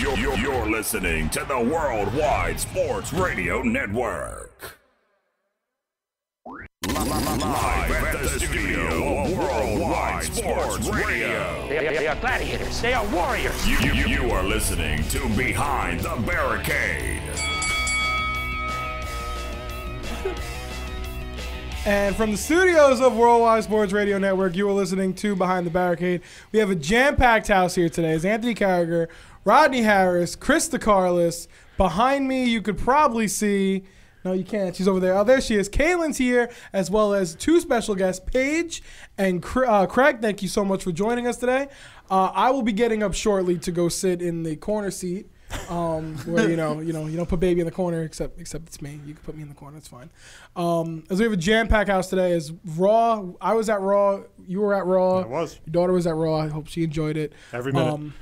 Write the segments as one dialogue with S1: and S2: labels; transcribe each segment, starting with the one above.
S1: You're, you're listening to the Worldwide Sports Radio Network. Li- li- Live at the studio of Worldwide Sports Radio.
S2: They are, they are gladiators. They are warriors.
S1: You, you, you are listening to Behind the Barricade.
S3: And from the studios of Worldwide Sports Radio Network, you are listening to Behind the Barricade. We have a jam-packed house here today. It's Anthony Carragher, Rodney Harris, Chris DeCarlis. Behind me, you could probably see. No, you can't. She's over there. Oh, there she is. Kaylin's here, as well as two special guests, Paige and Cra- uh, Craig. Thank you so much for joining us today. Uh, I will be getting up shortly to go sit in the corner seat um, where you know, you know, you don't put baby in the corner except except it's me. You can put me in the corner, it's fine. Um, as we have a jam pack house today, is Raw. I was at Raw. You were at Raw.
S4: I was.
S3: Your daughter was at Raw. I hope she enjoyed it Um,
S4: Every minute.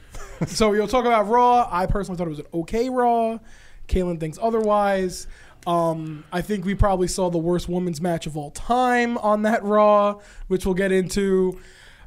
S3: so you'll talk about Raw. I personally thought it was an okay Raw. Kaylin thinks otherwise. Um, I think we probably saw the worst women's match of all time on that Raw, which we'll get into.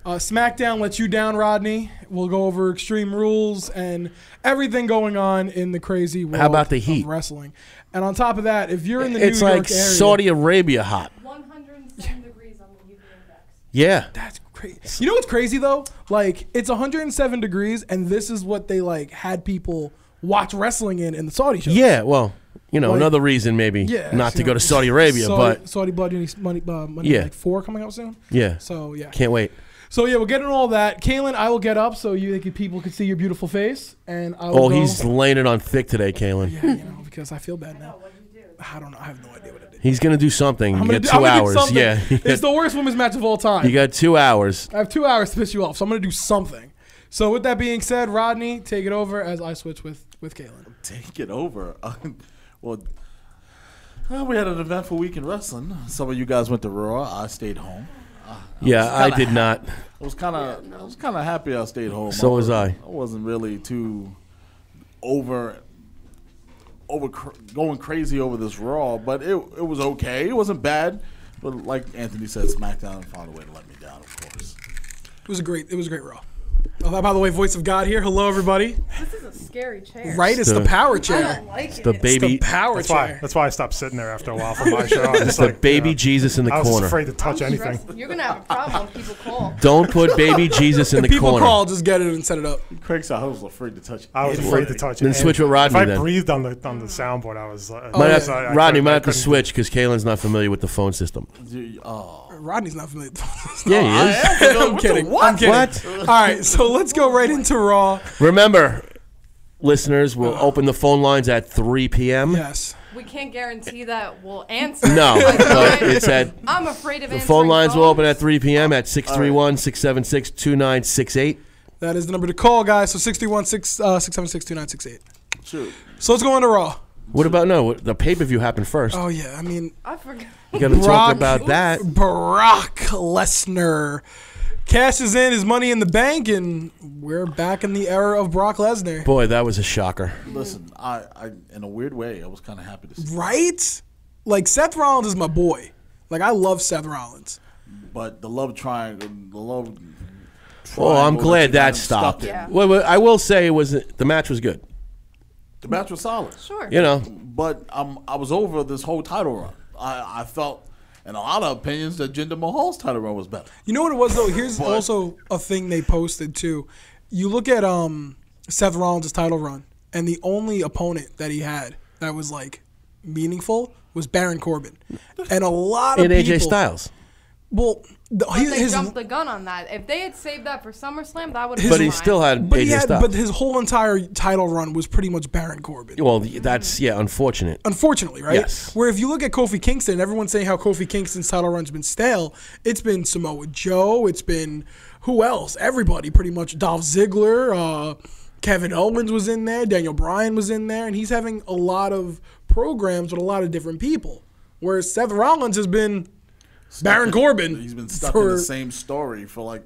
S3: Uh, SmackDown lets you down, Rodney. We'll go over Extreme Rules and everything going on in the crazy world
S5: about the
S3: of
S5: heat?
S3: wrestling. And on top of that, if you're in the
S5: It's
S3: New
S5: like
S3: York area,
S5: Saudi Arabia hot.
S6: 107 degrees on the UV index.
S5: Yeah.
S3: That's crazy. You know what's crazy though? Like it's 107 degrees, and this is what they like had people watch wrestling in in the Saudi show.
S5: Yeah. Well, you know,
S3: Like-
S5: another reason maybe
S3: Yeah,
S5: not
S3: you
S5: to go
S3: know,
S5: to Saudi Arabia,
S3: Saudi,
S5: but
S3: Saudi Blood Money, money, uh, money
S5: Yeah.
S3: like four coming out soon.
S5: yeah,
S3: So yeah.
S5: can't wait.
S3: So yeah, we're getting all that. Kaylin, I will get up so you could, people could see your beautiful face, and I will.
S5: Oh,
S3: go-
S5: he's laying it on thick today, Kalen.
S3: Yeah, you know, because I feel bad now. I don't know. I have no idea what I did.
S5: He's gonna do something.
S3: I'm
S5: You
S3: gonna
S5: got
S3: do,
S5: 2
S3: I'm gonna do
S5: hours.
S3: something.
S5: Yeah. You
S3: it's
S5: got,
S3: the worst women's match of all time.
S5: you got two hours.
S3: I have two hours to piss you off, so I'm gonna do something. So with that being said, Rodney, take it over as I switch with with Kalen.
S7: take it over. well, uh, we had an eventful week in wrestling. Some of you guys went to Raw. I stayed home.
S5: Yeah, I did not.
S7: I was kind of, I was kind of happy I stayed home.
S5: So was
S7: wasn't-
S5: I.
S7: I wasn't really too over, over cr- going crazy over this Raw, but it it was okay. It wasn't bad, but like Anthony said, SmackDown found a way to let me down. Of course.
S3: It was a great. It was a great raw. Oh, by the way, voice of God here. Hello, everybody.
S6: This is a scary chair.
S3: Right, it's the
S5: the-
S3: power
S6: I
S3: chair.
S6: don't like it.
S5: The baby,
S3: The power
S4: That's
S3: chair.
S4: why. That's why I stopped sitting there after a while for my show. I was just
S5: the
S4: like,
S5: baby
S4: you know,
S5: Jesus in the
S4: I was just
S5: corner.
S4: afraid to touch
S6: I'm
S4: anything.
S6: stressed. You're gonna have a problem if people call.
S5: Don't put baby Jesus in the
S3: People
S5: corner.
S3: call, just get it and set it up.
S7: Craig said I was afraid to touch.
S4: I was
S7: anything.
S4: afraid to touch it.
S5: Then
S4: And
S5: switch with
S4: If
S5: Rodney
S4: I
S5: then.
S4: breathed on the on the soundboard, I was. Uh,
S5: Might
S3: Oh, yeah.
S5: have,
S4: I- I
S5: Rodney
S4: couldn't-
S5: might
S4: I
S5: have to
S4: couldn't-
S5: switch because Kalen's not familiar with the phone system.
S7: You- Oh,
S3: Rodney's not familiar. with
S5: Yeah, he is.
S3: I'm kidding. I'm kidding.
S5: What?
S3: All right, so let's go right into Raw.
S5: Remember, listeners, we'll
S3: Uh.
S5: open the phone lines at 3 p.m.
S3: Yes.
S6: We can't guarantee that we'll answer.
S5: No, but it's at
S6: I'm afraid of
S5: the phone lines will open at
S6: three.
S5: 3 p.m. at 631 676 2968.
S3: That is the number to call, guys. So 61 6, uh, 676 2968.
S7: shoot.
S3: So let's go into Raw.
S5: What about no? The pay per view happened first.
S3: Oh, yeah. I mean,
S6: I forgot.
S5: you got to
S3: Brock-
S5: talk about that.
S3: Brock Lesnar cashes in his money in the bank, and we're back in the era of Brock Lesnar.
S5: Boy, that was a shocker.
S7: Listen, I, I, in a weird way, I was kind of happy to see.
S3: Right? Like, Seth Rollins is my boy. Like, I love Seth Rollins.
S7: But the love triangle, the love.
S5: Oh, I'm
S7: triangle
S5: glad
S7: you got
S5: that
S7: him
S5: stopped.
S7: in.
S6: Yeah.
S5: Wait, wait, I will say it was the match was good.
S7: The match was solid,
S6: Sure.
S5: You know,
S7: but um, I was over this whole title run. I, I felt, in a lot of opinions, that Jinder Mahal's title run was better.
S3: You know what it was though? Here's also a thing they posted too. You look at um Seth Rollins' title run, and the only opponent that he had that was like meaningful was Baron Corbin, and a lot of
S5: in AJ
S3: people-
S5: Styles.
S3: Well, the,
S6: But
S3: his,
S6: they
S3: his-
S6: jumped the gun on that. If they had saved that for SummerSlam, that would have.
S3: His-
S5: But he still had
S3: but
S5: AJ
S3: he had,
S5: Styles.
S3: but his whole entire title run was pretty much Baron Corbin.
S5: well, that's, yeah, unfortunate.
S3: Unfortunately, right?
S5: Yes.
S3: Where if you look at Kofi Kingston, everyone's saying how Kofi Kingston's title run's been stale. It's been Samoa Joe. It's been who else? Everybody, pretty much. Dolph Ziggler, uh, Kevin Owens was in there. Daniel Bryan was in there, and he's having a lot of programs with a lot of different people. Whereas Seth Rollins has been Baron Corbin.
S7: He's been stuck in
S3: for-
S7: the same story for like,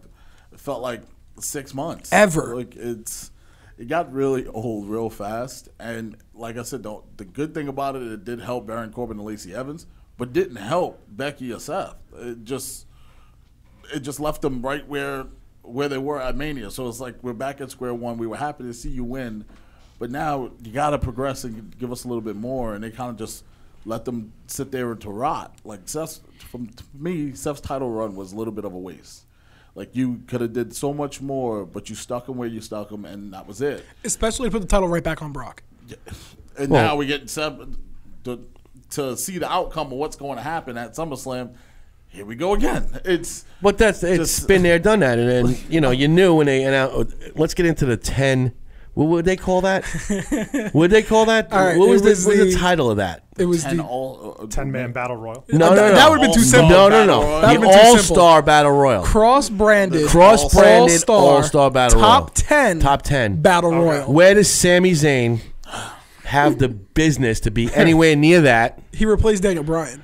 S7: it felt like six months
S3: Ever.
S7: Like it's, it got really old real fast. And like I said, the, the good thing about it, it did help Baron Corbin and Lacey Evans, but didn't help Becky or Seth. It just, it just left them right where where they were at Mania. So it's like we're back at square one. We were happy to see you win, But now you got to progress and give us a little bit more, and they kind of just let them sit there to rot. Like Seth's, from to me, Seth's title run was a little bit of a waste. Like you could have did so much more, but you stuck him where you stuck him, and that was it.
S3: Especially to put the title right back on Brock.
S7: And
S5: Well-
S7: now we get Seth to, to see the outcome of what's going to happen at SummerSlam. Here we go again. It's
S5: But that's it's
S7: Just-
S5: been there, done that, and then you know you knew when they and uh, let's get into the ten. What would they call that? would they call that?
S3: All right,
S5: what
S3: it
S5: was,
S3: was
S5: the, what was
S3: the-
S5: the title of that?
S3: It was
S7: ten
S3: the
S7: all uh,
S4: Ten man battle royal.
S5: No, no,
S3: that-
S5: no.
S3: that would've been too
S5: All-star
S3: simple.
S5: No, no,
S7: Battle
S5: no.
S3: That
S7: Royal.
S5: The
S3: would've been too
S5: All
S3: simple.
S5: Star Battle Royal.
S3: cross branded,
S5: Cross-branded All-Star Battle Royal.
S3: top ten,
S5: Top 10.
S3: battle royal.
S5: Where does Sami Zayn have the business to be anywhere near that?
S3: He replaced Daniel Bryan,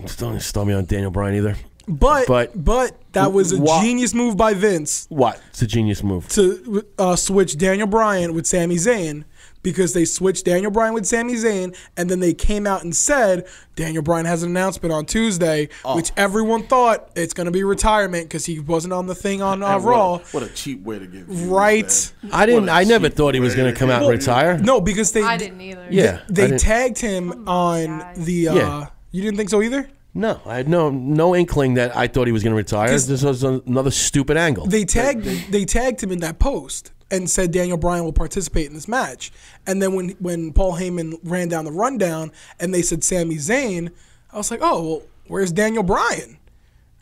S5: Just Don't start me on Daniel Bryan either.
S3: but but,
S5: But-
S3: that was a
S5: Wha-
S3: genius move by Vince
S5: What? It's a genius move.
S3: to uh, switch Daniel Bryan with Sami Zayn because they switched Daniel Bryan with Sami Zayn, and then they came out and said Daniel Bryan has an announcement on Tuesday,
S5: Oh.
S3: which everyone thought it's going to be retirement because he wasn't on the thing on uh,
S7: and what a-
S3: Raw.
S7: What, a cheap way to get views,
S3: Right.
S7: man.
S5: I didn't.
S7: What a
S5: I never
S7: cheap
S5: thought he was
S7: way
S5: going to come out and retire.
S3: No, because they
S6: I didn't either.
S5: Yeah. I
S3: they
S5: didn't-
S3: tagged him on
S6: guys.
S3: the. Uh,
S5: Yeah.
S3: You didn't think so either.
S5: No, I had no no inkling that I thought he was going to retire.
S3: 'Cause-
S5: This was another stupid angle.
S3: They tagged they tagged him in that post and said Daniel Bryan will participate in this match. And then when when Paul Heyman ran down the rundown and they said Sami Zayn, I was like, oh well, where's Daniel Bryan?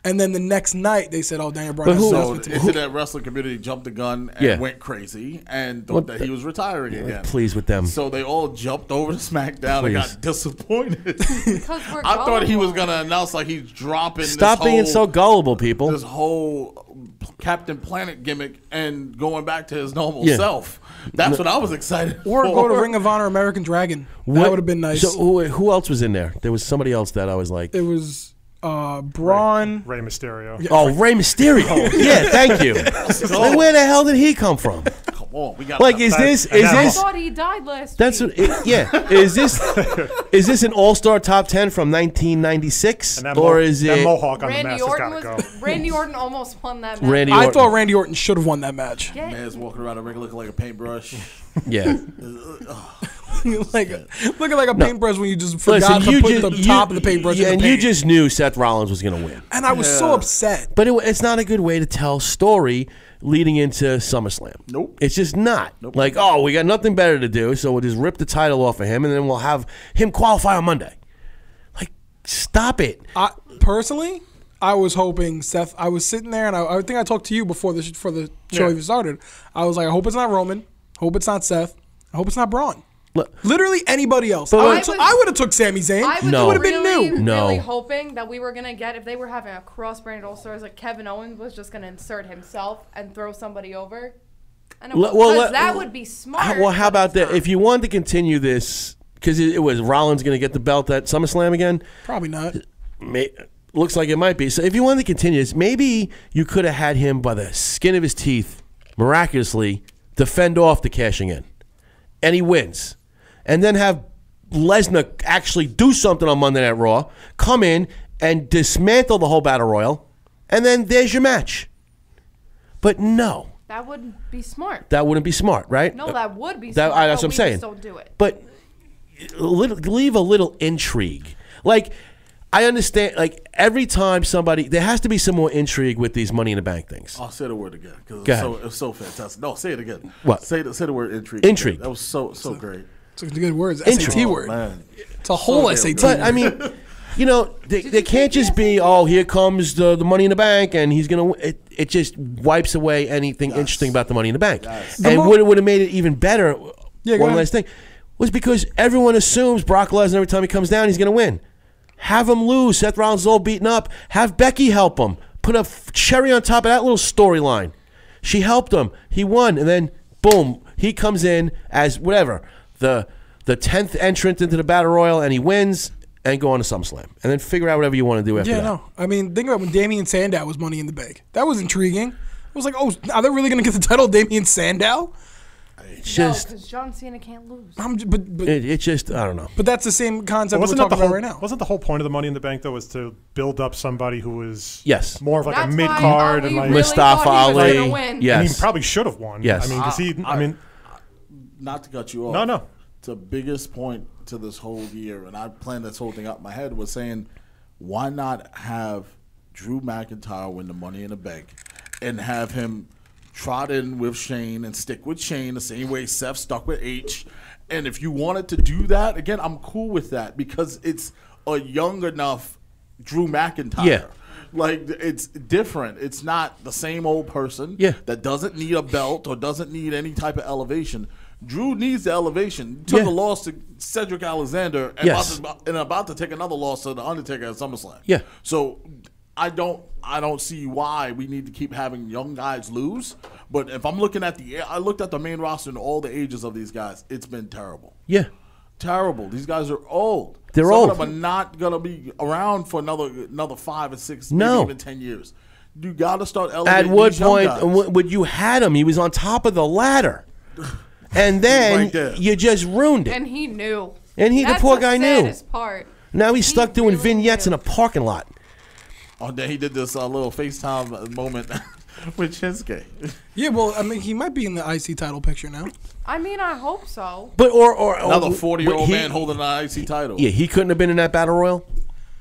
S3: And then the next night they said, oh Daniel Bryan.
S5: But
S3: has an
S5: who-
S7: So
S3: announcement
S7: the
S3: to make.
S7: internet wrestling community jumped the gun and
S5: Yeah.
S7: went crazy and thought
S5: What
S7: that
S5: the-
S7: he was retiring again.
S5: pleased with them.
S7: So they all jumped over to SmackDown
S5: Please.
S7: and got disappointed.
S6: Because we're
S7: I thought he was
S6: gullible.
S7: gonna announce like he's dropping.
S5: Stop
S7: this
S5: being
S7: whole,
S5: so gullible, people.
S7: This whole Captain Planet gimmick and going back to his normal
S5: Yeah.
S7: self. That's what I was excited.
S3: or
S7: for.
S3: go to Ring of Honor American Dragon.
S5: What-
S3: That would have been nice.
S5: So who, who else was in there? There was somebody else that I was like,
S3: it was uh, Braun.
S4: Rey Mysterio.
S5: oh, Rey Mysterio. yeah, thank you. Like, where the hell did he come from?
S7: Come on, Oh, we got
S5: Like, is this is
S6: I
S5: this
S6: thought he died last
S5: that's
S6: week.
S5: what, it, yeah? Is this is this an All Star Top Ten from 1996
S4: And that,
S5: or
S4: mo-
S5: is
S4: that
S5: it?
S4: mohawk on the
S6: Randy
S4: mask has
S6: Orton
S4: gotta
S6: was.
S4: go.
S6: Randy Orton almost won that. Match.
S5: Randy
S3: I
S5: Orton.
S3: thought Randy Orton should have won that match.
S6: Get
S7: man's walking around and looking like a paintbrush?
S5: Yeah.
S3: like looking like a paintbrush when you just forgot
S5: Listen,
S3: to
S5: you
S3: put
S5: just
S3: the top of the paintbrush
S5: yeah,
S3: in
S5: and
S3: the
S5: you
S3: paint.
S5: just knew Seth Rollins was going to win.
S3: and I was so upset.
S5: But it, wa- it's not a good way to tell story leading into SummerSlam.
S7: Nope.
S5: It's just not. Like, oh, we got nothing better to do, so we'll just rip the title off of him, and then we'll have him qualify on Monday. Like, stop it.
S3: I personally, I was hoping Seth. I was sitting there, and I, I think I talked to you before the sh- for the show
S4: Yeah.
S3: even started. I was like, I hope it's not Roman. Hope it's not Seth. I hope it's not Braun.
S5: Look,
S3: Literally anybody else. I
S5: But-
S3: would have
S6: I
S3: took,
S6: was-
S3: I would've took Sami Zayn.
S6: I was
S5: No.
S3: It would have
S6: really,
S3: been new.
S5: No.
S6: really hoping that we were gonna get if they were having a cross-branded All Stars, like Kevin Owens was just gonna insert himself and throw somebody over. I know,
S5: Le- well,
S6: because
S5: let-
S6: that would be smart.
S5: how, well, how
S6: but
S5: about
S6: it's
S5: that?
S6: not.
S5: If you wanted to continue this, because it, it was Rollins going to get the belt at SummerSlam again,
S3: Probably not.
S5: may, looks like it might be. So if you wanted to continue this, maybe you could have had him by the skin of his teeth, miraculously defend off the cashing in, and he wins, and then have Lesnar actually do something on Monday Night Raw, come in and dismantle the whole battle royal, and then there's your match. But no,
S6: that would be smart.
S5: that wouldn't be smart, right?
S6: No, that would be
S5: That,
S6: smart.
S5: I, that's
S6: but
S5: what I'm
S6: we
S5: saying.
S6: Just don't do it.
S5: But a little, leave a little intrigue. Like I understand. Like every time somebody, there has to be some more intrigue with these Money in the Bank things.
S7: I'll say the word again because
S5: Go
S7: it's so
S5: ahead.
S7: it's so fantastic. No, say it again.
S5: What?
S7: Say the say the word intrigue. again.
S5: Intrigue.
S7: That was so so great.
S3: It's a good word. It's
S5: Intro.
S3: SAT word.
S7: Man,
S3: It's a whole SAT.
S5: But I mean, you know, they, they can't just be, oh, here comes the, the Money in the Bank, and he's gonna. It, it just wipes away anything interesting about the Money in the Bank. And
S3: mo-
S5: what would have made it even better?
S3: Yeah, go
S5: one
S3: ahead.
S5: last thing was because everyone assumes Brock Lesnar every time he comes down, he's gonna win. Have him lose. Seth Rollins is all beaten up. Have Becky help him. Put a f- cherry on top of that little storyline. She helped him. He won, and then boom, he comes in as whatever the the tenth entrant into the battle royal, and he wins and go on to SummerSlam, and then figure out whatever you want to do after
S3: Yeah,
S5: that.
S3: no. I mean, think about when Damian Sandow was Money in the Bank. That was intriguing. I was like, oh, are they really going to get the title Damian Sandow?
S5: It's
S6: No,
S5: just
S6: because John Cena can't lose.
S3: I'm j- but but,
S5: it, it just I don't know.
S3: but that's the same concept we're
S4: wasn't that
S3: talking
S4: the
S3: about
S4: whole
S3: right now.
S4: Wasn't the whole point of the Money in the Bank though was to build up somebody who was
S5: Yes.
S4: more of like
S6: That's
S4: a
S6: why,
S4: mid card
S6: uh,
S4: and
S6: we
S4: like
S6: really
S5: Mustafa
S6: thought he was
S5: Ali.
S6: gonna win.
S5: Yeah.
S4: and he
S5: Yes.
S4: probably should have won.
S5: Yes.
S4: I mean because he I mean
S7: not to cut you off.
S4: No, no.
S7: The biggest point to this whole year, and I planned this whole thing out in my head, was saying, why not have Drew McIntyre win the Money in the Bank, and have him trot in with Shane and stick with Shane the same way Seth stuck with H. And if you wanted to do that again, I'm cool with that because it's a young enough Drew McIntyre.
S5: Yeah.
S7: Like it's different. It's not the same old person
S5: Yeah.
S7: that doesn't need a belt or doesn't need any type of elevation. Drew needs the elevation. Took
S5: Yeah.
S7: a loss to Cedric Alexander and,
S5: Yes.
S7: about to, and about to take another loss to the Undertaker at SummerSlam.
S5: Yeah.
S7: So I don't I don't see why we need to keep having young guys lose. But if I'm looking at the I looked at the main roster and all the ages of these guys, it's been terrible.
S5: Yeah.
S7: Terrible. These guys are old.
S5: They're
S7: Some
S5: old.
S7: of them are not gonna be around for another another five or six,
S5: No.
S7: maybe even ten years. You gotta start
S5: At
S7: elevating.
S5: what
S7: these young
S5: point
S7: guys.
S5: w- would you had him? He was on top of the ladder, and then
S7: Right there.
S5: you just ruined it.
S6: And he knew.
S5: And he- the
S6: That's
S5: poor
S6: the
S5: guy knew.
S6: saddest part.
S5: now he's
S6: he
S5: stuck doing
S6: really
S5: vignettes
S6: knew.
S5: in a parking lot.
S7: Oh, then he did this uh, little FaceTime moment with Shinsuke.
S3: Yeah, well, I mean, he might be in the IC title picture now.
S6: I mean, I hope so.
S5: Oh, But or or or-
S7: Another 40 year old
S5: he-
S7: man holding an IC title.
S5: Yeah, he couldn't have been in that battle royal.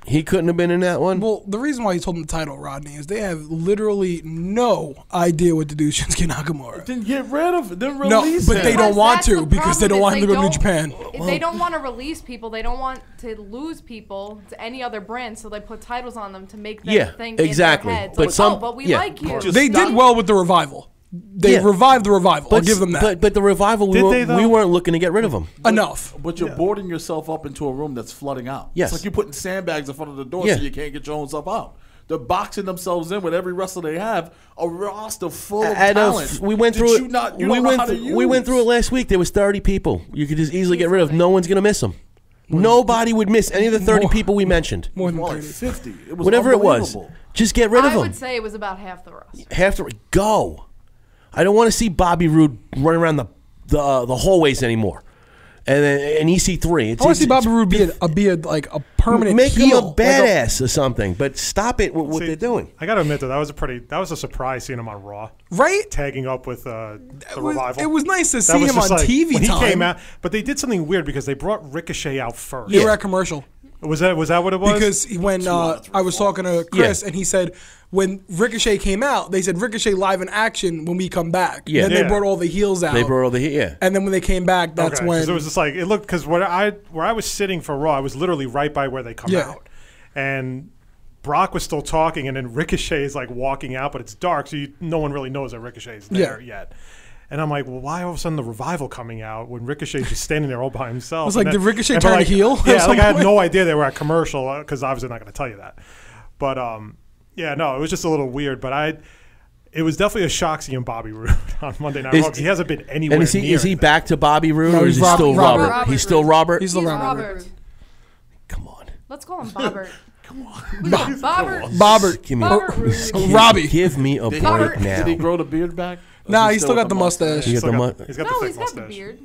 S5: He couldn't have been in that one.
S3: Well, the reason why he's holding the title, Rodney, is they have literally no idea what to do with Shinsuke Nakamura.
S7: Then get rid of Then
S3: No,
S7: release
S3: but
S7: him.
S3: they don't
S6: Because
S3: want
S6: that's
S3: to
S6: the
S3: because they
S6: problem,
S3: don't
S6: is
S3: want him to
S6: they
S3: go to New
S6: don't-
S3: Japan. Oh.
S6: if they don't want to release people. They don't want to lose people to any other brand, so they put titles on them to make that
S5: Yeah,
S6: thing
S5: exactly.
S6: in their heads.
S5: But
S6: Like,
S5: some-
S6: oh, but we
S5: yeah.
S6: like you.
S7: Just
S3: They did
S7: stop.
S3: well with the revival. They
S5: Yeah.
S3: revived the revival. I'll
S5: But-
S3: give them that.
S5: But but the revival, we,
S4: Did
S5: weren't-
S4: they, though?
S5: we weren't looking to get rid of him.
S3: Enough.
S7: But you're boarding yourself up into a room that's flooding out.
S5: Yes.
S7: It's like you're putting sandbags in front of the door
S5: Yeah.
S7: so you can't get your own stuff out. They're boxing themselves in with every wrestler they have, a roster full of
S5: And, uh,
S7: talent.
S5: f- we went
S7: that
S5: through
S7: you
S5: it.
S7: Not, you
S5: we
S7: don't know
S5: went
S7: how to
S5: through- we went
S7: use.
S5: through it last week. There was thirty people. You could just easily get rid of. No one's gonna miss them. Nobody would miss any of the thirty
S3: More.
S5: people we mentioned.
S3: More than
S7: More like
S3: 30.
S7: 50. It was
S5: Whatever it was,
S7: unbelievable.
S5: just get rid
S6: I
S5: of
S6: would
S5: them.
S6: say it was about half the roster.
S5: Have to go. I don't want to see Bobby Roode running around the the, uh, the hallways anymore. And then an EC3. It's,
S3: I want
S5: it's-
S3: to see Bobby
S5: it's-
S3: Roode be, a, a- be a, like a permanent
S5: Make
S3: heel.
S5: him a
S3: like
S5: badass or something, but stop it with what
S4: See,
S5: they're doing.
S4: I gotta admit though, that was a pretty that was a surprise seeing him on Raw.
S3: Right?
S4: Tagging up with uh, the
S3: was-
S4: revival.
S3: it was nice to
S4: That
S3: see
S4: was
S3: him
S4: just
S3: on TV
S4: When
S3: time.
S4: he came out, but they did something weird because they brought Ricochet out first.
S3: They were at commercial.
S4: Was that was that what it was?
S3: Because he- when uh, I was talking to Chris and he said when Ricochet came out, they said Ricochet live in action when we come back.
S5: Yeah.
S3: Then they
S4: Yeah.
S3: brought all the heels out.
S5: They brought all the yeah.
S3: and then when they came back, that's
S4: Okay, 'cause
S3: when
S4: it was just like it looked because where I where I was sitting for Raw, I was literally right by where they come
S3: Yeah.
S4: out, and Brock was still talking, and then Ricochet is like walking out, but it's dark, so you, no one really knows that Ricochet is there
S3: Yeah.
S4: yet. And I'm like, well, why all of a sudden the revival coming out when Ricochet's just standing there all by himself?
S3: was
S4: And
S3: like,
S4: then-
S3: did Ricochet
S4: and, but,
S3: turn
S4: like,
S3: heel at
S4: Yeah,
S3: some
S4: like I had
S3: point?
S4: no idea they were at commercial because obviously they're not going to tell you that. But um, yeah, no, it was just a little weird. But I, it was definitely a shock seeing Bobby Roode on Monday Night
S5: Is-
S4: Raw 'cause he hasn't been anywhere.
S5: And is he
S4: near
S5: is he
S4: anything.
S5: back to Bobby Roode
S3: No,
S5: or
S3: he's
S5: is he
S3: Rob-
S5: still
S3: Robert.
S5: Robert?
S6: Robert
S5: He's still
S6: Roode.
S5: Robert.
S3: he's
S6: He's
S3: around.
S6: Robert.
S5: Come on,
S6: Let's call him Bobbert. Come on. Bobbert.
S3: Bobbert.
S5: give me
S6: Bobbert Roode.
S3: Robbie.
S5: Give me a
S7: Did,
S5: break
S6: Robert.
S5: now.
S7: did he grow the beard back?
S3: Nah,
S7: Is he
S3: he's still got
S7: with
S3: the mustache.
S5: He
S4: He's
S5: got the
S4: got-
S5: mu-
S4: he's got the
S6: No,
S4: thick
S6: he's got the
S4: mustache.
S6: beard.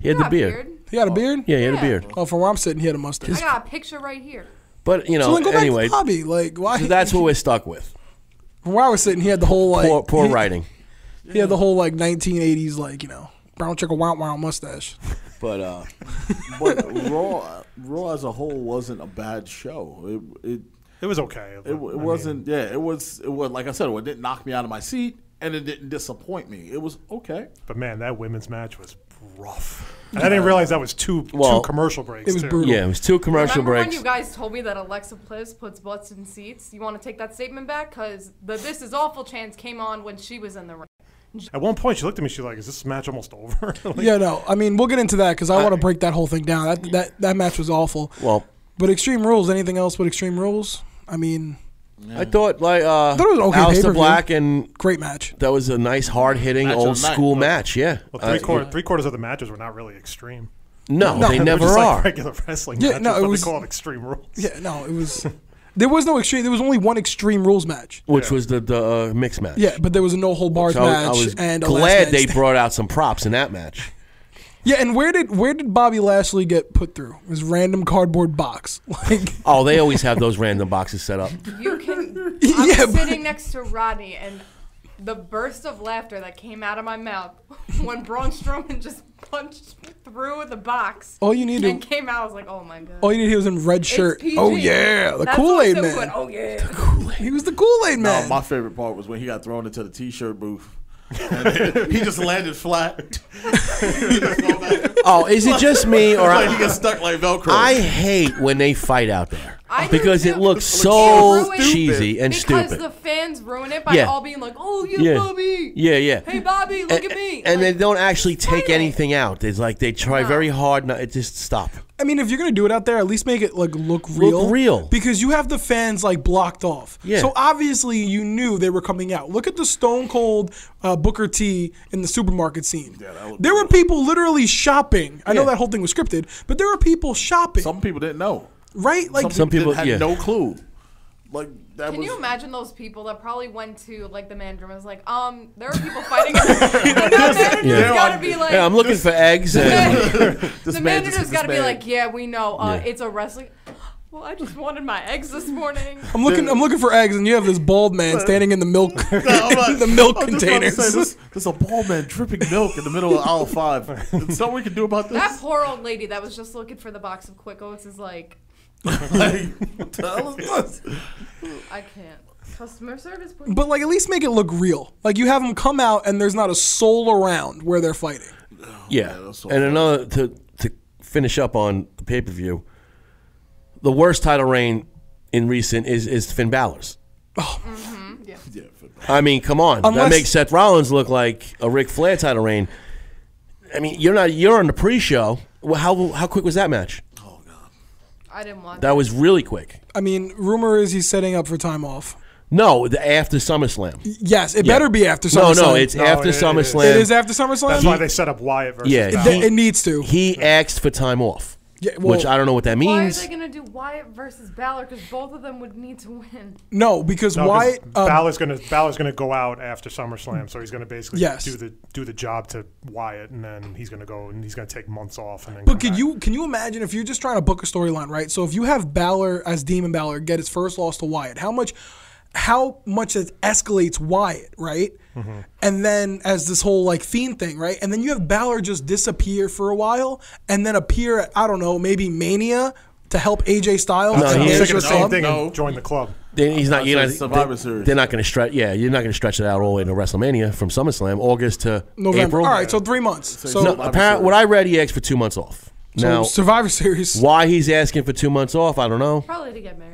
S5: He had the
S6: Got
S5: beard.
S3: He had a beard.
S5: Yeah, he had a
S6: Yeah.
S5: beard.
S3: Oh, from where I'm sitting, he had a mustache.
S6: I got a picture right here.
S5: But you
S3: So
S5: know,
S3: then go back
S5: anyway,
S3: to Bobby. Like why?
S5: so that's what we're stuck with.
S3: from where I was sitting, he had the whole like
S5: Poor poor
S3: he,
S5: writing.
S3: He had the whole like 1980s like you know brown chicken wow wow mustache.
S5: But uh,
S7: But Raw, Raw as a whole wasn't a bad show. It, it,
S4: It was okay.
S7: it, it wasn't. yeah, it was. It was like I said. It didn't knock me out of my seat, and it didn't disappoint me. It was okay.
S4: But man, that women's match was rough. And I didn't realize that was two
S5: Well,
S4: two commercial breaks.
S3: it was
S4: too.
S3: brutal.
S5: yeah, it was two commercial
S6: Remember
S5: breaks.
S6: when you guys told me that Alexa Bliss puts butts in seats? You want to take that statement back? Because the This Is Awful chance came on when she was in the ring.
S4: At one point, she looked at me. She's like, "Is this match almost over?" Like,
S3: Yeah, no. I mean, we'll get into that because I want to break that whole thing down. That that that match was awful.
S5: Well-
S3: but Extreme Rules. Anything else with Extreme Rules? I mean,
S5: I thought like uh,
S3: thought it was an okay
S5: Alistair
S3: pay-per-view.
S5: Black and
S3: great match.
S5: that was a nice hard hitting
S7: Match of
S5: old
S7: the night.
S5: school match. Yeah,
S4: Well, three,
S5: Uh,
S4: quarter, three quarters of the matches were not really extreme.
S5: no,
S3: No,
S5: they
S3: it was
S4: They were
S5: never
S4: just
S5: are.
S4: Like regular wrestling
S3: Yeah,
S4: matches,
S3: no, it
S4: but
S3: was-
S4: they call it extreme rules.
S3: Yeah, no, it was. There was no extreme. There was only one Extreme Rules match.
S5: which was the the uh, mixed match.
S3: Yeah, but there was a no hold bars
S5: So I,
S3: match
S5: I was
S3: and a last
S5: glad
S3: man
S5: they
S3: stand.
S5: brought out some props in that match.
S3: Yeah, and where did where did Bobby Lashley get put through? His random cardboard box. Like
S5: Oh, they always have those random boxes set up.
S6: You can. I'm
S3: Yeah, but-
S6: sitting next to Rodney, and the burst of laughter that came out of my mouth when Braun Strowman just punched through the box.
S3: All you need to-
S6: and came out. I was like, oh my god.
S3: All you need he was in red shirt.
S6: PG.
S3: Oh yeah, the
S6: That's
S3: Kool Aid
S6: what's so good.
S3: man.
S6: Oh yeah.
S3: He was the Kool Aid
S7: No,
S3: man.
S7: Uh, my favorite part was when he got thrown into the t-shirt booth. And he just landed flat. He just fell back.
S5: Oh, is it just me or
S7: like he
S5: I,
S7: gets stuck like Velcro.
S5: I hate when they fight out there
S6: I do
S5: because it
S6: too.
S5: looks
S6: It
S5: so
S6: looks so
S5: cheesy and
S6: because
S5: stupid.
S6: the fans ruin it by
S5: Yeah.
S6: all being like, "Oh, you
S5: Yeah.
S6: Bobby,
S5: yeah, yeah.
S6: hey Bobby, look
S5: and,
S6: at me,"
S5: and they
S6: like,
S5: don't actually take
S6: fight it.
S5: anything out. It's like they try very hard. Not, it just stop.
S3: I mean, if you're gonna do it out there, at least make it like look real.
S5: real.
S3: Because you have the fans like blocked off.
S5: Yeah.
S3: So obviously you knew they were coming out. Look at the Stone Cold uh, Booker T in the supermarket scene.
S7: Yeah, that looked
S3: there were people literally shopping. I know
S5: Yeah.
S3: that whole thing was scripted, but there were people shopping.
S7: Some people didn't know.
S3: right? Like
S5: Some people-
S7: didn't- had
S5: yeah.
S7: no clue. Like that
S6: Can
S7: was.
S6: you imagine those people that probably went to like the manager and was like, "Um, there are people fighting." the manager's
S5: Yeah.
S6: gotta be like,
S5: Yeah, I'm looking for eggs. And,
S7: This
S6: the
S7: man
S6: manager's
S7: just hit this
S6: gotta be
S7: man.
S6: like, "Yeah, we know. Uh,
S5: Yeah.
S6: It's a wrestling." Well, I just wanted my eggs this morning.
S3: I'm looking. I'm looking for eggs, and you have this bald man standing in the milk,
S7: I'm like-
S3: the milk
S7: I'm just about to say,
S3: containers.
S7: this- There's a bald man dripping milk in the middle of aisle five. There's something we can do about
S6: That
S7: this.
S6: poor old lady that was just looking for the box of Quick Oats is like,
S7: like, what the hell is this?
S6: "I can't." Customer service, please.
S3: But like, at least make it look real. Like you have them come out, and there's not a soul around where they're fighting.
S5: yeah,
S7: that's
S5: and another to to finish up on the pay per view. The worst title reign in recent is is Finn Balor's.
S7: Yeah,
S5: I mean, come on. that
S3: Unless-
S5: makes Seth Rollins look like a Ric Flair title reign. I mean, you're not you're on the pre-show. Well, How how quick was that match?
S6: I didn't want
S5: That was really quick.
S3: I mean, rumor is he's setting up for time off.
S5: No, the after SummerSlam.
S3: Yes, it
S5: Yeah.
S3: better be after
S5: No,
S3: SummerSlam.
S5: no, it's after
S4: it is.
S5: SummerSlam.
S3: it is after SummerSlam.
S4: That's why they set up Wyatt versus
S5: Yeah.
S3: Th-
S4: Balor.
S3: it needs to.
S5: He asked for time off,
S3: Yeah, well-
S5: which I don't know what that
S6: Why are
S5: means.
S6: they gonna do Wyatt versus Balor? Because both of them would need to win.
S3: no, because
S4: No, 'cause
S3: why? uh,
S4: Balor's gonna Balor's gonna go out after SummerSlam, so he's gonna basically
S3: Yes.
S4: do the do the job to Wyatt, and then he's gonna go and he's gonna take months off. And then come
S3: But can
S4: back.
S3: you can you imagine if you're just trying to book a storyline, right? So if you have Balor as Demon Balor get his first loss to Wyatt, how much how much it escalates Wyatt, right? And then as this whole like fiend thing, right? And then you have Balor just disappear for a while and then appear at I don't know, maybe Mania to help AJ Styles.
S5: No,
S3: and
S5: he's
S3: manage
S4: Stick at the
S3: your
S4: same
S3: club.
S4: thing
S7: No.
S4: and join the club?
S5: They- he's not. You're
S7: a
S5: not
S7: Survivor
S5: they,
S7: Series.
S5: They're not going to stretch. Yeah, you're not going to stretch it out all the way to WrestleMania from SummerSlam, August to
S3: November.
S5: April.
S3: All right, so three months. So,
S5: no,
S7: Survivor
S5: apparently,
S7: Series.
S5: what I read, he asked for two months off. Now,
S3: Survivor Series.
S5: why he's asking for two months off, I don't know.
S6: Probably to get married.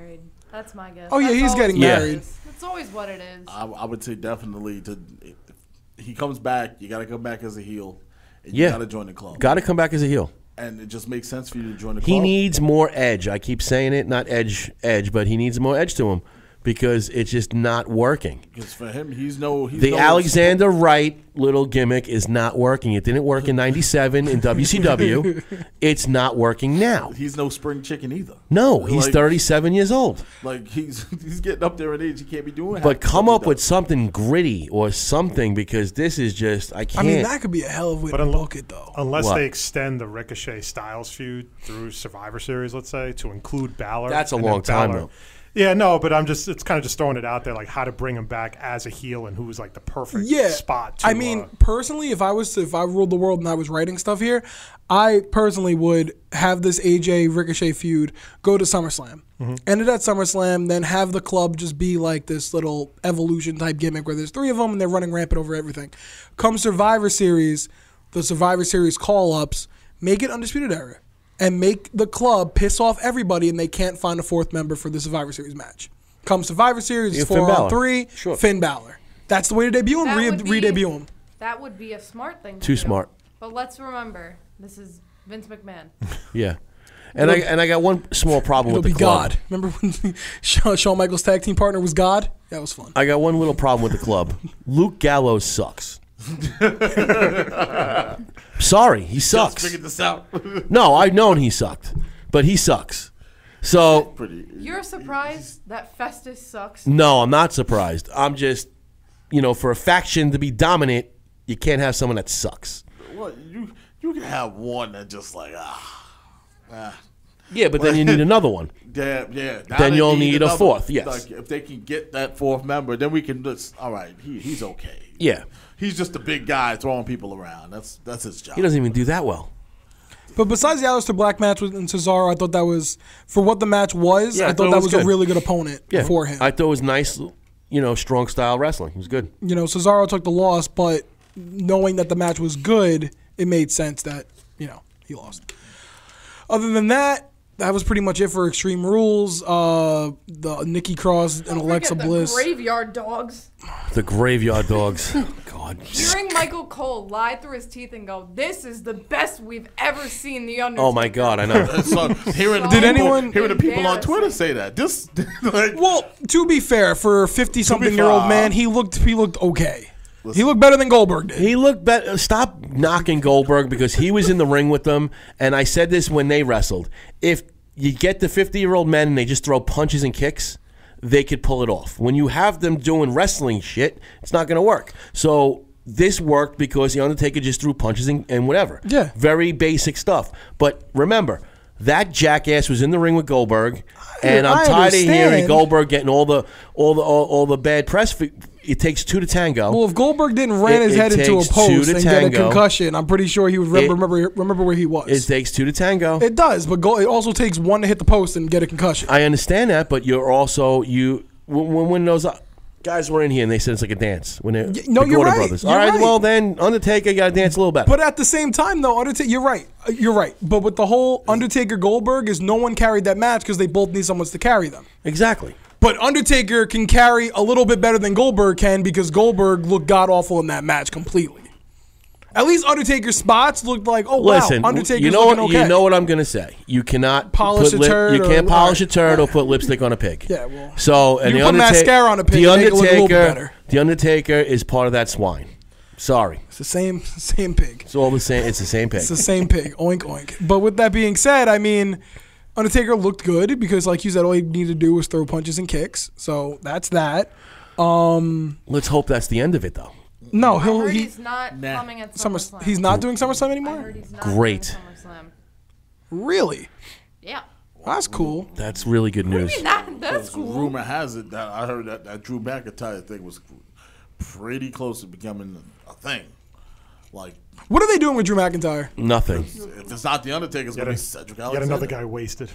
S6: That's my guess.
S3: Oh, yeah,
S6: That's
S3: he's
S6: always
S3: getting
S6: what it
S5: married.
S6: is. That's always what it is.
S7: I, I would say definitely to. If he comes back, you got to come back as a heel. And
S5: Yeah.
S7: You got to join the club.
S5: Got to come back as a heel.
S7: and it just makes sense for you to join the
S5: He
S7: club.
S5: needs more edge. I keep saying it, not edge, edge, but he needs more edge to him because it's just not working.
S7: because for him, he's no. He's
S5: The
S7: no
S5: Alexander Wright little gimmick is not working. It didn't work in 97 in WCW. It's not working now.
S7: He's no spring chicken either.
S5: No, he's
S7: Like-
S5: 37 years old.
S7: Like he's he's getting up there in age. He can't be doing. half
S5: But
S7: the
S5: come
S7: stuff he
S5: up with
S7: does.
S5: something gritty or something because this is just, I
S3: I
S5: can't.
S3: mean, that could be a hell of a way to
S4: unlo-
S3: book it though.
S4: Unless
S5: What?
S4: they extend the Ricochet Styles feud through Survivor Series, let's say, to include Balor.
S5: That's a
S4: and then
S5: long time,
S4: Balor-
S5: though.
S4: Yeah, no, but I'm just, it's kind of just throwing it out there, like how to bring him back as a heel and who was like the perfect
S3: yeah.
S4: spot to.
S3: I mean,
S4: uh,
S3: personally, if I was to, if I ruled the world and I was writing stuff here, I personally would have this AJ Ricochet feud go to SummerSlam, end it at SummerSlam, then have the club just be like this little evolution type gimmick where there's three of them and they're running rampant over everything. Come Survivor Series, the Survivor Series call ups, make it Undisputed Era. And make the club piss off everybody, and they can't find a fourth member for the Survivor Series match. Come Survivor Series, it's
S5: Yeah, Finn
S3: four on
S5: Balor.
S3: three,
S5: Sure.
S3: Finn Balor. That's the way to debut him
S6: That
S3: re-
S6: would be-
S3: re-debut him.
S6: That would be a smart thing. to
S5: Too
S6: do.
S5: smart.
S6: But let's remember, this is Vince McMahon.
S5: yeah. And I, and I got one small problem
S3: It'll
S5: with the
S3: be
S5: club.
S3: God. Remember when Shawn, Shawn Michaels' tag team partner was God? That was fun.
S5: I got one little problem with the club. Luke Gallows sucks. Sorry, he
S7: Just
S5: sucks.
S7: figured this out.
S5: No, I've known he sucked, but he sucks. So
S7: Pretty.
S6: You're surprised that Festus sucks.
S5: no, I'm not surprised. I'm just, you know, for a faction to be dominant, you can't have someone that sucks.
S7: What you you can have one that just like ah, ah
S5: Yeah, but then you need another one.
S7: Yeah, yeah. Now
S5: Then
S7: they
S5: you'll need a
S7: another-
S5: fourth, yes.
S7: Like, if they can get that fourth member, then we can just all right. He, he's okay.
S5: Yeah.
S7: He's just a big guy throwing people around. That's that's his job.
S5: He doesn't even do that well.
S3: But besides the Aleister Black match with and Cesaro, I thought that was for what the match was.
S5: Yeah,
S3: I, thought, that was,
S5: good.
S3: a really good opponent
S5: Yeah.
S3: for him.
S5: I thought it was nice, you know, strong style wrestling. It was good.
S3: you know, Cesaro took the loss, but knowing that the match was good, it made sense that you know he lost. Other than that, that was pretty much it for Extreme Rules. Uh, the Nikki Cross and
S6: Don't
S3: Alexa
S6: forget the
S3: Bliss.
S6: Graveyard dogs.
S5: The graveyard dogs. God.
S6: Hearing Michael Cole lie through his teeth and go, "This is the best we've ever seen the Undertaker."
S5: Oh my God, I know.
S7: So hearing
S6: Did
S7: people-
S3: anyone-
S7: hearing the people on
S6: Embarrassing.
S7: Twitter say that this like,
S3: well, to be fair, for a fifty-something-year-old
S7: fair,
S3: man, he looked he looked okay. He looked better than Goldberg did.
S5: He looked better. Stop knocking Goldberg because he was in the ring with them. And I said this when they wrestled. If you get the 50 year old men and they just throw punches and kicks, they could pull it off. When you have them doing wrestling shit, it's not going to work. So this worked because The Undertaker just threw punches and, and whatever.
S3: Yeah.
S5: Very basic stuff. But remember, that jackass was in the ring with Goldberg, and I'm
S3: I
S5: tired of hearing
S3: understand.
S5: Goldberg getting all the all the all, all the bad press. For, it takes two to tango.
S3: Well, if Goldberg didn't ram
S5: It-
S3: his
S5: it
S3: head into a
S5: takes two
S3: post
S5: to
S3: and get a
S5: tango.
S3: concussion, I'm pretty sure he would rem-
S5: It-
S3: remember remember where he was.
S5: It takes two to tango.
S3: It does, but go, it also takes one to hit the post and get a concussion.
S5: I understand that, but you're also you when when, when those uh, guys were in here and they said it's like a dance when they
S3: no,
S5: the
S3: you're
S5: Gorda
S3: right.
S5: brothers.
S3: You're
S5: All right,
S3: right.
S5: well then Undertaker got to dance a little better.
S3: but at the same time, though, Undertaker, you're right. Uh, You're right. But with the whole Undertaker Goldberg is no one carried that match because they both need someone to carry them.
S5: exactly.
S3: But Undertaker can carry a little bit better than Goldberg can because Goldberg looked god awful in that match completely. At least Undertaker's spots looked like oh
S5: Listen,
S3: wow, Undertaker's
S5: you know what
S3: looking okay.
S5: you know what I'm gonna say. You cannot
S3: Polish
S5: put
S3: a turd
S5: You
S3: or-
S5: can't polish a
S3: alright.
S5: turd or put lipstick on a pig.
S3: Yeah, well,
S5: so and
S3: you
S5: the
S3: put
S5: Undertaker
S3: mascara on a pig
S5: The
S3: and make it look a little bit
S5: Undertaker,
S3: better.
S5: the Undertaker is part of that swine. Sorry,
S3: It's the same same pig.
S5: it's all the same. It's the same pig.
S3: It's the same pig. oink oink. But with that being said, I mean, Undertaker looked good because, like you said, all he needed to do was throw punches and kicks. So that's that.
S5: Let's hope that's the end of it though.
S3: No,
S6: I
S3: he'll
S6: heard
S3: he
S6: he's not coming at
S3: Summer,
S6: SummerSlam.
S3: he's not doing SummerSlam
S6: I
S3: anymore.
S6: heard he's not
S5: Great.
S6: Doing SummerSlam.
S3: Really?
S6: Yeah.
S3: Well, that's cool.
S5: That's really good news.
S6: That, that's cool.
S7: rumor has it that I heard that that Drew McIntyre thing was pretty close to becoming a thing. Like
S3: What are they doing with Drew McIntyre?
S5: Nothing.
S7: if it's not the Undertaker, it's gonna be Cedric
S4: Yet
S7: Alexander.
S4: another
S5: uh,
S4: guy wasted.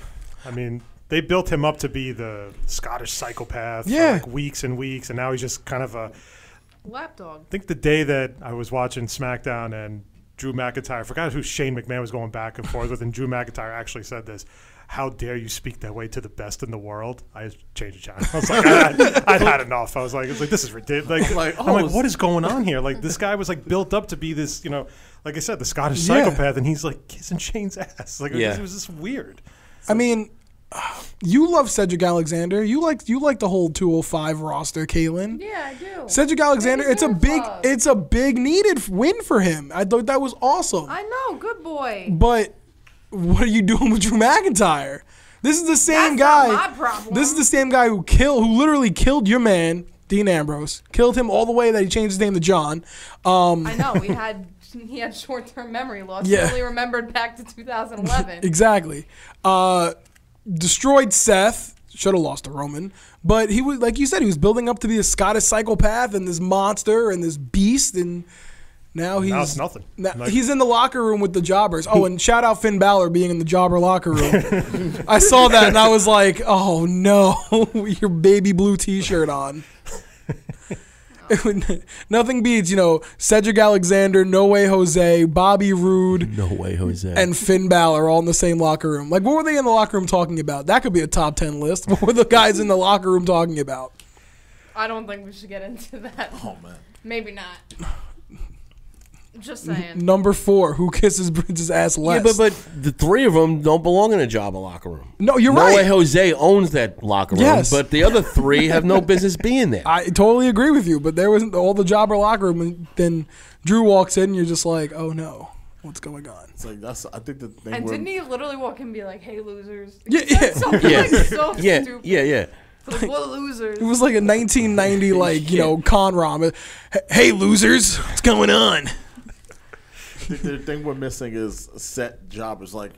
S4: I mean, they built him up to be the Scottish psychopath
S3: Yeah.
S4: for like weeks and weeks, and now he's just kind of a. I
S6: Lapdog.
S4: think the day that I was watching SmackDown and Drew McIntyre, I forgot who Shane McMahon was going back and forth with, and Drew McIntyre actually said this. How dare you speak that way to the best in the world? I changed the channel. I was like, I, I, I've had enough. I was like, it's like this is ridiculous. Like,
S7: Like,
S4: I'm like,
S7: oh,
S4: what is going on here? Like, this guy was like built up to be this, you know, like I said, the Scottish
S3: Yeah.
S4: psychopath, and he's like kissing Shane's ass. Like,
S5: Yeah.
S4: it was just weird.
S3: I mean, you love Cedric Alexander. You like you like the whole 205 roster, Kalen.
S6: Yeah, I do.
S3: Cedric Alexander, it's a
S6: deserves
S3: big,
S6: love.
S3: it's a big needed win for him. I thought that was awesome.
S6: I know. Good boy.
S3: But what are you doing with Drew McIntyre? This is the same guy.
S6: That's not my problem.
S3: This is the same guy who killed, who literally killed your man, Dean Ambrose. Killed him all the way that he changed his name to John. Um,
S6: I know. He had he had short term memory loss.
S3: Yeah.
S6: He only remembered back to 2011.
S3: exactly. Uh, destroyed Seth. Should have lost to Roman, but he was like you said, he was building up to be a Scottish psychopath and this monster and this beast, and now he's
S4: it's nothing.
S3: now-
S4: Like-
S3: he's in the locker room with the jobbers. Oh, and shout out Finn Balor being in the jobber locker room. I saw that and I was like, oh no, your baby blue T-shirt on. It would- Nothing beats, you know, Cedric Alexander, No Way Jose, Bobby Roode,
S5: No way, Jose.
S3: and Finn Balor all in the same locker room. Like, what were they in the locker room talking about? That could be a top 10 list. What were the guys in the locker room talking about?
S6: I don't think we should get into that.
S7: Oh man,
S6: Maybe not. Just saying.
S3: Number four, who kisses Prince's ass
S5: Yeah,
S3: less?
S5: but but the three of them don't belong in a Jabba locker room.
S3: No, you're
S5: no
S3: right.
S5: way Jose owns that locker room,
S3: Yes.
S5: but the other three have no business being there.
S3: I totally agree with you, but there wasn't all the jobber locker room. And then Drew walks in, and you're just like, oh no, what's going on?
S7: it's like that's I think the thing.
S6: And
S7: where-
S6: didn't he literally walk and be like, "Hey, losers"?
S3: Yeah,
S6: He said
S3: yeah.
S6: something,
S5: Yeah.
S6: like, so
S5: yeah,
S6: stupid.
S5: yeah, yeah.
S6: Like, what losers?
S3: It was like a 1990, like, you know, con rom. Hey, losers, what's going on?
S7: the, the thing we're missing is set jobbers. Like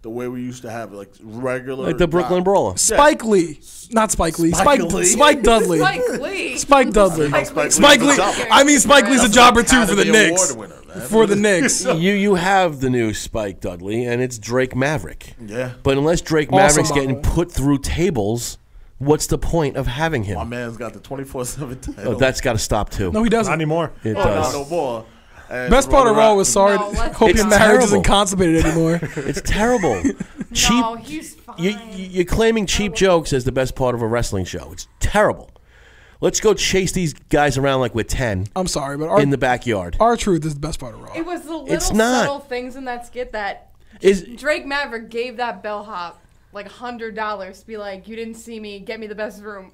S7: the way we used to have it, like regular.
S5: Like the Brooklyn
S7: guy.
S5: Brawler.
S3: Spike Lee, not Spike Lee, Spike
S7: Spike Lee.
S3: Spike Dudley,
S6: Spike Lee.
S3: Spike Dudley,
S7: Spike Lee's
S3: Spike
S7: a
S3: Lee.
S7: jobber.
S3: I mean, Spike Lee's a jobber too for the
S7: Academy
S3: Knicks.
S7: Award winner, man.
S3: For the Knicks,
S5: you you have the new Spike Dudley, and it's Drake Maverick.
S7: Yeah.
S5: But unless Drake
S3: Awesome,
S5: Maverick's
S3: by the
S5: getting
S3: way.
S5: put through tables, what's the point of having
S7: My
S5: him?
S7: man's got the 24 7 title.
S5: Oh, that's got to stop too.
S3: no, he
S4: Not
S3: doesn't.
S4: anymore.
S5: it
S7: Well,
S5: does.
S7: not no more. And
S3: Best part of
S7: Ronda
S3: Raw was sorry.
S6: No, let's
S3: hope your
S6: not.
S3: marriage
S5: Terrible.
S3: isn't consummated anymore.
S5: It's terrible. cheap.
S6: No, he's fine.
S5: You, you- you're claiming cheap jokes as the best part of a wrestling show. It's terrible. Let's go chase these guys around like we're ten
S3: I'm sorry, but our,
S5: in the backyard.
S3: our truth is the best part of Raw.
S6: it was the little
S5: It's not.
S6: subtle things in that skit that
S5: Is
S6: Drake Maverick gave that bellhop like hundred dollars to be like, you didn't see me, get me the best room.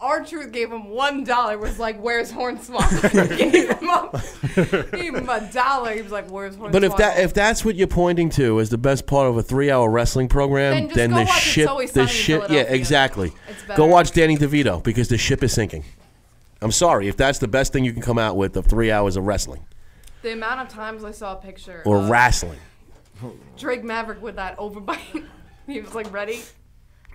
S6: Our truth gave him one dollar. Was like, where's Hornswoggle? gave him a, gave him a dollar. He was like, where's Hornswoggle?
S5: but if that if that's what you're pointing to as the best part of a three hour wrestling program, then,
S6: Then just go
S5: the
S6: watch It's
S5: ship
S6: Always
S5: the
S6: Sunny in
S5: ship yeah
S6: Philadelphia.
S5: exactly.
S6: It's
S5: Go
S6: better.
S5: watch Danny DeVito because the ship is sinking. I'm sorry if that's the best thing you can come out with of three hours of wrestling
S6: the amount of times I saw a picture
S5: or
S6: of
S5: wrestling.
S6: Drake Maverick with that overbite, he was like, ready.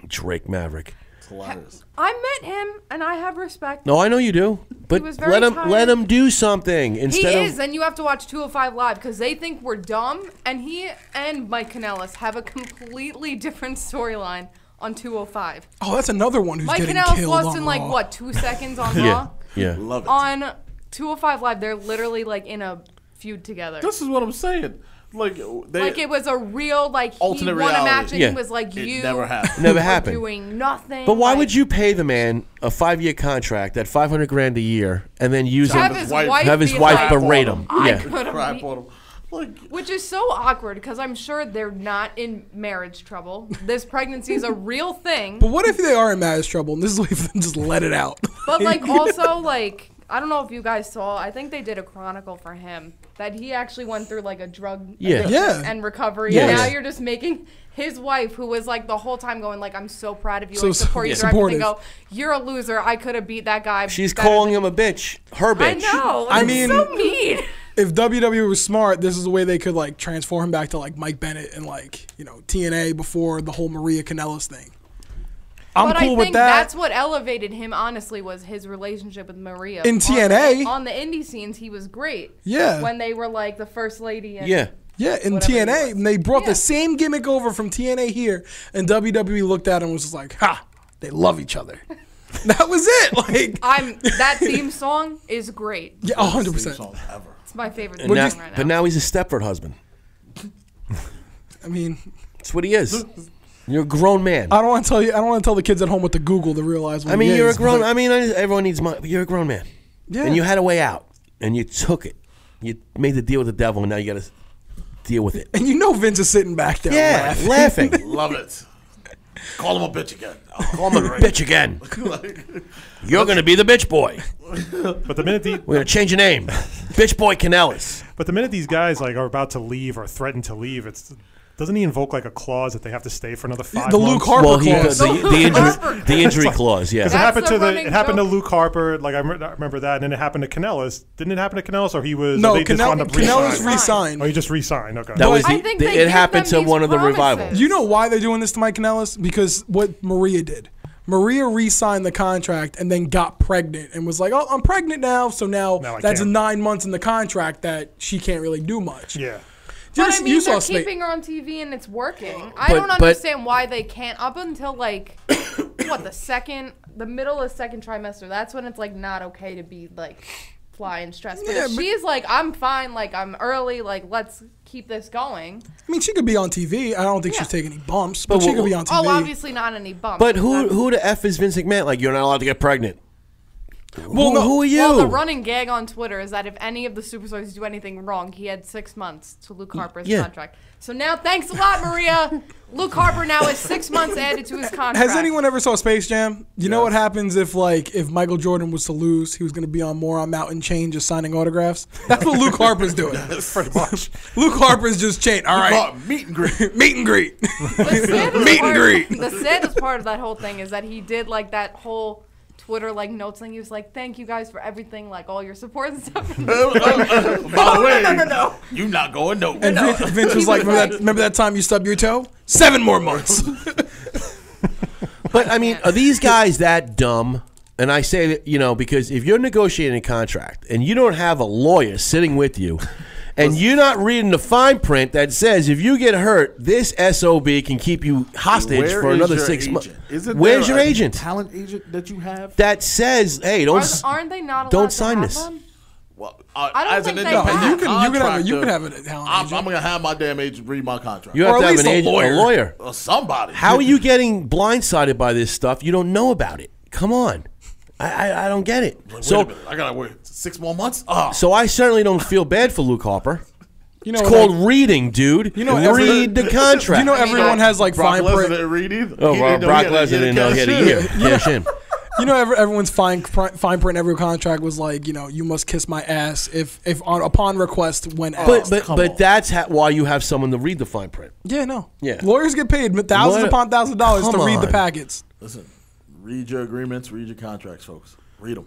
S5: Drake Maverick.
S7: It's hilarious.
S6: I met him and I have respect.
S5: No, I know you do, but
S6: was very
S5: let him
S6: tired.
S5: let him do something
S6: He
S5: instead
S6: is,
S5: of
S6: and you have to watch 205 Live because they think we're dumb. And he and Mike Kanellis have a completely different storyline on 205.
S3: Oh, that's another one who's
S6: Mike
S3: getting
S6: Kanellis
S3: killed
S6: lost
S3: on
S6: in like
S3: Raw.
S6: what two seconds on Raw.
S5: yeah yeah.
S7: Love it.
S6: On 205 Live, they're literally like in a feud together.
S7: This is what I'm saying. Like they
S6: like it was a real like he won
S7: Alternate
S6: a match
S7: reality.
S6: and
S5: Yeah.
S6: he was like
S7: It
S6: you
S7: never happened.
S5: Never
S6: were
S5: happened.
S6: doing nothing.
S5: But why
S6: like,
S5: would you pay the man a five year contract at five hundred grand a year and then use
S6: have
S5: him
S6: his
S7: wife-
S6: wife,
S5: have his
S6: be
S5: wife
S6: like,
S5: berate
S7: "Fuck
S5: him?
S6: I
S5: Yeah.
S6: could
S7: Cry
S6: have
S7: for them. Like
S6: Which is so awkward because I'm sure they're not in marriage trouble. This pregnancy is a real thing.
S3: But what if they are in marriage trouble and this is what if them just let it out?
S6: But like also like I don't know if you guys saw. I think they did a chronicle for him that he actually went through like a drug
S5: Yeah.
S6: addiction
S3: Yeah.
S6: and recovery.
S5: Yes.
S6: And now you're just making his wife, who was like the whole time going like I'm so proud of you,
S3: So
S6: I support you
S3: yeah.
S6: through everything. Go,
S3: supportive.
S6: you're a loser. I could have beat that guy.
S5: She's
S6: better
S5: calling
S6: than-"
S5: him a bitch. Her
S6: I
S5: bitch.
S6: know.
S3: I
S6: I
S3: mean-
S6: mean, so mean.
S3: if WWE was smart, this is a way they could like transform him back to like Mike Bennett and like you know TNA before the whole Maria Kanellis thing. I'm
S6: but
S3: cool
S6: I think
S3: with that.
S6: that's what elevated him. Honestly, was his relationship with Maria
S3: In
S6: On-
S3: TNA?
S6: on, the indie scenes. He was great.
S3: Yeah.
S6: when they were like the first lady. And
S5: Yeah.
S3: yeah, in
S6: whatever he
S3: TNA,
S6: was.
S3: and they brought
S6: Yeah.
S3: the same gimmick over from TNA here, and WWE looked at him and was just like, "Ha, they love each other." that was it. Like,
S6: I'm. That theme song is great.
S3: yeah, hundred
S7: theme
S3: percent.
S7: song ever.
S6: It's my favorite
S5: And
S6: theme
S5: now-
S6: song right now.
S5: But now he's a Stepford husband.
S3: I mean,
S5: That's what he is. You're a grown man.
S3: I don't want to tell you. I don't want to tell the kids at home what to Google to realize. What
S5: I mean,
S3: he
S5: you're a
S3: is,
S5: grown.
S3: but-
S5: I mean, I- everyone needs money. But you're a grown man.
S3: Yeah.
S5: And you had a way out, and you took it. You made the deal with the devil, and now you got to deal with it.
S3: And you know Vince is sitting back there.
S5: Yeah,
S3: laughing.
S5: laughing.
S7: Love it. Call him a bitch again.
S5: Call him a bitch again. You're gonna be the bitch boy.
S4: But the minute the
S5: We're gonna change your name, bitch boy Canellis.
S4: but the minute these guys like are about to leave or threaten to leave, it's doesn't he invoke like a clause that they have to stay for another five?
S3: The Luke
S4: months?
S3: Harper
S5: well, he,
S3: clause.
S5: the, the injury,
S6: Harper
S5: the injury clause.
S4: Because it
S5: Yeah,
S6: That's
S4: happened
S6: the
S4: to the
S6: running
S4: it happened to
S6: joke.
S4: Luke Harper. Like I, rem- I remember that, and then it happened to Canellis. Didn't it happen to Canellis, or he was?
S3: No,
S4: or they just wound
S3: Canell-
S4: up
S3: Canellis
S6: re-sign.
S3: resigned.
S4: Oh, he just re-signed. Okay.
S5: that was
S6: I
S5: the,
S6: think
S5: the-
S6: they
S5: it
S6: give
S5: happened
S6: them
S5: to
S6: these
S5: one of the
S6: promises.
S5: revivals.
S3: You know why they're doing this to Mike Kanellis? Because what Maria did. Maria re-signed the contract and then got pregnant and was like, "Oh, I'm pregnant now." So now,
S4: Now I
S3: that's
S4: can't.
S3: nine months in the contract that she can't really do much.
S4: yeah.
S3: you,
S6: But I mean, they're
S3: Snake.
S6: keeping her on TV and it's working. I
S5: But-
S6: don't
S5: but-
S6: understand why they can't up until like what the second, the middle of second trimester. That's when it's like not okay to be like fly and stressed. But
S3: Yeah,
S6: if
S3: but-
S6: she's like, I'm fine, like I'm early, like let's keep this going.
S3: I mean, she could be on TV. I don't think
S6: Yeah.
S3: she's taking any bumps, but,
S5: But
S3: she
S5: wh-
S3: could be on TV.
S6: Oh, obviously not any bump.
S5: But who who the f is Vince McMahon? Like you're not allowed to get pregnant.
S3: Well,
S5: who,
S3: no.
S5: who are you?
S6: Well, the running gag on Twitter is that if any of the superstars do anything wrong, he had six months to Luke Harper's
S5: yeah.
S6: contract. So now, thanks a lot, Maria. Luke Harper now is six months added to his contract.
S3: Has anyone ever saw Space Jam? You know what happens if like if Michael Jordan was to lose, he was going to be on Moron Mountain chain just signing autographs. That's what Luke Harper's doing.
S4: Pretty much.
S3: Luke Harper's just chain. All right,
S7: Call him meet and greet.
S3: meet and greet.
S6: The saddest
S3: Meet and
S6: part-
S3: greet.
S6: The saddest part of that whole thing is that he did like that whole Twitter like notes thing. He was like, "Thank you guys for everything, like all your support and stuff."
S7: By
S3: Oh,
S7: the way, you not going nowhere.
S3: And Vince, Vince was like,
S6: was
S3: remember,
S6: like-
S3: that, remember that time you stubbed your toe? seven more months.
S5: But I mean, are these guys that dumb? And I say that, you know, because if you're negotiating a contract and you don't have a lawyer sitting with you and you're not reading the fine print that says if you get hurt, this SOB can keep you hostage
S7: Where
S5: for
S7: is
S5: another
S7: your
S5: six months.
S7: agent? Isn't
S5: Where's
S7: there
S5: your
S7: a
S5: agent?
S7: Talent agent that you have.
S5: That says, hey, don't.
S6: Aren't,
S5: s-
S6: aren't they not allowed
S5: don't
S6: to
S5: sign
S6: have
S5: this.
S6: Them?
S7: Well, uh,
S6: I don't
S7: as
S6: think
S7: an
S6: they
S7: independent
S6: have. You
S3: can- you can have a- you
S7: contractor,
S3: can have a talent
S7: I'm,
S3: agent.
S7: I'm gonna have my damn agent read my contract.
S5: you
S3: or
S5: have
S3: at
S5: to have
S3: least
S5: an
S3: a
S5: agent, a lawyer.
S7: or somebody.
S5: How are you getting blindsided by this stuff? You don't know about it. Come on. I, I, I don't get it.
S7: Wait a
S5: so,
S7: minute, I gotta wait six more months. Ah,
S5: so I certainly don't feel bad for Luke Harper.
S3: You know
S5: It's
S3: what
S5: called
S3: I-
S5: reading, dude. You
S3: know,
S5: know,
S3: every-
S5: read the contract.
S3: you know everyone has like
S7: Brock
S3: fine
S7: Lesnar
S3: print.
S7: didn't read either.
S5: Oh,
S7: He
S5: well,
S7: didn't know
S5: Brock
S7: he had
S5: Lesnar
S7: to get
S5: didn't know he had a
S7: cashier.
S5: year. Cash in.
S3: You know every, everyone's fine pr- fine print in every contract was like you know you must kiss my ass if if on, upon request when asked.
S5: But but,
S7: come
S5: but
S7: on.
S5: that's ha- why you have someone to read the fine print.
S3: yeah, no.
S5: Yeah.
S3: Lawyers get paid thousands
S5: What-
S3: upon thousands of dollars to
S5: Come
S3: read the
S5: on.
S3: packets.
S7: Listen, read your agreements, read your contracts, folks. Read them.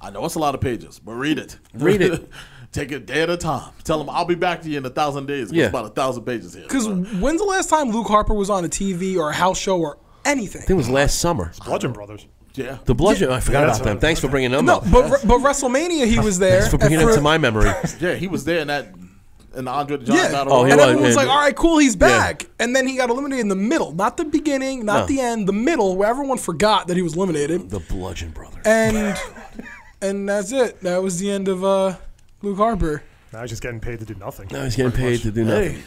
S7: I know it's a lot of pages, but read it.
S5: Read it.
S7: Take a day at a time. Tell them I'll be back to you in a thousand days.
S5: Yeah.
S7: It's about a thousand pages here.
S3: Because when's the last time Luke Harper was on a TV or a house show or anything?
S5: I think it was last summer.
S4: Bludgeon Brothers.
S7: yeah,
S5: The bludgeon. I forgot
S4: Yeah,
S5: about
S4: that's
S5: them.
S4: right.
S5: Thanks for bringing them
S3: No,
S5: up.
S3: but but WrestleMania he was there.
S5: Thanks for bringing
S3: and
S5: it
S3: for-
S5: to my memory.
S7: yeah, he was there in that in the Andre the Giant
S3: yeah.
S7: battle.
S5: Oh, he
S7: royal.
S3: and
S5: was,
S3: everyone was
S5: yeah.
S3: like, "All right, cool, he's back." And then he got eliminated in the middle, not the beginning, not
S5: No.
S3: the end, the middle, where everyone forgot that he was eliminated.
S5: The Bludgeon Brothers.
S3: And and that's it. That was the end of uh, Luke Harper.
S4: Now he's just getting paid to do nothing.
S5: I was getting paid to do nothing.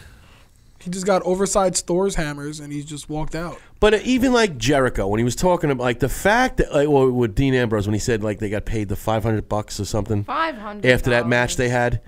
S3: He just got oversized Thor's hammers and he just walked out.
S5: But even like Jericho, when he was talking about like the fact that, like, or with Dean Ambrose, when he said like they got paid the five hundred bucks or something
S6: Five hundred
S5: after that match they had.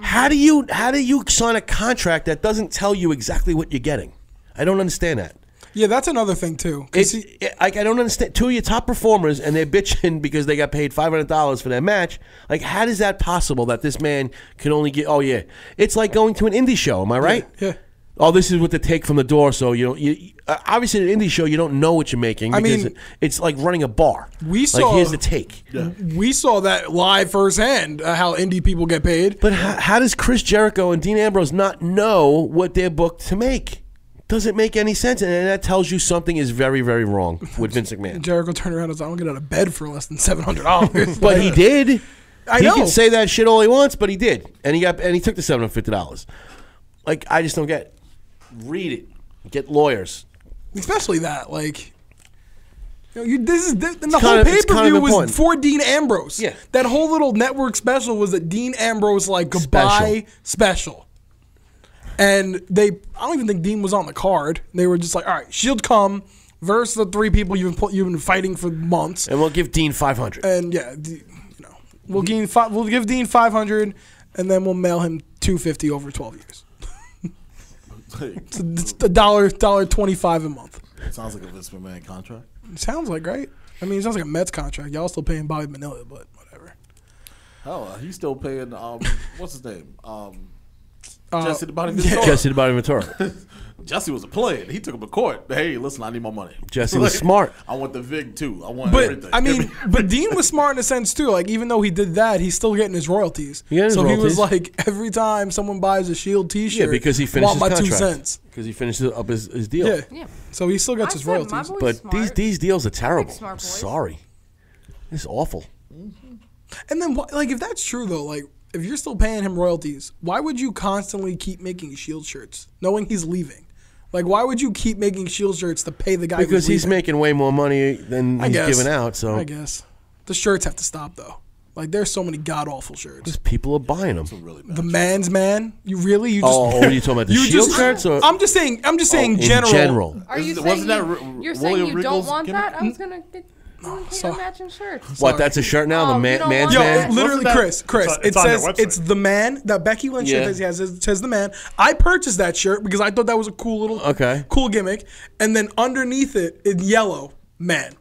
S5: How do you how do you sign a contract that doesn't tell you exactly what you're getting? I don't understand that.
S3: Yeah, that's another thing too. 'Cause
S5: It's
S3: he-
S5: it, like I don't understand. Two of your top performers and they're bitching because they got paid five hundred dollars for their match. Like, how is that possible that this man can only get? Oh yeah, it's like going to an indie show. Am I right?
S3: yeah.
S5: Oh, this is what they take from the door. So you don't. You, uh, obviously, at an indie show, you don't know what you're making.
S3: I
S5: because
S3: mean-
S5: it- it's like running a bar.
S3: We
S5: like,
S3: saw-
S5: here's the take.
S3: we saw that live firsthand uh, how indie people get paid.
S5: But how, how does Chris Jericho and Dean Ambrose not know what they're booked to make? Doesn't make any sense, and that tells you something is very, very wrong with Vince McMahon.
S3: Jericho turned around and said, "I don't get out of bed for less than seven hundred dollars."
S5: But he did.
S3: I
S5: he
S3: know.
S5: can say that shit all he wants, but he did, and he got and he took the seven hundred fifty dollars. Like I just don't get. It. Read it. Get lawyers.
S3: especially that like you know, you, this is the, the whole
S5: kind of-
S3: pay
S5: it's
S3: per
S5: kind of
S3: view was
S5: important.
S3: for Dean Ambrose.
S5: Yeah.
S3: that whole little network special was a Dean Ambrose like goodbye special. And they, I don't even think Dean was on the card. They were just like, all right, Shield come versus the three people you've been pl- you've been fighting for months.
S5: And we'll give Dean five hundred.
S3: And yeah, D- you know, we'll gain five, we'll give Dean five hundred, and then we'll mail him two fifty over twelve years. It's a- It's a dollar dollar twenty five a month.
S7: sounds like a Vince McMahon contract.
S3: Sounds like right. I mean, it sounds like a Mets contract. Y'all still paying Bobby Manila, but whatever.
S7: Hell, uh, he's still paying. Um, what's his name? Um,
S3: Uh,
S7: Jesse the Body Ventura.
S5: Jesse the Body Ventura.
S7: Jesse was a player. He took him to court. Hey, listen, I need my money.
S5: Jesse was smart.
S7: I want the vig too. I want
S3: But
S7: everything.
S3: I
S7: Give
S3: mean,
S7: me-
S3: but Dean was smart in a sense too. Like even though he did that, he's still getting his royalties.
S5: getting his
S3: so he was
S5: royalties.
S3: like every time someone buys a Shield T-shirt,
S5: Yeah, because he
S3: want
S5: finished his
S3: my
S5: contract.
S3: two cents.
S5: Because he finished up his, his deal.
S3: Yeah.
S6: Yeah.
S3: so he still
S6: I
S3: gets his
S6: said, my
S3: royalties.
S6: boy's
S5: But
S6: smart.
S5: these these deals are terrible.
S6: Big smart boys.
S5: Sorry, this is awful.
S3: And then why, like if that's true though, like if you're still paying him royalties, why would you constantly keep making Shield shirts knowing he's leaving? Like why would you keep making Shield shirts to pay the guy? who's
S5: Because he's
S3: leaving?
S5: making way more money than
S3: I
S5: he's
S3: guess.
S5: giving out. So
S3: I guess the shirts have to stop though. Like there's so many god awful shirts.
S5: people are buying them.
S3: The man's man. You really you just
S5: Oh, what are you talking about? The
S3: you
S5: shield
S3: just
S5: shirts or Oh,
S3: I'm just saying I'm just saying
S5: in
S3: general.
S5: general?
S6: Are you
S7: Isn't-
S6: saying
S7: wasn't that
S6: you,
S7: Ru-
S6: you're
S7: William
S6: saying you don't
S7: Regal's
S6: want
S7: gimmick?
S6: that? I was gonna get oh,
S3: sorry.
S6: matching shirts.
S5: What? That's a shirt now.
S6: Oh,
S5: the
S6: you
S5: man,
S6: don't
S5: man's
S6: want
S3: Yo,
S5: man.
S3: it literally,
S4: Wasn't that-
S3: Chris, Chris.
S4: It's on-
S3: it
S4: it's on their
S3: says
S4: website.
S3: it's the man that Becky Lynch
S5: Yeah.
S3: shirt that he has. It says the man. I purchased that shirt because I thought that was a cool little,
S5: Okay.
S3: cool gimmick. And then underneath it, in yellow, man,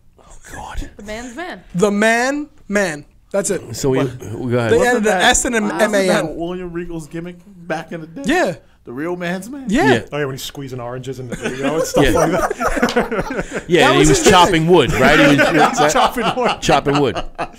S5: God.
S6: The man's man.
S3: the man, man. That's it.
S5: So we, we go ahead.
S3: They added an S and an
S7: Wasn't
S3: M A
S7: that
S3: N.
S7: William Regal's gimmick back in the day?
S3: Yeah.
S7: The real man's man?
S3: Yeah.
S4: Oh yeah, when he's squeezing oranges in the video and stuff
S5: Yeah.
S4: like that.
S5: yeah,
S3: That
S5: and he
S3: was
S5: was
S3: his
S5: chopping wood, right? He was
S4: Chopping orange.
S5: chopping wood.
S4: came out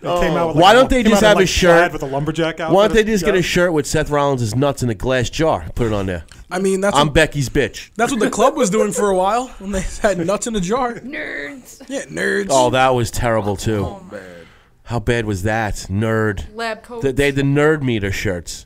S4: with
S5: Why
S4: like
S5: don't
S4: a-
S5: they
S4: came
S5: just
S4: out in,
S5: have
S4: like,
S5: a shirt
S4: plaid with a lumberjack outfit?
S5: Why don't they just get
S4: Yeah.
S5: a shirt with Seth Rollins' nuts in a glass jar? Put it on there.
S3: I mean, that's
S5: I'm
S3: what,
S5: Becky's bitch.
S3: that's what the club was doing for a while when they had nuts in a jar.
S6: Nerds.
S3: Yeah, nerds.
S5: Oh, that was terrible too. How bad was that, nerd?
S6: Oh, Lab coats.
S5: They, they had the nerd meter shirts.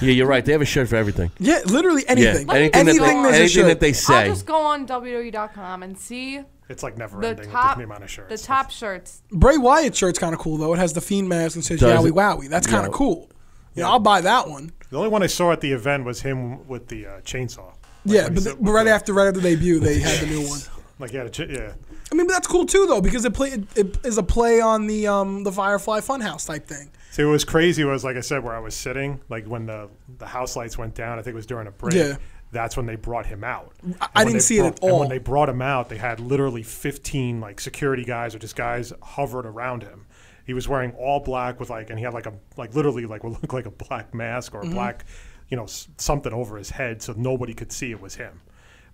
S5: Yeah, you're right. They have a shirt for everything.
S3: yeah, literally anything.
S5: Yeah, anything, that
S3: Anything
S5: they,
S3: there's a
S5: anything
S3: shirt.
S5: that they
S6: I'll
S5: say.
S6: just go on WWE.com and see
S4: It's like never
S6: the
S4: ending
S6: top,
S4: with the amount of shirts.
S6: the top shirts.
S3: Bray Wyatt shirt's kind of cool though. It has the fiend mask and says
S5: Does
S3: "Yowie
S5: it?
S3: Wowie." That's kind
S5: Yeah.
S3: of cool. Yeah, I'll buy that one.
S4: The only one I saw at the event was him with the uh, chainsaw. Like,
S3: Yeah, but,
S4: when he's
S3: th-
S4: up
S3: but
S4: with
S3: right
S4: the-
S3: after right after debut, they had the new one.
S4: like he had a ch- yeah.
S3: I mean, but that's cool too though because it play it, it is a play on the um the Firefly Funhouse type thing.
S4: So it was crazy. Was like I said, where I was sitting, like when the the house lights went down. I think it was during a break.
S3: Yeah.
S4: That's when they brought him out.
S3: I-
S4: And
S3: I
S4: when
S3: didn't
S4: they
S3: see it at
S4: brought- And
S3: all.
S4: when they brought him out, they had literally 15 like security guys or just guys hovered around him. He was wearing all black with like, and he had like a like literally like what looked like a black mask or
S3: Mm-hmm.
S4: a black, you know, s- something over his head, so nobody could see it was him.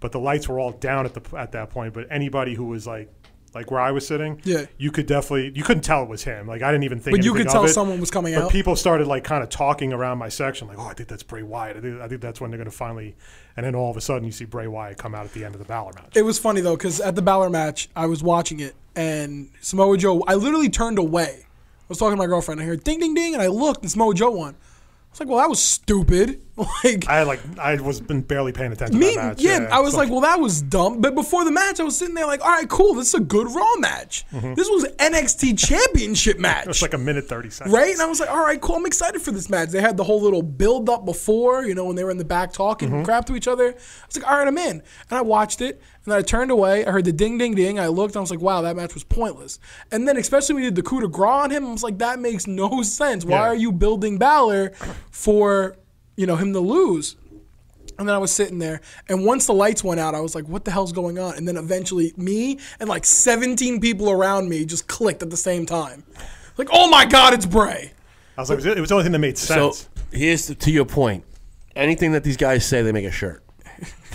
S4: But the lights were all down at the p- at that point. But anybody who was like. Like where I was sitting,
S3: Yeah.
S4: you could definitely you couldn't tell it was him. Like I didn't even think.
S3: But you could
S4: anything of
S3: tell
S4: it.
S3: someone was coming
S4: But
S3: out.
S4: people people started like kind of talking around my section, like, "Oh, I think that's Bray Wyatt. I think, I think that's when they're going to finally." And then all of a sudden, you see Bray Wyatt come out at the end of the Balor match.
S3: It was funny though because at the Balor match, I was watching it and Samoa Joe. I literally turned away. I was talking to my girlfriend. I heard ding ding ding, and I looked and Samoa Joe won. I was like, well, that was stupid. Like
S4: I had like I was been barely paying attention
S3: Me,
S4: to that match.
S3: yeah, I was
S4: so-
S3: like, well, that was dumb. But before the match, I was sitting there like, all right, cool. This is a good Raw match. This was NXT Championship match.
S4: it's Mm-hmm. like a minute thirty seconds,
S3: Right? And I was like, all right, cool. I'm excited for this match. They had the whole little build up before, you know, when they were in the back talking crap to each other. I was like, all right, I'm in. And I watched it. And then I turned away. I heard the ding, ding, ding. I looked. And I was like, wow, that match was pointless. And then, especially when you did the coup de grace on him, I was like, that makes no sense. Why
S4: Yeah.
S3: are you building Balor for, you know, him to lose? And then I was sitting there, and once the lights went out, I was like, "What the hell's going on?" And then eventually, me and like 17 people around me just clicked at the same time, like, "Oh my God, it's Bray!"
S4: I was like, it was the only thing that made
S5: So
S4: sense.
S5: here's the, to your point. Anything that these guys say, they make a shirt.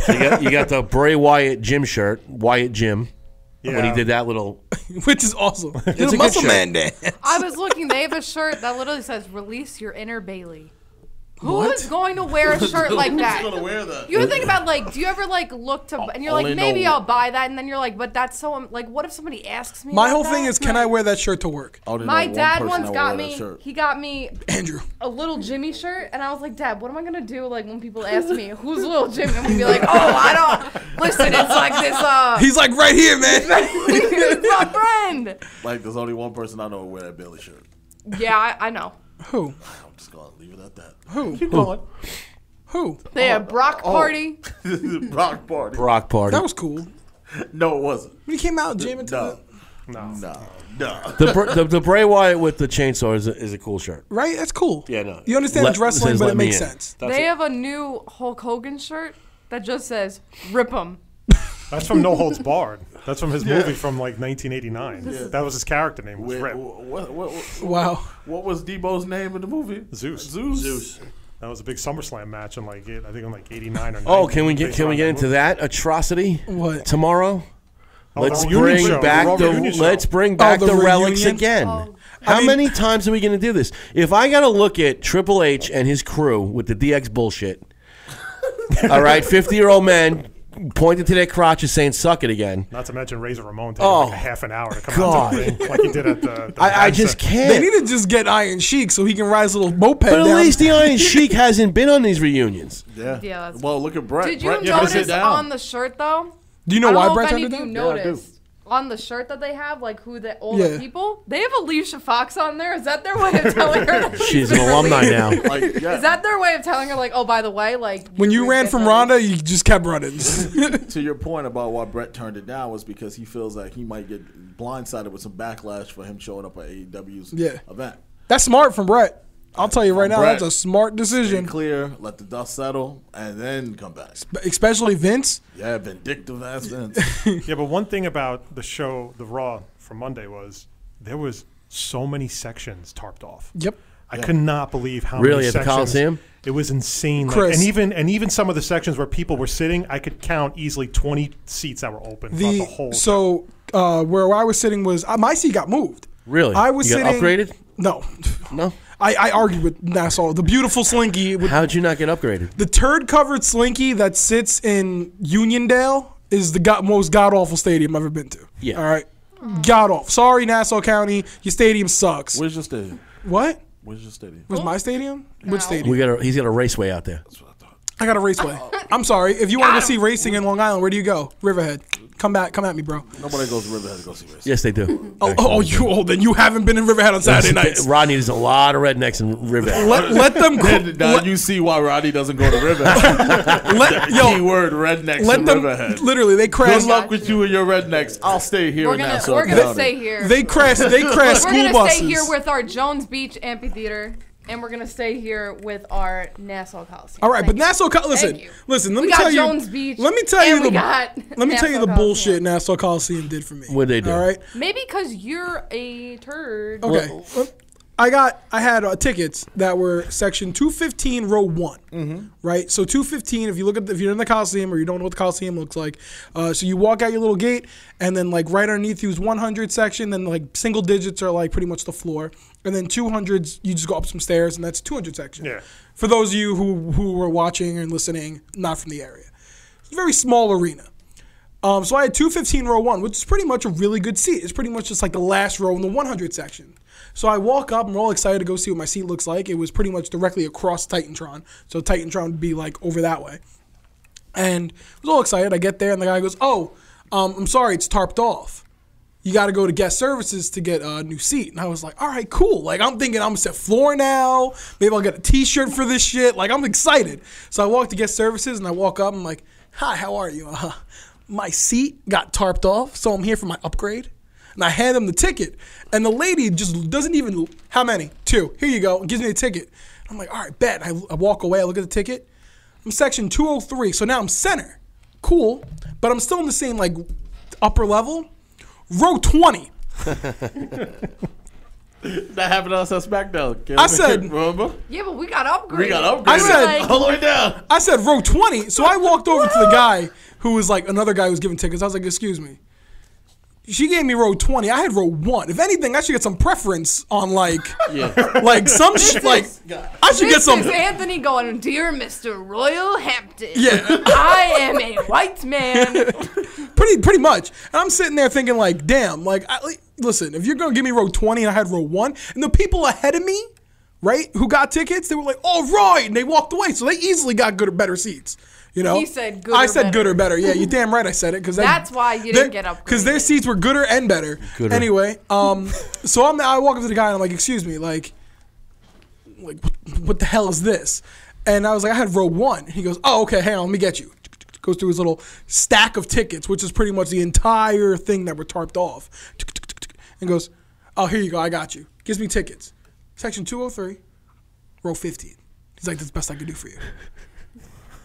S5: So you, got, you got the Bray Wyatt gym shirt, Wyatt Jim. When he
S4: Yeah.
S5: did that little,
S3: Which is awesome. It's
S5: good
S3: a muscle
S5: show.
S3: man day.
S6: I was looking. They have a shirt that literally says "Release your inner Bailey." Who is going to wear a shirt like that?
S7: gonna wear that?
S6: You ever think about like, do you ever like look to, and you're like,
S7: Only
S6: maybe
S7: know-
S6: I'll buy that, and then you're like, but that's so, um, like, what if somebody asks me?
S3: My
S6: about
S3: whole thing
S6: that?
S3: is, can I wear that shirt to work,
S5: Oh.
S7: I only know
S6: My
S7: one
S6: dad
S7: person
S6: once
S7: that will
S6: got
S7: wear that
S6: me.
S7: shirt.
S6: He got me
S3: Andrew?
S6: a little Jimmy shirt, and I was like, Dad, what am I gonna do? Like when people ask me, who's little Jimmy? I'm gonna be like, Oh, I don't listen. It's like this. Uh,
S3: He's like right here, man.
S6: it's my friend.
S7: Like, there's only one person I know who wear that Bailey shirt.
S6: Yeah, I, I know.
S3: Who?
S7: I'm just gonna leave it at that.
S3: Who?
S6: They had Brock party.
S7: Rock party.
S5: Brock Party.
S3: That was cool.
S7: No, it wasn't.
S3: When he came out jamming to
S7: No.
S3: the
S7: No. No. No.
S5: The, Br- the, the Bray Wyatt with the chainsaw is a, is a cool shirt.
S3: right, that's cool.
S5: Yeah, no.
S3: You understand
S5: Let-
S3: it's wrestling,
S5: says,
S3: but
S5: "Let
S3: it
S5: me
S3: makes
S5: in."
S3: sense.
S5: That's
S6: They
S5: it.
S6: have a new Hulk Hogan shirt that just says "Rip 'em."
S4: That's from No Holds Barred. That's from his movie from like 1989. That was his character name was
S7: Wait,
S4: Rip.
S7: what, what, what,
S3: Wow.
S7: what was Debo's name in the movie?
S4: Zeus.
S7: Zeus. Zeus.
S4: That was a big SummerSlam match in like eight- I think in like 89 or.
S5: Oh,
S4: 90,
S5: can we get
S4: based
S5: can we
S4: on
S5: get
S4: that
S5: into that atrocity
S3: What?
S5: tomorrow?
S3: Oh,
S4: the
S5: Let's
S4: reunion
S5: bring
S4: show, the
S5: back
S4: Raw
S5: the
S4: reunion show.
S5: let's bring back
S3: the
S5: the, relics
S3: reunion?
S5: again.
S6: Oh.
S5: How many times are we going to do this? If I got to look at Triple H and his crew with the DX bullshit, all right, fifty-year-old men pointing to their crotches saying "suck it" again.
S4: Not to mention Razor Ramon taking
S5: Oh,
S4: like a half an hour to come
S5: God.
S4: out to the ring, like he did at the. the
S5: I, I
S4: Madison.
S5: just
S3: They
S5: can't.
S3: need to just get Iron Sheik so he can ride his little moped
S5: but at
S3: down.
S5: least the Iron Sheik hasn't been on these reunions.
S7: Yeah.
S6: Yeah, that's-
S7: well, look at Brett.
S6: Did you
S7: Brett turned it
S6: notice
S7: down.
S6: on the shirt though?
S3: Do you
S6: I
S3: know
S6: don't
S3: why
S6: know
S3: Brett
S6: if any
S3: turned it
S6: of you
S3: down?
S7: Yeah, I do.
S6: noticed on the shirt that they have, like who the all
S3: Yeah.
S6: the people. They have Alicia Fox on there. Is that their way of telling her? that
S5: She's an
S6: been
S5: alumni
S6: released?
S5: now.
S7: like, yeah,
S6: Is that their way of telling her, like, oh, by the way, like
S3: When you ran from Ronda, you just kept running.
S7: to your point about why Brett turned it down was because he feels like he might get blindsided with some backlash for him showing up at AEW's
S3: Yeah.
S7: event.
S3: That's smart from Brett. I'll tell you right now,
S7: Brett.
S3: that's a smart
S7: Be
S3: decision.
S7: clear, let the dust settle, and then come back.
S3: Especially Vince.
S7: Yeah, vindictive ass Vince.
S4: Yeah, but one thing about the show, the Raw from Monday was there was so many sections tarped off.
S3: Yep.
S4: I could not believe how
S5: Really,
S4: many
S5: at the
S4: sections.
S5: Coliseum?
S4: It was insane. Like,
S3: Chris.
S4: and even and even some of the sections where people were sitting, I could count easily twenty seats that were open throughout the
S3: The,
S4: whole.
S3: so uh, where I was sitting was uh, my seat got moved.
S5: Really?
S3: I was
S5: you got
S3: sitting.
S5: upgraded?
S3: No,
S5: No.
S3: I, I argued with Nassau. The beautiful slinky with
S5: How'd you not get upgraded?
S3: the turd covered slinky that sits in Uniondale is the go- most god awful stadium I've ever been to.
S5: Yeah.
S3: All right. God awful. Sorry, Nassau County. Your stadium sucks.
S7: Where's your stadium?
S3: what?
S7: Where's your stadium?
S3: Was my stadium? Which stadium?
S5: We got a, he's got a raceway out there.
S3: I got a raceway.
S6: Oh.
S3: I'm sorry. If you want to see racing in Long Island, where do you go? Riverhead. Come back. Come at me, bro.
S7: Nobody goes to Riverhead to go see race.
S5: Yes, they do.
S3: Oh, oh, oh, you oh, then you haven't been in Riverhead on Saturday nights.
S5: Rodney there's a lot of rednecks in Riverhead.
S3: Let, let them cr-
S7: And now
S3: let,
S7: you see why Roddy doesn't go to Riverhead.
S3: let, yo,
S7: Keyword rednecks
S3: let
S7: in
S3: them
S7: Riverhead.
S3: literally they
S7: Good
S3: crash
S7: luck with you and your rednecks. I'll stay here
S6: We're
S7: in
S6: gonna
S7: Nassau
S6: we're gonna
S7: County.
S6: stay here.
S3: they crash they crash
S6: we're
S3: school
S6: gonna
S3: buses.
S6: stay here with our Jones Beach amphitheater, and we're gonna stay here with our Nassau Coliseum.
S3: All right, but
S6: Thank you.
S3: Nassau. Co- listen,
S6: you.
S3: listen. Let
S6: We
S3: me
S6: got
S3: tell you.
S6: Jones Beach,
S3: let me tell
S6: and
S3: you
S6: we
S3: the.
S6: got
S3: let me tell you the
S6: Nassau
S3: bullshit
S6: Coliseum.
S3: Nassau Coliseum did for me.
S5: What'd they do?
S3: All right.
S6: Maybe because you're a turd.
S3: Okay. I got I had uh, tickets that were section 215 row one, right? So 215. If you look at the, if you're in the Coliseum or you don't know what the Coliseum looks like, uh, so you walk out your little gate and then like right underneath you is 100 section. Then like single digits are like pretty much the floor, and then 200s you just go up some stairs and that's 200 section.
S4: Yeah.
S3: For those of you who who were watching and listening, not from the area, it's a very small arena. Um, so I had 215 row one, which is pretty much a really good seat. It's pretty much just like the last row in the 100 section. So I walk up, I'm all excited to go see what my seat looks like. It was pretty much directly across Titantron. So Titantron would be like over that way. And I was all excited. I get there, and the guy goes, Oh, um, I'm sorry, it's tarped off. You got to go to guest services to get a new seat. And I was like, All right, cool. Like, I'm thinking I'm going to set floor now. Maybe I'll get a t shirt for this shit. Like, I'm excited. So I walk to guest services, and I walk up. I'm like, Hi, how are you? Uh, my seat got tarped off, so I'm here for my upgrade. And I hand him the ticket, and the lady just doesn't even, How many? Two. Here you go. And gives me the ticket. I'm like, All right, bet. And I, I walk away, I look at the ticket. I'm section 203, so now I'm center. Cool, but I'm still in the same like upper level. Row 20.
S7: That happened to us at SmackDown. Can
S3: I said-
S7: remember?
S6: Yeah, but we got upgraded.
S7: We got upgraded
S3: I said- "Oh,
S7: all the way down.
S3: I said row 20, so I walked over to the guy who was like another guy who was giving tickets. I was like, "Excuse me." She gave me row 20. I had row 1. If anything, I should get some preference on like
S7: Yeah.
S3: like some sh-
S6: is-
S3: like I should
S6: This
S3: get some
S6: is Anthony going, dear Mr. Royal Hampton.
S3: Yeah.
S6: I am a white man.
S3: pretty pretty much. And I'm sitting there thinking like, "Damn, like I, like, listen, if you're going to give me row 20 and I had row 1 and the people ahead of me Right, who got tickets? They were like, "All right," and they walked away, so they easily got good or better seats. You know,
S6: He said good
S3: I
S6: or
S3: said
S6: better.
S3: good or better. Yeah, you damn right. I said it because
S6: That's why you didn't get upgraded.
S3: because their seats were gooder and better.
S5: Gooder.
S3: Anyway, um, so I'm I walk up to the guy and I'm like, "Excuse me, like, like what, what the hell is this?" And I was like, "I had row one." He goes, "Oh, okay. Hang on, let me get you." Goes through his little stack of tickets, which is pretty much the entire thing that were tarped off, and goes, "Oh, here you go. I got you." Gives me tickets, section 203, row 15. He's like, "That's the best I could do for you."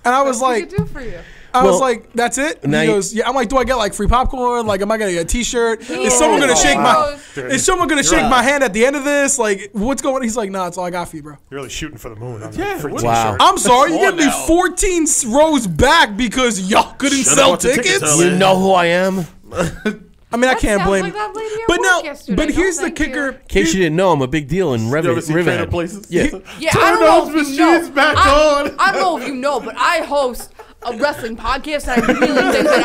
S3: And I was
S6: What
S3: like,
S6: did you do for you?
S3: I was
S5: Well,
S3: like, "That's it." And
S5: now
S3: he
S5: you-
S3: goes, "Yeah." I'm like, "Do I get like free popcorn? Like, am I gonna get a T-shirt? Is someone gonna
S6: Oh,
S3: shake my?
S6: gross.
S3: Is someone gonna shake my hand at the end of this? Like, what's going?" on? He's like, "Nah, it's all I got for you, bro."
S4: You're really shooting for the moon. On yeah, free
S5: Wow.
S4: t-shirt.
S3: I'm sorry, you
S7: Come on
S3: gave me
S7: now.
S3: 14 rows back because y'all couldn't
S7: Should've
S3: sell
S7: bought the tickets
S3: tickets.
S7: earlier.
S5: You know who I am? In
S3: I mean, I
S6: That
S3: can't
S6: sounds
S3: blame.
S6: like
S3: you.
S6: that lady at
S3: but
S6: work
S3: no,
S6: yesterday.
S3: but
S6: No,
S3: here's the
S6: thank you.
S3: kicker.
S5: case you didn't know, I'm a big deal in
S7: You ever
S5: River-
S7: see Trader
S5: Riverhead.
S7: Places?
S5: Yeah.
S6: Yeah,
S7: Turn
S6: I don't know
S7: those
S6: if you know.
S7: machines back
S6: I,
S7: on.
S6: I don't know if you know, but I host a wrestling podcast, and I really think that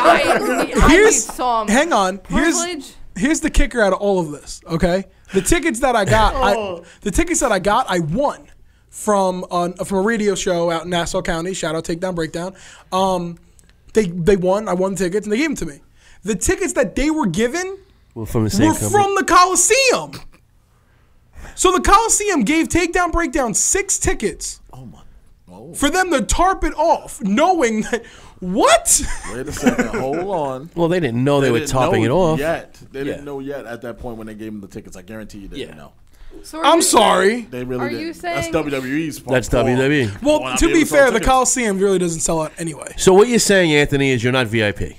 S6: I, I
S3: Here's
S6: need some
S3: hang on. Here's
S6: privilege.
S3: here's the kicker out of all of this. Okay, the tickets that I got,
S7: Oh.
S3: I, the tickets that I got, I won from uh, from a radio show out in Nassau County. Shout out Takedown Breakdown. Um, they they won. I won tickets and they gave them to me. The tickets that they were given
S5: We're from the same
S3: were
S5: company.
S3: from the Coliseum. So the Coliseum gave Takedown Breakdown six tickets. Oh my. For them to tarp it off, knowing that what?
S7: Wait a second. Hold on.
S5: well, they didn't know they, were
S7: didn't
S5: topping
S7: know
S5: it off.
S7: Yet they
S5: Yeah.
S7: didn't know yet at that point when they gave them the tickets. I guarantee you they
S5: Yeah.
S7: didn't know.
S6: So are
S3: I'm
S6: you-
S3: sorry.
S7: They really
S6: Are
S7: didn't.
S6: you saying-
S7: that's WWE's fault?
S5: That's E. WWE.
S3: Well,
S7: Well, I'll
S3: to
S7: be
S3: be
S7: able to sell
S3: fair, the
S7: tickets.
S3: Coliseum really doesn't sell out anyway.
S5: So what you're saying, Anthony, is you're not VIP.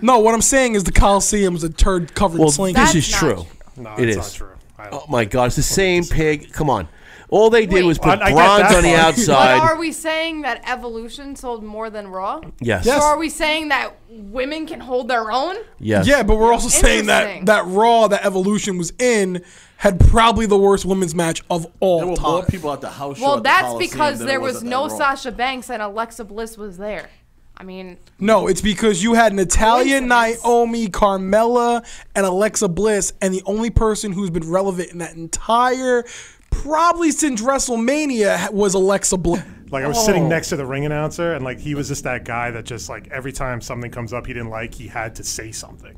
S3: No, what I'm saying is the Coliseum's a turd covered
S5: Well,
S3: slinky.
S5: this is Oh
S6: not
S5: true.
S4: No,
S5: it
S4: it's
S5: is.
S4: not true. I don't-
S5: Oh my God, it's the same pig. Come on. All they did
S6: Wait.
S5: was put
S4: I- I get
S5: bronze
S4: that
S5: on the
S4: part.
S5: outside.
S6: But are we saying that Evolution sold more than Raw?
S5: yes.
S6: So are we saying that women can hold their own?
S5: Yes.
S3: Yeah, but we're also saying that
S6: Interesting.
S3: that Raw that Evolution was in had probably the worst women's match of
S7: There
S3: all
S7: were more
S3: time.
S7: people at the house show.
S6: well,
S7: at the
S6: that's
S7: Coliseum
S6: because
S7: than
S6: there
S7: it
S6: was
S7: at
S6: no
S7: that Raw.
S6: Sasha Banks and Alexa Bliss was there. I mean,
S3: No, it's because you had Natalia,
S6: Coincidence.
S3: Naomi, Carmella, and Alexa Bliss, and the only person who's been relevant in that entire, probably since WrestleMania, ha- was Alexa
S7: Oh,
S3: Bliss.
S4: Like I was
S5: Oh.
S4: sitting next to the ring announcer, and like he was just that guy that just like every time something comes up he didn't like, he had to say something.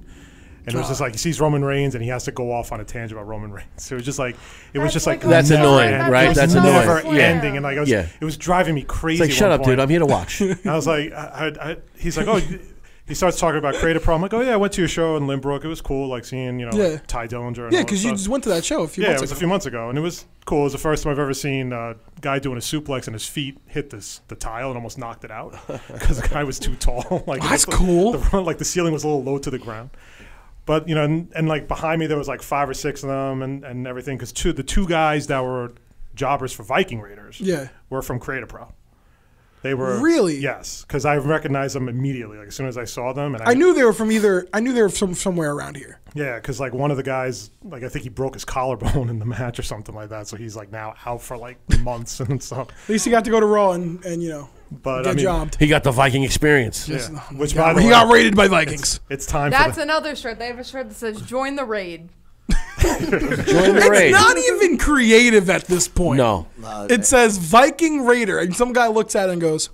S4: And it was just like he sees Roman Reigns and he has to go off on a tangent about Roman Reigns. So it was just like it was
S6: That's
S4: just like
S6: like That's
S4: never
S5: annoying,
S4: ending.
S5: right?
S4: It was
S5: That's
S4: never
S6: annoying. Yeah.
S4: ending, and like I was,
S5: Yeah.
S4: it was driving me crazy.
S5: It's like,
S4: at
S5: shut
S4: one
S5: up, dude.
S4: point."
S5: I'm here to watch.
S4: And I was like, I, I, I, he's like, oh, you- he starts talking about creative pro. I'm like, oh yeah, I went to your show in Limbrook. It was cool, like seeing you know
S3: Yeah.
S4: like, Ty Dillinger. And
S3: Yeah,
S4: all that
S3: because you
S4: stuff."
S3: just went to that show a few
S4: yeah, it
S3: months
S4: was
S3: ago.
S4: a few months ago, and it was cool. It was the first time I've ever seen a guy doing a suplex and his feet hit this the tile and almost knocked it out because the guy was too tall. like it
S3: That's
S4: looked like
S3: cool.
S4: The, like the ceiling was a little low to the ground. But you know, and, and like behind me there was like five or six of them and, and everything because two the two guys that were jobbers for Viking Raiders
S3: Yeah.
S4: were from Creator Pro. They were
S3: Really?
S4: yes because I recognized them immediately like as soon as I saw them and I,
S3: I knew they were from either. I knew they were from somewhere around here.
S4: yeah, because like one of the guys, like I think he broke his collarbone in the match or something like that, so he's like now out for like months and stuff.
S3: At least he got to go to Raw and, and you know
S4: But
S3: get
S4: I mean,
S3: jobbed.
S5: he got the Viking experience.
S4: yeah. which
S3: He got,
S4: by the
S3: Oh he
S4: way,
S3: got raided by Vikings.
S4: it's time
S6: that's
S4: for the,
S6: another shirt. They have a shirt that says "Join the Raid."
S5: Join the raid.
S3: Not even creative at this point.
S5: No.
S3: It says Viking Raider, and some guy looks at it and goes,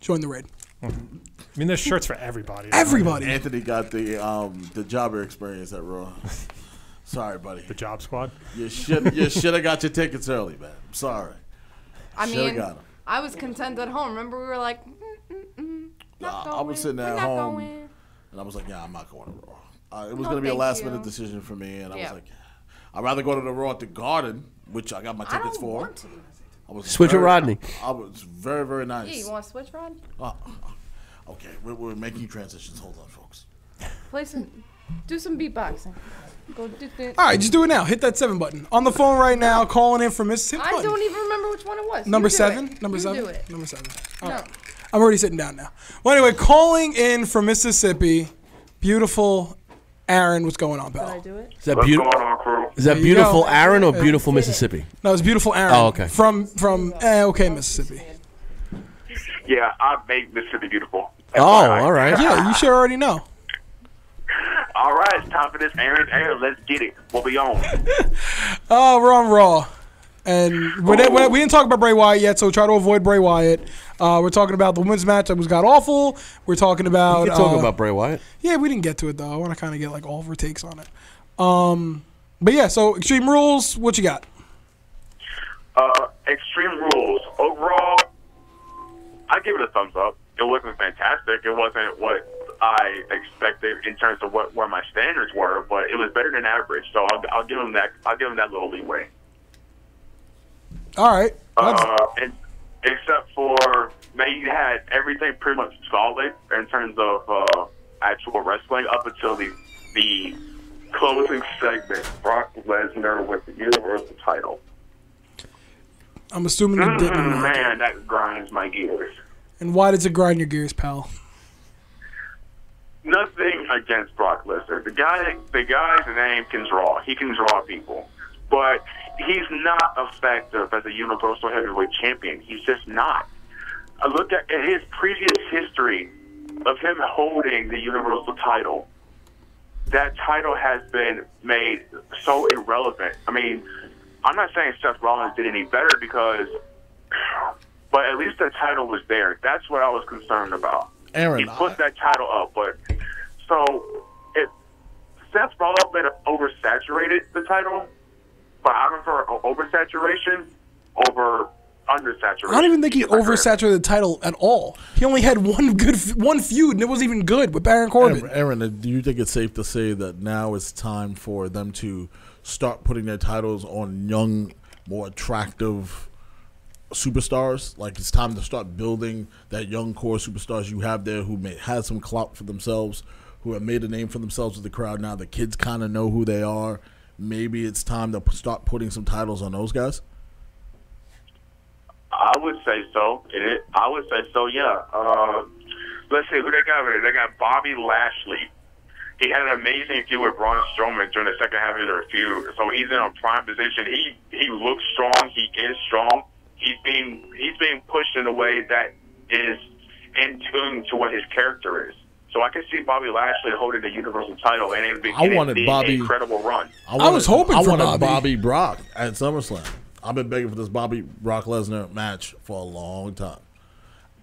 S3: "Join the raid."
S4: I mean, there's shirts for everybody.
S3: Everybody.
S7: Anthony got the um, the jobber experience at Raw. Sorry, buddy.
S4: the job squad.
S7: You should you should have got your tickets early, man. I'm sorry.
S6: I
S7: Shoulda
S6: mean,
S7: got 'em.
S6: I was content at home. Remember, we were like, mm, mm, mm, not
S7: Nah,
S6: going,
S7: I was sitting
S6: we're
S7: at
S6: not
S7: home.
S6: going.
S7: And I was like, yeah, I'm not going to Raw. Uh, it was
S6: No,
S7: going to be a
S6: thank
S7: last
S6: you.
S7: minute decision for me, and I was
S6: Yeah.
S7: like, I'd rather go to the Raw at the Garden, which I got my
S6: I
S7: tickets
S6: don't
S7: for.
S6: want to. Yeah,
S7: I was
S5: Switch with
S7: very-
S5: Rodney.
S7: I was very very nice.
S6: you want to switch, Rod?
S7: Uh, okay, we're, we're making transitions. Hold on, folks.
S6: Play some, do some beatboxing. Go do, do.
S3: All right, just do it now. Hit that seven button on the phone right now. Calling in from Mississippi.
S6: I don't even remember which one it was. You
S3: Number
S6: do it.
S3: seven. Number
S6: You
S3: seven.
S6: Do it.
S3: Number seven.
S6: No.
S3: I'm already sitting down now. Well, anyway, calling in from Mississippi, beautiful Aaron. What's going on,
S6: Did I
S3: pal?
S6: do it?
S5: Is that beautiful? Is that
S3: There you
S5: beautiful
S3: go.
S5: Aaron or beautiful Mississippi?
S3: No, it's beautiful Aaron.
S5: Oh, okay.
S3: From from eh, okay Mississippi.
S8: Yeah, I made Mississippi beautiful.
S5: Oh, all right.
S3: Yeah, you should already know.
S8: All right, it's time for this Aaron Aaron. Let's get it. We'll be on.
S3: Oh, we're on Raw. And we didn't, we didn't talk about Bray Wyatt yet, so try to avoid Bray Wyatt. Uh, we're talking about the women's match that was got awful. We're talking about.
S5: We're talking
S3: uh,
S5: about Bray Wyatt.
S3: Yeah, we didn't get to it though. I want to kind of get like all of her takes on it. Um, but yeah, so Extreme Rules, what you got?
S8: Uh, Extreme Rules. Overall, I give it a thumbs up. It wasn't fantastic. It wasn't what I expected in terms of what where my standards were, but it was better than average. So I'll, I'll give them that. I'll give them that little leeway.
S3: All right, that's,
S8: Uh, and except for they had everything pretty much solid in terms of uh, actual wrestling up until the the closing segment, Brock Lesnar with the Universal title.
S3: I'm assuming you didn't.
S8: Mm, man, that grinds my gears.
S3: And why does it grind your gears, pal?
S8: Nothing against Brock Lesnar. The guy, the guy's name can draw. He can draw people, but he's not effective as a Universal Heavyweight Champion. He's just not. I look at at his previous history of him holding the Universal title. That title has been made so irrelevant. I mean, I'm not saying Seth Rollins did any better because, but at least the title was there. That's what I was concerned about.
S7: Aaron,
S8: he
S7: I-
S8: put that title up, but so it Seth Rollins may have oversaturated the title, but I prefer oversaturation over undersaturation.
S3: I don't even think he oversaturated the title at all. He only had one good f- one feud, and it wasn't even good with Baron Corbin.
S7: Aaron, Aaron, do you think it's safe to say that now it's time for them to start putting their titles on young, more attractive superstars? Like it's time to start building that young core superstars you have there who may had some clout for themselves, who have made a name for themselves with the crowd. Now the kids kind of know who they are. maybe it's time to p- start putting some titles on those guys?
S8: I would say so. It, is- I would say so. Yeah. Uh, let's see who they got over there. They got Bobby Lashley. He had an amazing feud with Braun Strowman during the second half of their feud, so he's in a prime position. He he looks strong. He is strong. He's being he's being pushed in a way that is in tune to what his character is. So I could see Bobby Lashley holding the Universal title, and it'd be,
S7: I
S8: and it'd
S7: wanted
S8: be
S7: Bobby-
S8: an incredible run.
S7: wanted-
S3: was hoping
S7: I
S3: for
S7: wanted
S3: Bobby.
S7: Bobby Brock at SummerSlam. I've been begging for this Bobby Brock Lesnar match for a long time.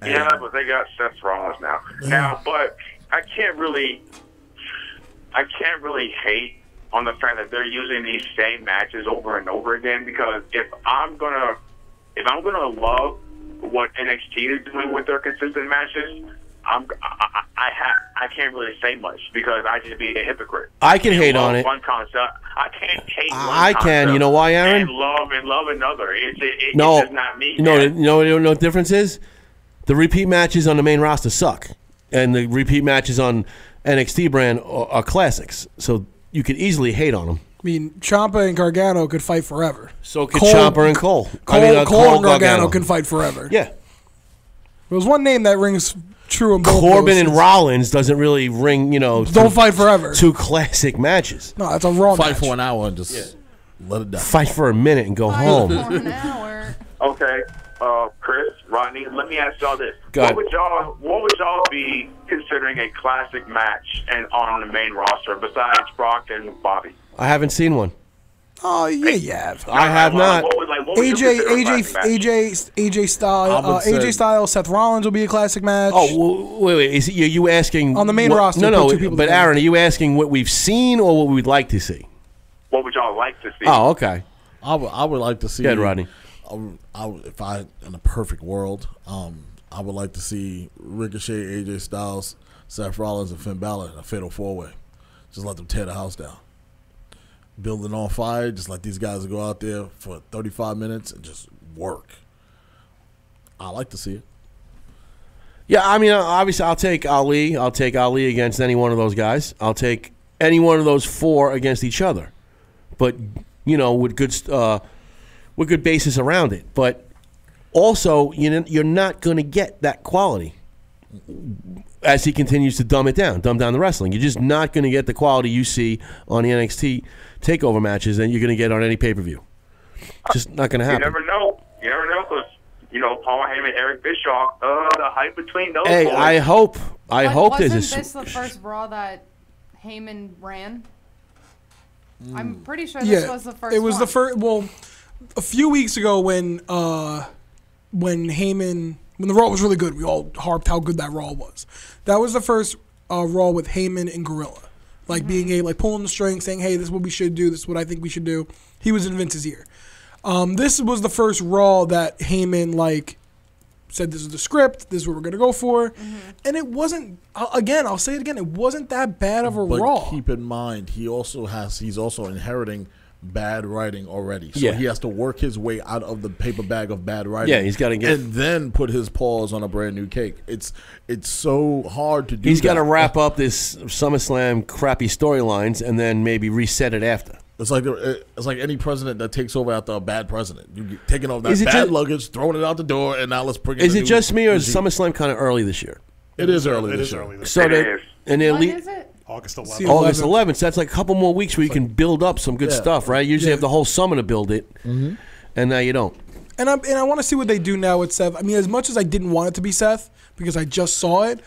S8: Yeah, but they got Seth Rollins now. Now, but I can't really, I can't really hate on the fact that they're using these same matches over and over again because if I'm gonna, if I'm gonna love what NXT is doing with their consistent matches, I'm, I, I, I have, I can't really say much because I just be a hypocrite.
S5: I can hate
S8: love
S5: on it.
S8: One concept, I can't hate. one
S5: I can. You know
S8: concept
S5: why, Aaron?
S8: And love and love another. It's it, it,
S5: No,
S8: it's just not me.
S5: No,
S8: man.
S5: you know, you know what the difference is? The repeat matches on the main roster suck, and the repeat matches on NXT brand are, are classics. So you could easily hate on them.
S3: I mean, Champa and Gargano could fight forever.
S5: So could
S3: Cole-
S5: Chopper and Cole.
S3: Cole,
S5: I mean, uh,
S3: Cole,
S5: Cole
S3: and Gargano, can fight forever.
S5: Yeah,
S3: There was one name that rings true in both.
S5: Corbin
S3: those.
S5: and Rollins doesn't really ring. You know,
S3: don't
S5: two,
S3: fight forever.
S5: two classic matches.
S3: No, that's a wrong
S7: Fight
S3: match.
S7: for an hour and just let it die.
S5: Fight for a minute and go home.
S6: For an hour.
S8: Okay, uh, Chris, Rodney, let me ask y'all this:
S5: Go ahead.
S8: What would y'all, what would y'all be considering a classic match and on the main roster besides Brock and Bobby?
S5: I haven't seen one.
S3: Oh yeah, yeah.
S5: I have not.
S8: What would, like, what would you
S3: AJ,
S8: consider a
S3: AJ,
S8: classic match?
S3: AJ, AJ
S7: I
S3: style,
S7: would
S3: uh,
S7: say-
S3: AJ style. Seth Rollins will be a classic match.
S5: Oh w- wait, wait. Is you you asking
S3: On the main
S5: what-
S3: roster,
S5: No, no.
S3: put two people
S5: but
S3: together.
S5: Aaron, are you asking what we've seen or what we'd like to see?
S8: What would y'all like to see?
S5: Oh, okay.
S7: I would, I would like to see.
S5: Go ahead, Rodney.
S7: I would- I would- if I in a perfect world, um, I would like to see Ricochet, AJ Styles, Seth Rollins, and Finn Balor in a fatal four way. Just let them tear the house down. Building on fire. Just let these guys go out there for 35 minutes and just work. I like to see it.
S5: Yeah, I mean, uh, obviously, I'll take Ali. I'll take Ali against any one of those guys. I'll take any one of those four against each other, but you know, with good st- uh, with good basis around it. But also, you know, you're not going to get that quality as he continues to dumb it down, dumb down the wrestling. You're just not going to get the quality you see on the NXT takeover matches, and you're going to get on any pay per view. Just not going to
S8: you
S5: happen.
S8: never know. You never know because you know Paul Heyman, Eric Bischoff. Uh, the hype between those.
S5: hey,
S8: boys.
S5: I hope, I
S6: But
S5: hope
S6: wasn't
S5: there's a.
S6: this
S5: sw-
S6: the first Raw that Heyman ran? I'm pretty sure
S3: yeah.
S6: this was the first.
S3: it was the
S6: one.
S3: first. Well, a few weeks ago when uh, when Heyman when the Raw was really good, we all harped how good that Raw was. That was the first uh, Raw with Heyman and Gorilla, like being
S6: Mm-hmm.
S3: a like pulling the string, saying, "Hey, this is what we should do. This is what I think we should do." He was in Vince's ear. Um, this was the first Raw that Heyman like said this is the script, this is what we're gonna go for,
S6: Mm-hmm.
S3: and it wasn't. Uh, again, I'll say it again. It wasn't that bad of a
S7: But
S3: Raw.
S7: keep in mind, he also has he's also inheriting bad writing already. So
S5: Yeah.
S7: he has to work his way out of the paper bag of bad writing.
S5: Yeah, he's gotta get-
S7: and then put his paws on a brand new cake. It's it's so hard to do.
S5: He's got
S7: that.
S5: to wrap up this SummerSlam crappy storylines and then maybe reset it after.
S7: It's like it's like any president that takes over after a bad president. You get- taking off that
S5: Is it
S7: bad
S5: ju-
S7: luggage, throwing it out the door, and now let's bring. in
S5: Is
S7: a
S5: it
S7: new
S5: just me or is
S7: regime.
S5: SummerSlam kind of early this year?
S7: It is early.
S4: It
S7: this
S4: is
S7: year.
S4: early. This
S5: So
S8: It
S5: they
S8: is.
S5: and they
S6: When
S5: lead
S6: is it?
S4: August
S3: See, oh.
S4: 11th.
S5: August 11th. So that's like a couple more weeks where you can build up some good
S7: Yeah.
S5: stuff, right? Usually you have the whole summer to build it, and now you don't.
S3: And I and I want to see what they do now with Seth. I mean, as much as I didn't want it to be Seth because I just saw it,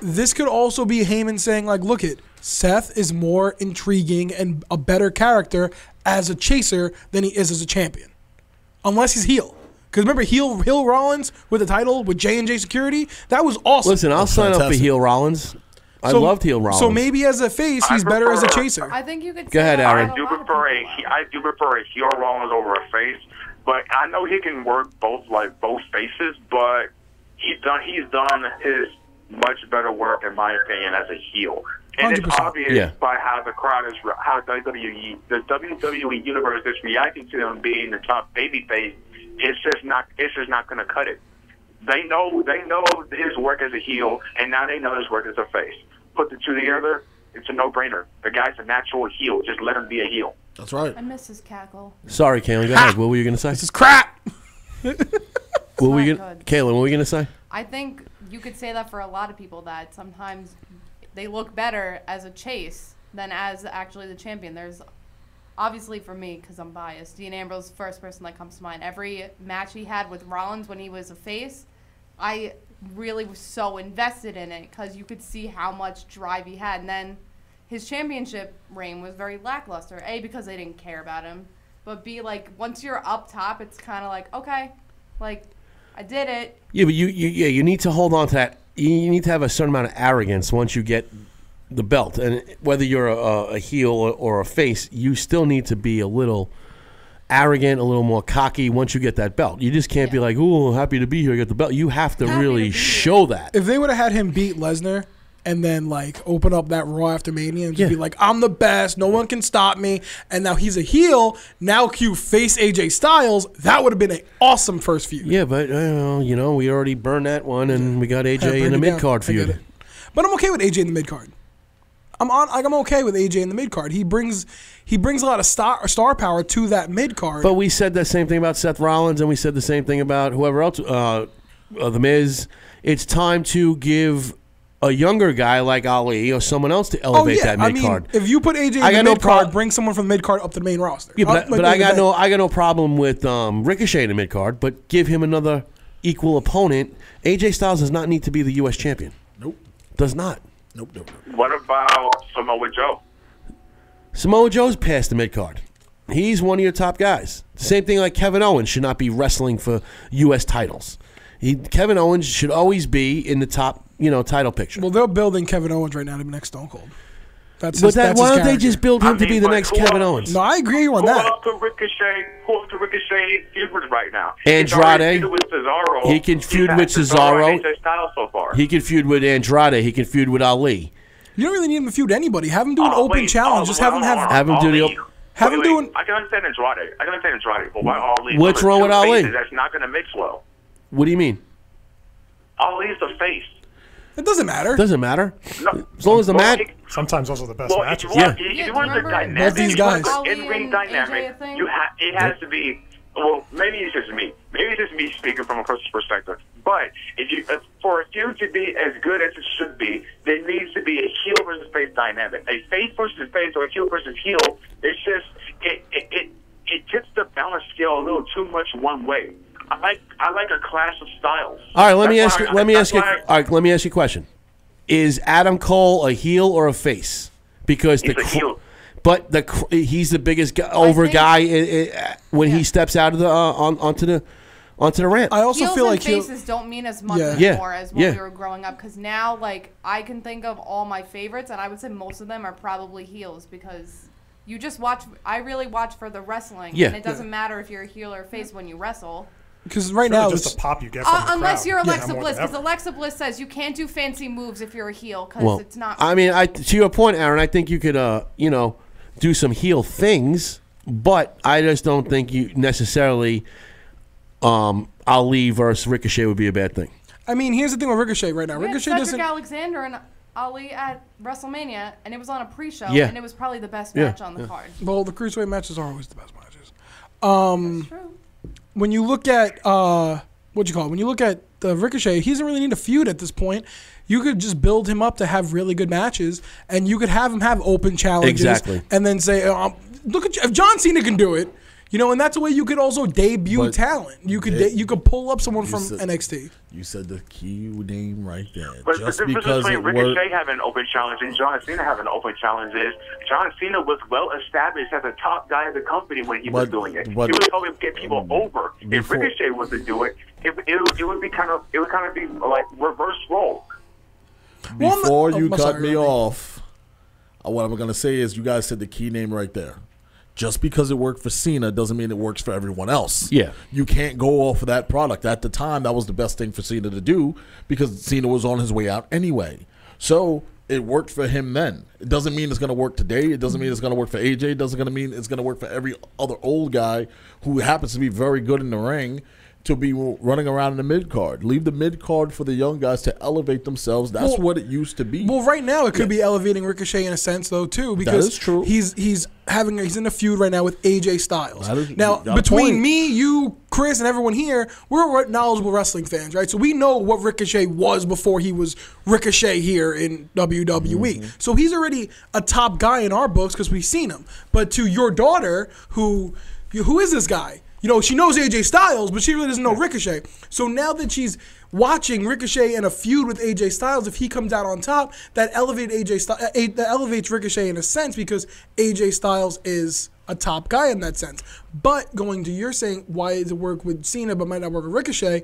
S3: this could also be Heyman saying like, "Look it, Seth is more intriguing and a better character as a chaser than he is as a champion, unless he's heel." Because remember, heel heel Rollins with the title with J and J Security, that was awesome.
S5: Listen, I'll sign up for
S7: fantastic.
S5: heel Rollins. I
S3: So-
S5: loved heel Rollins.
S3: So maybe as a face, he's
S8: I
S3: better as a
S8: prefer-
S3: chaser.
S6: I think you could.
S5: Go
S6: say
S5: ahead,
S6: that
S5: Aaron.
S6: about
S8: I
S6: a
S8: do
S6: lot of
S8: prefer a
S6: people.
S8: he- I do prefer a heel Rollins over a face, but I know he can work both like both faces. But he's done he's done his much better work in my opinion as a heel, and it's
S3: 100%.
S8: obvious
S5: Yeah.
S8: by how the crowd is re- how WWE the WWE universe is reacting to him being the top babyface. It's just not it's just not going to cut it. They know they know his work as a heel, and now they know his work as a face. Put the two together, it's a no brainer. The guy's a natural heel. Just let him be a heel.
S7: That's right.
S6: I miss his cackle.
S5: Sorry, Kaylin. Go ahead. What were you gonna say? This is crap. what were you,
S6: not
S5: gonna,
S6: good.
S5: Kaylin? What were you gonna say?
S6: I think you could say that for a lot of people that sometimes they look better as a chase than as actually the champion. There's obviously for me because I'm biased. Dean Ambrose is the first person that comes to mind. Every match he had with Rollins when he was a face, I really was so invested in it because you could see how much drive he had. And then his championship reign was very lackluster. A because they didn't care about him, but B like once you're up top, it's kind of like okay, like I did it.
S5: Yeah, but you, you yeah you need to hold on to that. You you need to have a certain amount of arrogance once you get the belt, and whether you're a, a heel or, or a face, you still need to be a little arrogant, a little more cocky once you get that belt. You just can't be like, "Ooh, happy to be here, I got the belt." You have to
S6: Happy to be
S5: really
S6: here.
S5: show that.
S3: If they would have had him beat Lesnar and then like open up that Raw after Mania and just be
S5: Yeah.
S3: like, I'm the best, no one can stop me, and now he's a heel. Now Q face AJ Styles. That would have been an awesome first feud.
S5: Yeah, but uh, you know, we already burned that one, and we got
S3: Yeah,
S5: AJ
S3: burn
S5: in a
S3: it down.
S5: mid card
S3: I get
S5: feud.
S3: it. But I'm okay with AJ in the mid card. I'm on. Like, I'm okay with AJ in the mid card. He brings he brings a lot of star star power to that mid card.
S5: But we said that same thing about Seth Rollins, and we said the same thing about whoever else, uh, uh, The Miz. It's time to give a younger guy like Ali or someone else to
S3: oh
S5: elevate
S3: yeah,
S5: that
S3: I
S5: mid
S3: mean,
S5: card.
S3: if you put AJ
S5: I
S3: in the
S5: got no
S3: mid card,
S5: prob-
S3: bring someone from the mid card up to the main roster.
S5: yeah,
S3: Up-
S5: but, I,
S3: like,
S5: but I
S3: main
S5: got
S3: event.
S5: no I got no problem with um, Ricochet in the mid card, but give him another equal opponent. AJ Styles does not need to be the U.S. champion.
S7: Nope.
S5: Does not.
S7: Nope. Nope. nope.
S8: What about Samoa Joe?
S5: Samoa Joe's past the mid card. He's one of your top guys. Same thing like Kevin Owens should not be wrestling for U.S. titles. He, Kevin Owens should always be in the top, you know, title picture.
S3: Well, they're building Kevin Owens right now to be next Stone Cold. That's
S5: but
S3: his,
S5: that,
S3: that's
S5: why
S3: his
S5: don't they
S3: character.
S5: just build him
S8: I
S5: to
S8: mean,
S5: be the
S8: but
S5: next
S8: who
S5: Kevin
S8: else?
S5: Owens?
S3: No, I agree with you on
S8: Who
S3: that.
S8: else could Ricochet? Who else could Ricochet feud with right now?
S5: Andrade.
S8: He's already feuded with Cesaro.
S5: He can
S8: He's
S5: feud
S8: had
S5: with
S8: and
S5: Cesaro.
S8: AJ Styles so far.
S5: He can feud with Andrade. He can feud with Ali.
S3: You don't really need him to feud anybody. Have him do an
S8: Oh,
S3: open
S8: wait,
S3: challenge.
S8: oh,
S3: Just have him
S8: wait,
S3: have.
S8: hold on,
S5: Have him do the
S8: Ali.
S5: op-
S3: Have
S8: Wait,
S3: him
S8: wait,
S3: doing-
S8: I can understand Andrade. I can understand Andrade, but why Ali?
S5: What's
S8: Those are
S5: wrong with
S8: two
S5: Ali?
S8: faces That's not going to mix well.
S5: What do you mean?
S8: Ali's a face.
S3: It doesn't matter.
S5: Doesn't matter.
S8: No.
S5: As long as the
S8: Well,
S5: match.
S8: it-
S4: Sometimes also the best
S8: Well, oh, if
S4: matches.
S8: you want,
S5: Yeah.
S8: if
S6: Yeah,
S8: you want the
S6: remember
S8: dynamic,
S3: these
S8: you want
S3: guys.
S8: the
S6: Ali
S8: in-ring
S6: and AJ
S8: dynamic,
S6: thing?
S8: you ha- it has to be. Well, maybe it's just me. Maybe it's just me speaking from a person's perspective. But if you, if for a feud to be as good as it should be, there needs to be a heel versus face dynamic, a face versus face or a heel versus heel. It's just it it it, it tips the balance scale a little too much one way. I like I like a clash of styles.
S5: All right, let me
S8: That's
S5: ask you.
S8: why I-
S5: Let me
S8: that's
S5: ask you.
S8: why I-
S5: All right, let me ask you a question. Is Adam Cole a heel or a face? Because
S8: He's
S5: the
S8: a
S5: cr-
S8: heel.
S5: but the cr- he's the biggest gu over
S6: think-
S5: guy i i when he steps out of the uh, on, onto the onto the ramp.
S3: I also
S6: Heels
S3: feel
S6: and
S3: like he'll-
S6: faces don't mean as much
S3: Yeah.
S5: Yeah.
S6: anymore as when
S5: Yeah.
S6: we were growing up because now like I can think of all my favorites and I would say most of them are probably heels because you just watch. I really watch for the wrestling.
S5: Yeah.
S6: and it doesn't matter if you're a heel or a face when you wrestle.
S3: because right
S4: Really
S3: now
S4: just
S3: it's
S4: the pop you get from
S6: Uh,
S4: the
S6: unless
S4: crowd.
S6: you're
S4: Yeah,
S6: Alexa
S4: more
S6: Bliss,
S4: than
S6: because
S4: ever.
S6: Alexa Bliss says you can't do fancy moves if you're a heel because
S5: well,
S6: it's not.
S5: I mean, I to your point, Aaron. I think you could uh you know do some heel things, but I just don't think you necessarily um Ali versus Ricochet would be a bad thing.
S3: I mean, here's the thing with Ricochet right now.
S6: we had
S3: Ricochet
S6: Cedric
S3: doesn't.
S6: Alexander and Ali at WrestleMania, and it was on a pre-show,
S5: Yeah.
S6: and it was probably the best
S5: Yeah,
S6: match on the card.
S3: Well, the cruiserweight matches are always the best matches. Um,
S6: True.
S3: When you look at uh, what you call it? when you look at the Ricochet, he doesn't really need a feud at this point. You could just build him up to have really good matches, and you could have him have open challenges,
S5: Exactly.
S3: and then say, um, "Look at if John Cena can do it." You know, and that's a way you could also debut
S7: But
S3: talent. You could
S7: they-
S3: de- you could pull up someone from
S7: said-
S3: NXT.
S7: You said the key name right there.
S8: But
S7: Just
S8: the difference
S7: because
S8: between
S7: it
S8: Ricochet
S7: worked.
S8: having an open challenge and John Cena having an open challenge is John Cena was well established as a top guy of the company when he was
S7: But-
S8: doing it.
S7: but-
S8: he was helping get people
S5: um,
S8: over. If
S7: Before-
S8: Ricochet was to do it, it, it, would- it would be kind of it would kind of be like reverse role.
S3: Well, I'm-
S7: Before
S3: oh,
S7: you
S3: I'm
S7: cut
S3: sorry,
S7: me
S3: Rodney.
S7: off, uh, what I'm going to say is you guys said the key name right there. Just because it worked for Cena doesn't mean it works for everyone else.
S5: Yeah.
S7: You can't go off of that product. At the time, that was the best thing for Cena to do because Cena was on his way out anyway. So it worked for him then. It doesn't mean it's going to work today. It doesn't mean it's going to work for AJ. It doesn't gonna mean it's going to work for every other old guy who happens to be very good in the ring to be running around in the mid card. Leave the mid card for the young guys to elevate themselves. That's
S3: Well-
S7: what it used to be.
S3: Well, right now it could be elevating Ricochet in a sense, though, too, because
S7: is true.
S3: he's he's having a, he's in a feud right now with AJ Styles.
S7: That is-
S3: now
S7: you got a
S3: between
S7: point.
S3: me, you, Chris, and everyone here, we're re- knowledgeable wrestling fans, right? So we know what Ricochet was before he was Ricochet here in WWE.
S7: Mm-hmm.
S3: So he's already a top guy in our books because we've seen him. But to your daughter, who who is this guy? You know, she knows AJ Styles, but she really doesn't know Ricochet. So now that she's watching Ricochet in a feud with AJ Styles, if he comes out on top, that elevates AJ Sty- uh, that elevates Ricochet in a sense because AJ Styles is a top guy in that sense. But going to your saying, why does it work with Cena but might not work with Ricochet?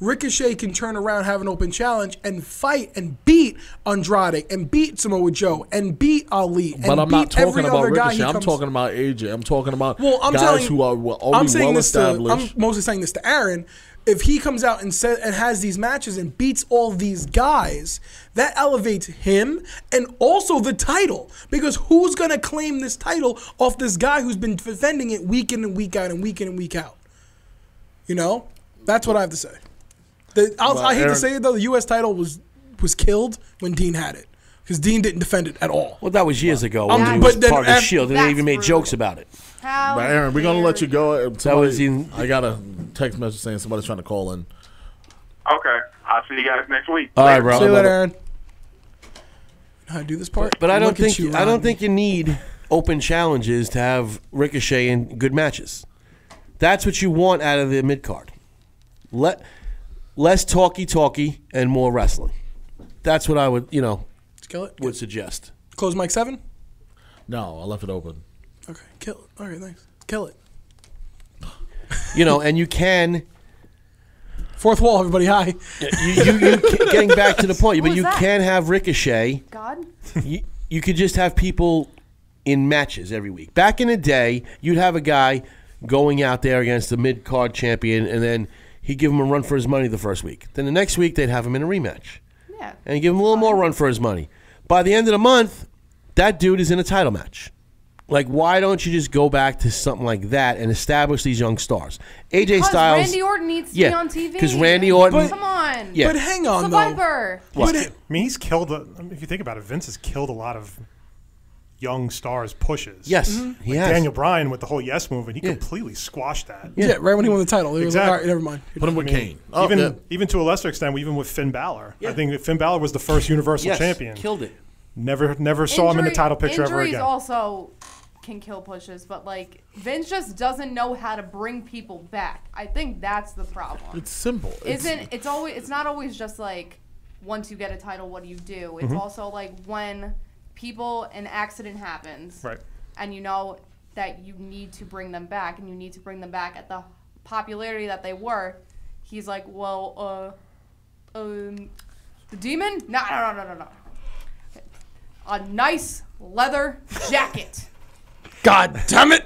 S3: Ricochet can turn around, have an open challenge, and fight and beat Andrade and beat Samoa Joe and beat Ali.
S7: but
S3: and
S7: I'm not
S3: beat every
S7: talking about
S3: other guy he
S7: Ricochet. I'm
S3: comes-
S7: talking about AJ. I'm talking about
S3: well, I'm
S7: guys
S3: telling,
S7: who are well- already
S3: I'm saying
S7: well
S3: this to, I'm
S7: established.
S3: mostly saying this to Aaron. If he comes out and said, and has these matches and beats all these guys, that elevates him and also the title because who's gonna claim this title off this guy who's been defending it week in and week out and week in and week out? You know, that's what I have to say. The, I'll, I hate
S4: Aaron-
S3: to say it though, the U.S. title was was killed when Dean had it because Dean didn't defend it at all.
S5: Well, that was years ago.
S3: Um,
S5: when he
S3: but
S5: was
S3: then
S5: part of the
S3: af-
S5: Shield, and they
S6: that's
S5: even made
S6: brutal.
S5: jokes about it.
S6: How
S7: But Aaron, we're gonna let you
S6: dare
S7: go. Somebody-
S5: was in-
S7: I got a text message saying somebody's trying to call in.
S8: Okay. I'll see you guys next week.
S5: All right, bro.
S3: See you later, Aaron. How I do this part,
S5: But I don't
S3: Look at
S5: think
S3: you,
S5: I
S3: Ron.
S5: don't think you need open challenges to have Ricochet in good matches. That's what you want out of the mid card. Let less talky talky and more wrestling. That's what I would you know
S3: kill it.
S5: would suggest.
S3: Close mic seven.
S7: No, I left it open.
S3: Okay, kill it. All right, thanks. Kill it.
S5: You know, and you can
S3: Fourth wall, everybody. Hi.
S5: you, you, you ca- getting back to the point, but
S6: was
S5: you
S6: that?
S5: can have Ricochet.
S6: God?
S5: You, you could just have people in matches every week. Back in the day, you'd have a guy going out there against the mid card champion, and then he'd give him a run for his money the first week. Then the next week, they'd have him in a rematch
S6: Yeah.
S5: and give him a little more run for his money. By the end of the month, that dude is in a title match. Like, why don't you just go back to something like that and establish these young stars? AJ
S6: Because
S5: Styles.
S6: Randy Orton needs to be
S5: Yeah,
S6: on TV.
S5: 'cause Randy Orton- But-
S6: Come on.
S5: Yeah.
S3: But hang on,
S6: Survivor.
S3: though.
S5: What?
S3: But it-
S4: I mean, he's killed. A, I mean, if you think about it, Vince has killed a lot of young stars' pushes.
S5: Yes,
S6: Mm-hmm.
S5: he has.
S4: Daniel Bryan with the whole yes movement, he
S5: Yeah.
S4: completely squashed that.
S3: yeah. right when he won the title, he was like,
S4: Exactly.
S3: all right, never mind.
S7: Put him with Kane. Oh,
S4: even
S7: yeah.
S4: even to a lesser extent, even with Finn Balor,
S5: Yeah.
S4: I think that Finn Balor was the first Universal
S5: yes,
S4: Champion.
S5: Killed it.
S4: Never never saw him in the
S6: Injury-
S4: title picture ever
S6: injuries
S4: again.
S6: also can kill pushes, but like Vince just doesn't know how to bring people back. I think that's the problem.
S7: It's simple. It's-
S6: Isn't it's always it's not always just like once you get a title, what do you do?
S4: Mm-hmm.
S6: It's also like when people an accident happens,
S4: Right.
S6: And you know that you need to bring them back, and you need to bring them back at the popularity that they were. He's like, well, uh, um, the demon? No, no, no, no, no, no. A nice leather jacket.
S3: God Ah, damn it.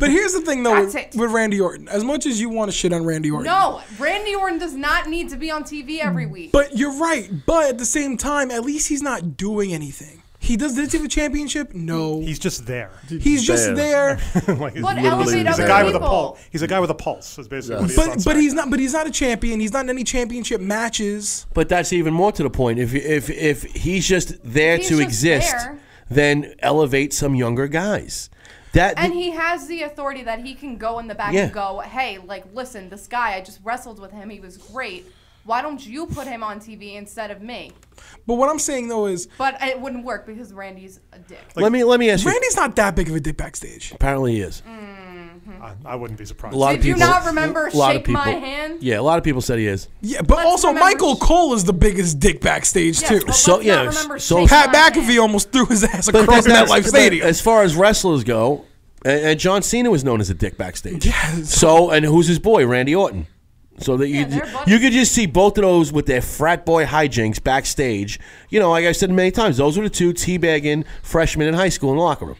S3: but here's the thing, though,
S6: That's
S3: with,
S6: it.
S3: with Randy Orton. As much as you want to shit on Randy Orton,
S6: no, Randy Orton does not need to be on TV every week.
S3: But you're right. But at the same time, at least he's not doing anything. He does. Does he have a championship? No. He's,
S4: He's just there.
S3: just there.
S4: like, he's,
S6: but
S4: he's
S6: elevate
S7: he's a
S6: other
S4: a guy with a
S6: people.
S4: pulse. He's a guy with a pulse. Is basically what he is on
S3: but but
S4: Saturday.
S3: he's not. But he's not a champion. He's not in any championship matches.
S5: But that's even more to the point. If if if he's just there
S6: He's
S5: to
S6: just
S5: exist,
S6: there.
S5: then elevate some younger guys. That
S6: And he has the authority that he can go in the back
S5: Yeah.
S6: and go, hey, like, listen, this guy, I just wrestled with him. He was great. Why don't you put him on TV instead of me?
S3: But what I'm saying though is,
S6: But it wouldn't work because Randy's a dick.
S5: let me let me ask you.
S3: Randy's not that big of a dick backstage.
S5: Apparently, he is.
S4: I, I wouldn't be surprised.
S5: A lot of
S6: Mm. Did you
S5: people.
S6: not remember
S5: a lot of
S6: Shake My
S5: people-
S6: Hand?
S5: Yeah, a lot of people said he is.
S3: Yeah, but
S6: Let's
S3: also
S6: remember-
S3: Michael Cole is the biggest dick backstage
S6: Yeah,
S3: too.
S6: but
S5: So-
S6: let's
S5: yeah,
S6: not remember
S5: so-
S6: Shake
S3: Pat
S6: My Hand.
S3: McAfee almost threw his ass
S5: But
S3: across
S5: that's-
S3: MetLife
S5: but
S3: Stadium.
S5: As far as wrestlers go, and, and John Cena was known as a dick backstage.
S3: Yes.
S5: So and who's his boy, Randy Orton. So that
S6: Yeah, they're buddies.
S5: you you could just see both of those with their frat boy hijinks backstage. You know, like I said many times, those were the two teabagging freshmen in high school in the locker room.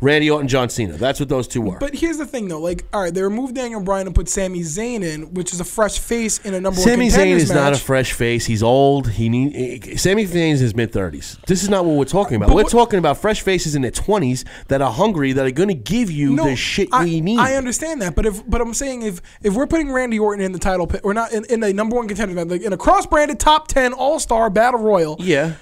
S5: Randy Orton, John Cena. That's what those two were.
S3: But here's the thing, though. Like, all right, they removed Daniel Bryan and put Sami Zayn in, which is a fresh face in a number
S5: Sami
S3: one
S5: Zayn
S3: contenders
S5: is not a
S3: match.
S5: fresh face. He's old. He need, Sami Zayn is his mid thirties. This is not what we're talking about.
S3: But
S5: we're
S3: what-
S5: talking about fresh faces in their twenties that are hungry, that are going to give you the shit
S3: I,
S5: we need.
S3: I understand that, but if but I'm saying if if we're putting Randy Orton in the title pit, or not in, in a number one contender, match, like in a cross-branded top ten All Star Battle Royal,
S5: yeah,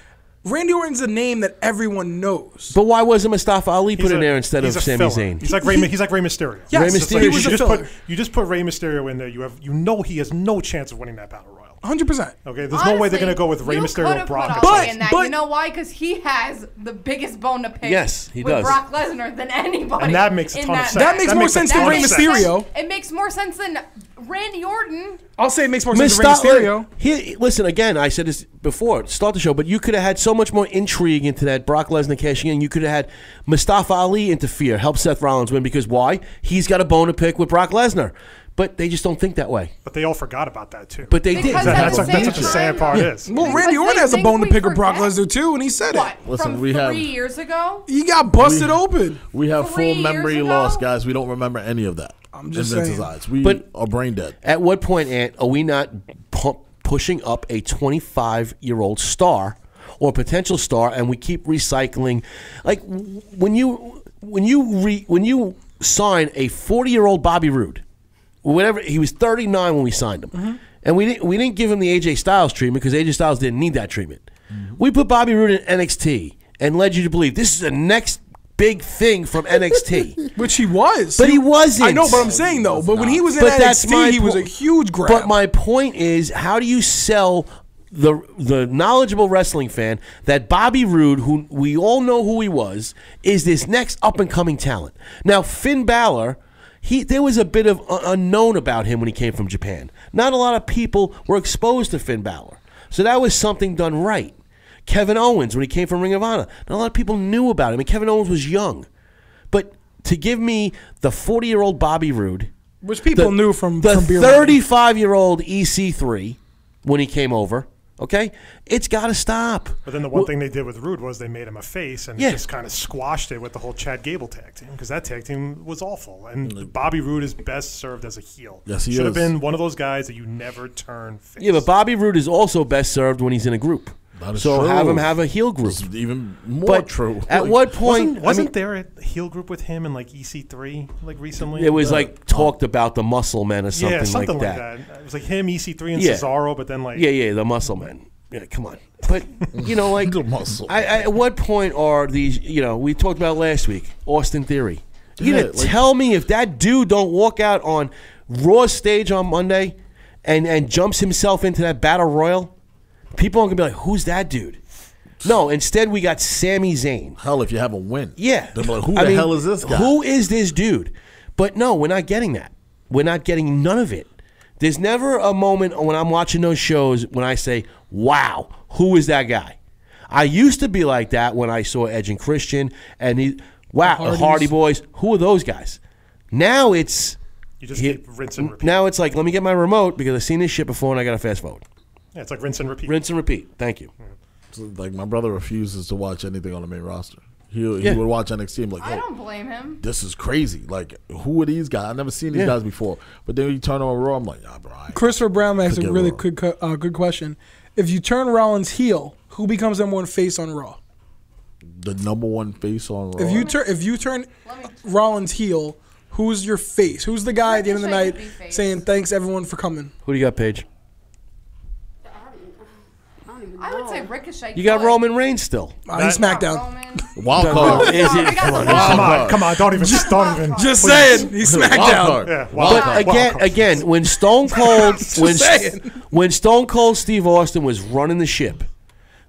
S3: Randy Orton's a name that everyone knows.
S5: but why wasn't Mustafa Ali put
S4: He's
S5: in
S4: a-
S5: there instead of
S4: he's a
S5: Sami
S4: filler.
S5: Zayn?
S4: He's like Rey, he's like Rey Mysterio.
S3: Yes,
S5: Rey
S4: It's like
S5: Mysterio
S4: you
S5: was
S3: a
S4: just
S3: filler.
S4: put you just put Rey Mysterio in there. You have you know he has no chance of winning that battle royal.
S3: Hundred percent.
S4: Okay, there's no way they're gonna go with Rey Mysterio and Brock.
S3: But-
S6: But, in that.
S3: but-
S6: you know why? Because he has the biggest bone to pick.
S5: Yes, he
S6: with
S5: does.
S6: Brock Lesnar than anybody.
S4: And that makes a
S6: in
S4: ton of
S6: that
S4: sense.
S6: match.
S3: That makes more
S4: makes a
S3: sense
S4: ton
S3: than
S4: of
S3: Rey
S4: sense.
S3: Mysterio.
S6: It makes more sense than Randy Orton.
S3: I'll say it makes more sense
S5: Mustafa,
S3: than Rey Mysterio.
S5: He, listen again. I said this before. Start the show, but you could have had so much more intrigue into that Brock Lesnar cashing in. You could have had Mustafa Ali interfere, help Seth Rollins win because why? He's got a bone to pick with Brock Lesnar, but they just don't think that way.
S4: But they all forgot about that too.
S5: But they
S6: Because
S5: did.
S6: at
S4: that's
S6: the
S4: what, that's
S6: same
S4: what the
S6: time-
S4: sad part is.
S3: Well,
S6: Because
S3: Randy
S6: they
S3: Orton has a
S6: think
S3: bone to
S6: we
S3: pick with Brock
S6: forget.
S3: Lesnar too, and he said
S6: What?
S3: it.
S7: Listen,
S6: from
S7: we
S6: three
S7: have-
S6: years ago.
S3: He got busted open.
S7: We have
S6: Three
S7: full memory
S6: years
S7: loss,
S6: ago?
S7: guys. We don't remember any of that. I'm
S3: just
S7: in Vince's
S3: saying.
S7: eyes. We
S5: But-
S7: are brain dead.
S5: At what point, Ant, are we not pu- pushing up a 25 year old star or potential star, and we keep recycling? Like w- when you when you re, when you sign a 40 year old Bobby Roode, whatever he was 39 when we signed him, and we didn't we didn't give him the AJ Styles treatment because AJ Styles didn't need that treatment. We put Bobby Roode in NXT and led you to believe this is the next big thing from NXT.
S3: Which he was.
S5: But he wasn't.
S3: I know, but I'm saying though, but when he was in
S5: But
S3: NXT,
S5: that's my
S3: he was
S5: po-
S3: a huge grab.
S5: But my point is, how do you sell the the knowledgeable wrestling fan that Bobby Roode, who we all know who he was, is this next up and coming talent? Now Finn Balor. He, there was a bit of u- unknown about him when he came from Japan. Not a lot of people were exposed to Finn Balor. So that was something done right. Kevin Owens, when he came from Ring of Honor, not a lot of people knew about him. And Kevin Owens was young. But to give me the 40 year old Bobby Roode,
S3: which people
S5: the-
S3: knew from
S5: the
S3: from beer money.
S5: thirty-five-year-old EC3 when he came over. Okay, it's got to stop.
S4: But then the one thing they did with Rude was they made him a face and
S5: Yeah.
S4: just kind of squashed it with the whole Chad Gable tag team because that tag team was awful. And Bobby Roode is best served as a heel.
S7: Yes, he
S4: should have
S7: is.
S4: been one of those guys that you never turn face.
S5: Yeah, but Bobby Roode is also best served when he's in a group.
S7: That is
S5: so have
S7: true.
S5: him have a heel group.
S7: It's even more
S5: But
S7: true.
S5: at
S7: Like,
S5: what point?
S4: wasn't, wasn't there a heel group with him and like EC3 like
S5: I
S4: recently?
S5: mean, it was like talked about the Muscle Men or something,
S4: yeah, something
S5: like, that.
S4: It was like him, EC3, and
S5: Yeah.
S4: Cesaro. But then like
S5: Yeah, yeah, the Muscle Men. Yeah, come on. But you know, like,
S7: The Muscle
S5: I, I, at what point are these? You know, we talked about last week, Austin Theory. You
S7: Yeah,
S5: gonna
S7: like-
S5: tell me if that dude don't walk out on Raw stage on Monday and and jumps himself into that battle royal, people are gonna be like, "Who's that dude?" No, instead we got Sami Zayn.
S7: hell if you have a win?
S5: Yeah.
S7: They're like, who the
S5: I mean,
S7: hell is this guy?
S5: Who is this dude? But no, we're not getting that. We're not getting none of it. There's never a moment when I'm watching those shows when I say, wow, who is that guy? I used to be like that when I saw Edge and Christian and he, wow, the
S3: Hardys.
S5: Hardy Boys. Who are those guys? Now it's.
S4: You just
S5: he-
S4: keep rinse and repeat.
S5: Now it's like, let me get my remote because I've seen this shit before and I got to fast forward.
S4: yeah, it's like rinse and repeat.
S5: Rinse and repeat. Thank you.
S7: Like my brother refuses to watch anything on the main roster. He
S5: Yeah.
S7: he would watch NXT. I'm like,
S6: I
S7: yo,
S6: don't blame him.
S7: this is crazy. Like, who are these guys? I never seen these
S5: Yeah.
S7: guys before. But then when you turn on Raw, I'm like, ah, bro. I ain't-
S3: Christopher Brown asked a
S7: Forget
S3: really
S7: Raw.
S3: good cu- uh, good question. If you turn Rollins heel, who becomes number one face on Raw?
S7: the number one face on Raw.
S3: If you turn if you turn
S6: Let me-
S3: Rollins heel, who's your face? Who's the guy at the end of the
S6: Ricochet
S3: night
S6: could be face.
S3: saying thanks everyone for coming?
S5: Who do you got, Paige?
S6: I would say Ricochet.
S5: You got
S6: could.
S5: Roman Reigns still.
S3: Uh, he's SmackDown.
S6: Roman.
S7: wild card,
S5: Is
S6: I
S5: it?
S6: got the
S4: Come
S6: wild
S4: on, come on! Don't even, don't even.
S3: Just saying, he's
S7: wild
S3: SmackDown.
S7: card.
S4: Yeah, wild
S5: But
S4: card, wild
S5: again,
S4: card.
S5: again, when Stone Cold, when
S3: saying.
S5: when Stone Cold Steve Austin was running the ship,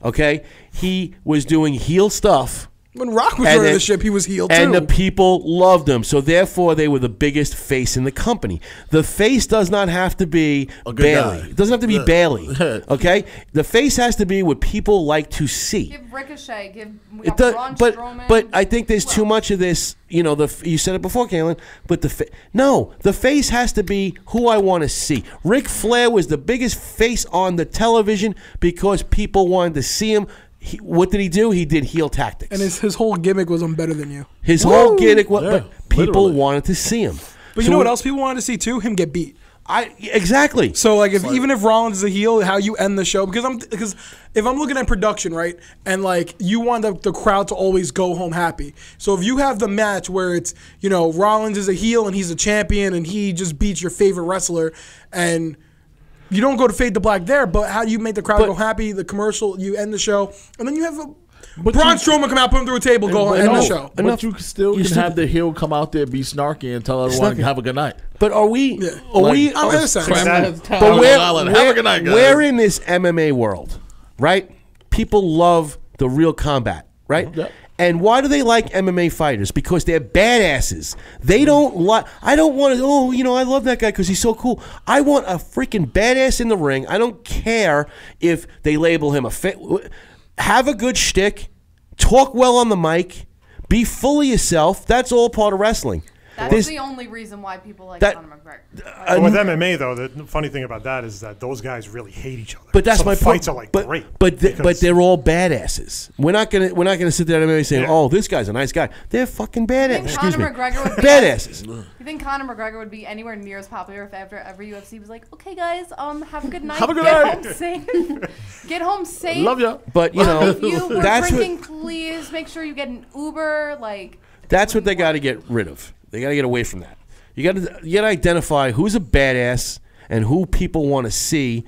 S5: okay, he was doing heel stuff,
S3: When Rock was
S5: And
S3: running
S5: it-
S3: the ship, he was heel
S5: and
S3: too.
S5: the people loved him. So therefore, they were the biggest face in the company. The face does not have to be
S7: good
S5: Bailey.
S7: guy.
S5: It doesn't have to be
S7: Yeah.
S5: Bailey.
S7: Yeah.
S5: Okay, the face has to be what people like to see.
S6: Give Ricochet. Give. We
S5: It
S6: got
S5: does,
S6: Braun
S5: but
S6: Strowman.
S5: but I think there's too
S6: Well,
S5: much of this. You know, the f- you said it before, Kalen. But the fa- no, the face has to be who I want to see. Ric Flair was the biggest face on the television because people wanted to see him. He, what did he do? He did heel tactics.
S3: And his, his whole gimmick was I'm better than you.
S5: His whole gimmick, what,
S7: Yeah,
S5: but people
S7: literally.
S5: wanted to see him.
S3: But
S5: So
S3: you know what
S5: we-
S3: else people wanted to see too? Him get beat.
S5: I exactly.
S3: So like, if even if Rollins is a heel, how you end the show? Because I'm because if I'm looking at production, right, and like you want the, the crowd to always go home happy. So if you have the match where it's you know Rollins is a heel and he's a champion and he just beats your favorite wrestler, and you don't go to fade the black there, but how do you make the crowd go happy? The commercial, you end the show, and then you have a Braun Strowman come out, put him through a table, go
S7: But
S3: end
S7: no,
S3: the show.
S7: But
S5: Enough-
S7: you still
S5: you
S7: can
S5: still-
S7: have the heel come out there, be snarky, and tell everyone
S5: Snarky.
S7: have a good night.
S5: But are we? Are
S7: Like-
S5: we?
S3: I'm
S5: are-
S3: innocent.
S5: But we're,
S7: Island.
S5: we're-
S7: Have a good night, guys.
S5: we're in this MMA world, right? People love the real combat, right?
S7: Yep.
S5: And why do they like MMA fighters? Because they're badasses. They don't like. I don't want to. Oh, you know, I love that guy because he's so cool. I want a freaking badass in the ring. I don't care if they label him a fit. Have a good shtick. Talk well on the mic. Be fully yourself. That's all part of wrestling.
S6: That's
S5: There's-
S6: the only reason why people like
S5: That-
S6: Conor McGregor.
S4: But with MMA though, the funny thing about that is that those guys really hate each other.
S5: But that's
S4: so
S5: my
S4: the fights
S5: point.
S4: are like
S5: but,
S4: great.
S5: But th- but
S4: because-
S5: they're all badasses. We're not gonna we're not gonna sit there and maybe say,
S4: Yeah.
S5: oh, this guy's a nice guy. They're fucking badasses.
S6: think
S5: Excuse me.
S6: Conor McGregor would be-
S5: badasses.
S6: You think Conor McGregor would be anywhere near as popular if after every UFC was like, okay, guys, um, have a good night.
S7: Have a good
S6: Get
S7: night."
S6: home safe. Get home safe.
S7: Love ya.
S5: But you
S6: If you
S5: know,
S6: were
S5: that's
S6: drinking,
S5: what
S6: please make sure you get an Uber. Like,
S5: that's what they got to get rid of. They got to get away from that. You got to you got to identify who's a badass and who people want to see.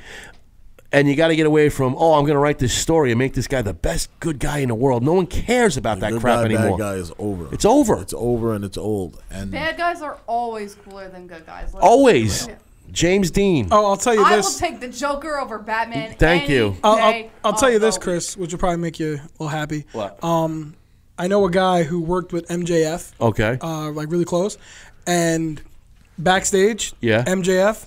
S5: And you got to get away from oh, I'm going to write this story and make this guy the best good guy in the world. No one cares about that
S7: Good
S5: crap
S7: guy,
S5: anymore.
S7: Bad guy is over.
S5: It's over.
S7: It's over and it's old. And
S6: bad guys are always cooler than good guys. Let's-
S5: Always,
S6: Yeah.
S5: James Dean.
S3: Oh, I'll tell you
S6: I will
S3: this.
S6: take the Joker over Batman.
S5: Thank
S6: any
S5: you.
S3: I'll, I'll,
S6: day
S3: I'll tell
S6: of
S3: you this,
S6: the week.
S3: Chris, which will probably make you a little happy.
S5: What?
S3: Um, I know a guy who worked with MJF.
S5: Okay.
S3: Uh, like really close, and backstage.
S5: Yeah.
S3: MJF,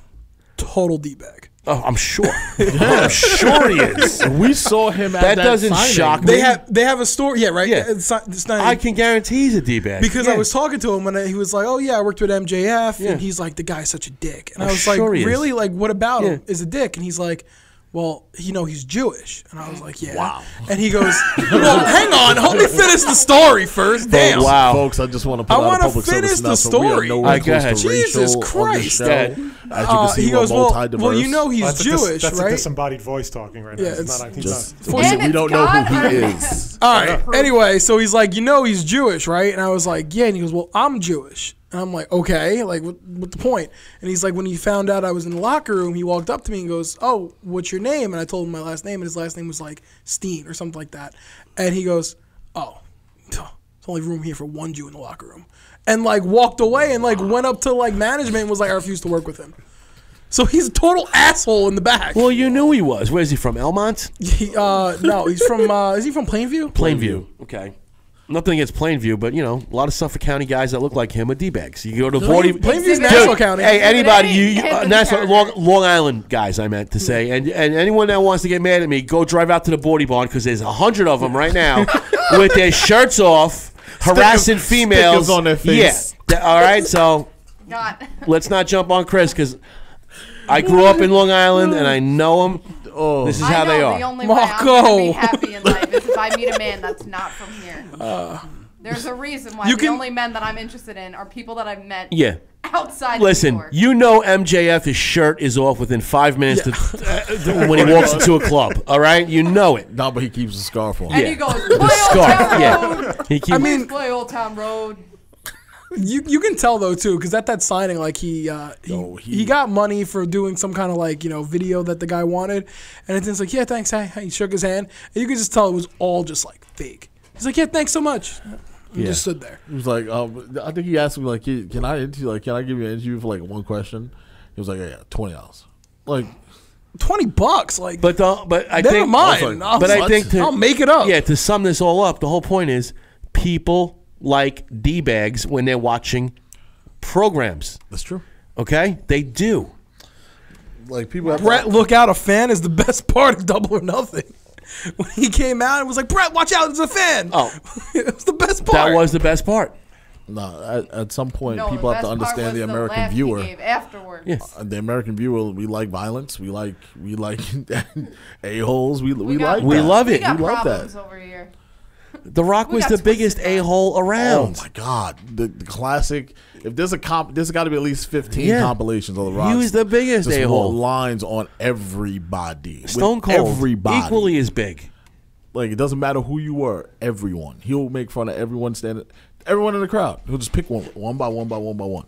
S3: total d bag.
S5: Oh, I'm sure. I'm sure he is.
S7: we saw him at
S5: That
S7: that,
S5: doesn't
S7: signing.
S5: shock me.
S3: They have they have a story. Yeah, right.
S5: Yeah.
S3: It's not, it's not-
S5: I can guarantee he's a D-bag.
S3: because I
S5: Yeah.
S3: was talking to him and he was like, "Oh yeah, I worked with MJF,"
S5: Yeah.
S3: and he's like, "The guy's such a dick," and
S5: I'm
S3: i was
S5: sure he
S3: like,
S5: is.
S3: "Really? Like, what about him?
S5: Yeah.
S3: Is a dick?" And he's like. Well, you know he's Jewish, and I was like, "Yeah." Wow. And he goes, "Well, hang on, help me finish the story first. Damn,
S5: Wow.
S7: Folks, I just want to put
S3: I
S7: out
S3: wanna
S7: a public
S3: finish
S7: service
S3: the
S7: announcement. We are
S3: story.
S7: nowhere
S5: I- go
S7: close
S5: ahead.
S7: to racial
S3: Jesus
S7: on this
S3: Christ.
S7: show.
S5: That-
S7: As you can
S3: Uh,
S7: see,
S3: he
S7: we're
S3: goes, well,
S7: multi-diverse.
S3: well, you know he's
S4: that's a dis-
S3: Jewish,
S4: that's a
S3: right?
S4: disembodied voice talking right now.
S3: Yeah,
S4: it's,
S3: it's-
S4: not. I think
S7: Just-
S4: not-
S7: we,
S6: And
S7: we
S6: it's
S7: don't know who
S6: God.
S7: he is.
S3: All right. Anyway, so he's like, you know, he's Jewish, right? And I was like, yeah. And he goes, well, I'm Jewish. And I'm like, okay, like, what, what the point? And he's like, when he found out I was in the locker room, he walked up to me and goes, oh, what's your name? And I told him my last name, and his last name was like Steen or something like that. And he goes, oh, there's only room here for one Jew in the locker room. And like walked away and like went up to like management and was like, I refuse to work with him. So he's a total asshole in the back.
S5: Well, you knew he was. Where's he from? Elmont?
S3: He, uh, no, he's from, uh, is he from Plainview?
S5: Plainview. Okay. Nothing against Plainview, but you know, a lot of Suffolk County guys that look like him are D-bags. You go to Forty.
S3: Plainview's
S6: Dude,
S3: Nassau County.
S5: Hey, anybody, you, you
S6: Anthony
S5: uh, that's
S6: Carter.
S5: Long, Long Island guys, I meant to say, and and anyone that wants to get mad at me, go drive out to the Bordy Barn because there's a hundred of them right now with their shirts off, harassing
S7: Stickers-
S5: females
S7: stickers on their face.
S5: Yeah. Th- All right, so
S6: God.
S5: let's not jump on Chris because I grew up in Long Island and I know him.
S7: Oh.
S5: This is
S6: I
S5: how
S6: know
S5: they
S6: The
S5: are.
S6: only way I'm gonna be
S3: Marco.
S6: happy in life is if I meet a man that's not from here.
S5: Uh.
S6: There's a reason why
S3: You
S6: the
S3: can-
S6: only men that I'm interested in are people that I've met
S5: Yeah.
S6: outside. of
S5: Listen,
S6: New York.
S5: you know MJF, his shirt is off within five minutes to, uh, when he walks into a club. All right, you know it.
S7: No, but he keeps a scarf on.
S6: and
S5: yeah.
S6: he goes, play
S5: The
S6: Old
S5: scarf,
S6: Town
S5: yeah.
S6: Road.
S5: He keep, I
S3: mean-
S6: Please play Old Town Road.
S3: You you can tell though too, because at that signing, like he uh, he,
S5: Oh,
S7: Yo,
S3: he
S7: he-
S3: got money for doing some kind of like you know video that the guy wanted, and it's just like yeah thanks. Hey, hey," he shook his hand, and you could just tell it was all just like fake. He's like yeah thanks so much. And Just stood there.
S7: He was like, um, I think he asked me like, "Can can I interview? Like, can I give you an interview for like one question?" He was like, "Yeah, yeah, twenty dollars." Like,
S3: Twenty bucks, like
S5: but the, but I
S3: never
S5: think
S3: mind.
S7: also-
S3: I'll-
S5: But I
S7: What?
S5: think to,
S3: I'll make it up.
S5: Yeah, to sum this all up, the whole point is people like d bags when they're watching programs.
S7: that's true.
S5: Okay, they do.
S7: Like people have
S3: Brett look out a fan is the best part of Double or Nothing. When he came out, it was like Brett, watch out, it's a fan.
S5: Oh.
S3: it was the best part.
S5: That was the best part.
S7: No, at, at some point,
S6: No,
S7: people
S6: the
S7: have to
S6: best part was
S7: understand the American
S6: laugh he
S7: viewer.
S6: gave afterwards.
S7: Uh, The American viewer, we like violence. We like we like a holes. We we,
S6: got-
S7: like
S5: We
S7: that.
S5: love it.
S6: We got
S7: We love
S6: problems
S7: that.
S6: over here.
S5: The Rock
S6: We
S5: was
S6: got
S5: the
S6: twisted
S5: biggest a
S6: now.
S5: hole
S7: Oh
S5: around.
S7: my God! The, the classic. If there's a comp, there's got to be at least fifteen
S5: Yeah.
S7: compilations of the rock.
S5: was the biggest
S7: Just
S5: a-hole.
S7: Lines on everybody. with
S5: Stone Cold,
S7: Everybody.
S5: equally as big.
S7: Like it doesn't matter who you were. Everyone. He'll make fun of everyone standing. Everyone in the crowd. He'll just pick one, one by one by one by one.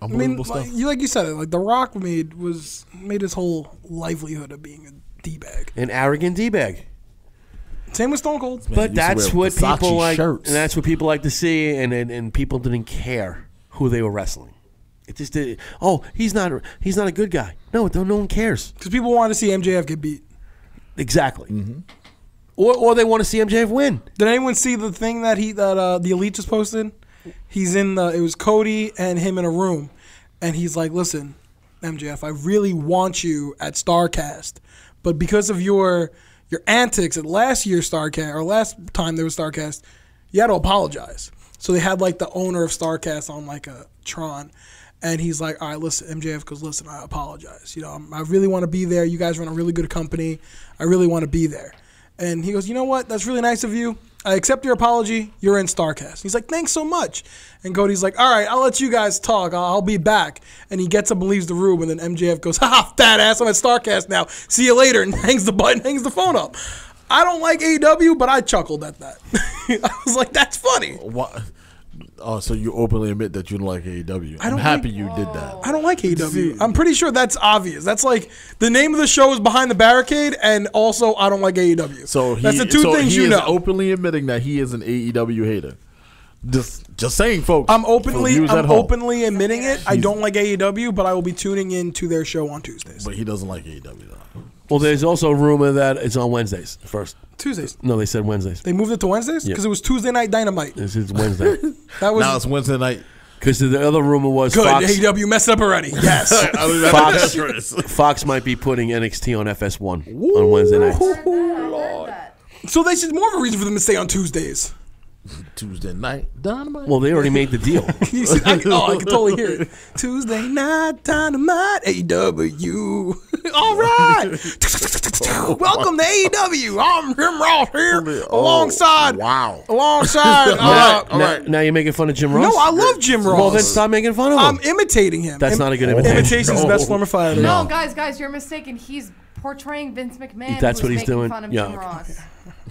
S3: I mean,
S7: Unbelievable
S3: like
S7: stuff.
S3: you, like you said, it like The Rock made was made his whole livelihood of being a d bag.
S5: An arrogant d bag.
S3: Same with Stone Cold.
S7: Man,
S5: But
S7: used to wear
S5: that's what
S7: Versace
S5: people like.
S7: shirts.
S5: And that's what people like to see. And, and and people didn't care who they were wrestling. It just did. Oh, he's not. He's not a good guy. No, no, no one cares.
S3: Because people wanted to see MJF get beat.
S5: Exactly. Or or they want to see MJF win.
S3: Did anyone see the thing that he that uh, the elite just posted? He's in the. It was Cody and him in a room, and he's like, "Listen, MJF, I really want you at Starcast, but because of your your antics at last year's Starcast or last time there was Starcast, you had to apologize." So they had like the owner of Starcast on like a Tron. And he's like, all right, listen, MJF goes, listen, I apologize. You know, I'm, I really want to be there. You guys run a really good company. I really want to be there. And he goes, You know what? That's really nice of you. I accept your apology. You're in StarCast. He's like, Thanks so much. And Cody's like, All right, I'll let you guys talk. I'll, I'll be back. And he gets up and leaves the room. And then MJF goes, Ha, fat ass. I'm at StarCast now. See you later. And hangs the button, hangs the phone up. I don't like AEW, but I chuckled at that. I was like, That's funny.
S7: Why? Oh, so you openly admit that you don't like AEW. I'm
S3: don't
S7: happy you did that.
S3: I don't like AEW. I'm pretty sure that's obvious. That's like the name of the show is Behind the Barricade, and also I don't like AEW.
S7: So he,
S3: that's the two
S7: so
S3: things
S7: he
S3: you
S7: is
S3: know.
S7: Openly admitting that he is an AEW hater. Just, just saying, folks.
S3: I'm
S7: for the
S3: openly,
S7: viewers at
S3: I'm
S7: home.
S3: openly admitting it. I don't like AEW, but I will be tuning in to their show on Tuesdays.
S7: But he doesn't like AEW though.
S5: Well, there's also rumor that it's on Wednesdays first.
S3: Tuesdays.
S5: No, they said Wednesdays.
S3: They moved it to Wednesdays
S5: Yeah.
S3: because it was Tuesday night Dynamite.
S5: This is Wednesday.
S3: That
S7: Now
S3: was
S7: it's Wednesday night.
S5: Because the other rumor was
S3: good.
S5: Fox,
S3: AEW messed up already. Yes.
S7: I was at
S5: Fox.
S7: the restaurant.
S5: Fox might be putting NXT on FS1 on Wednesday night.
S3: so they should more of a reason for them to stay on Tuesdays.
S7: Tuesday night. Dynamite.
S5: Well, they already made the deal.
S3: You see, I, oh, I can totally hear it. Tuesday night Dynamite E AEW. All right. Welcome to AEW. I'm Jim Ross here alongside.
S7: Oh, wow.
S3: Alongside.
S5: now,
S3: Uh,
S5: now- now you're making fun of Jim Ross.
S3: no, I love Jim Ross.
S5: Well, then stop making fun of him.
S3: I'm imitating him.
S5: That's not a good imitation.
S3: Imitation's the best form of flattery.
S6: No, Oh, guys, guys, you're mistaken. He's portraying Vince McMahon.
S5: That's
S6: who's
S5: what he's
S6: making
S5: doing.
S6: Fun of
S5: Yeah,
S6: Jim
S5: okay.
S6: Ross.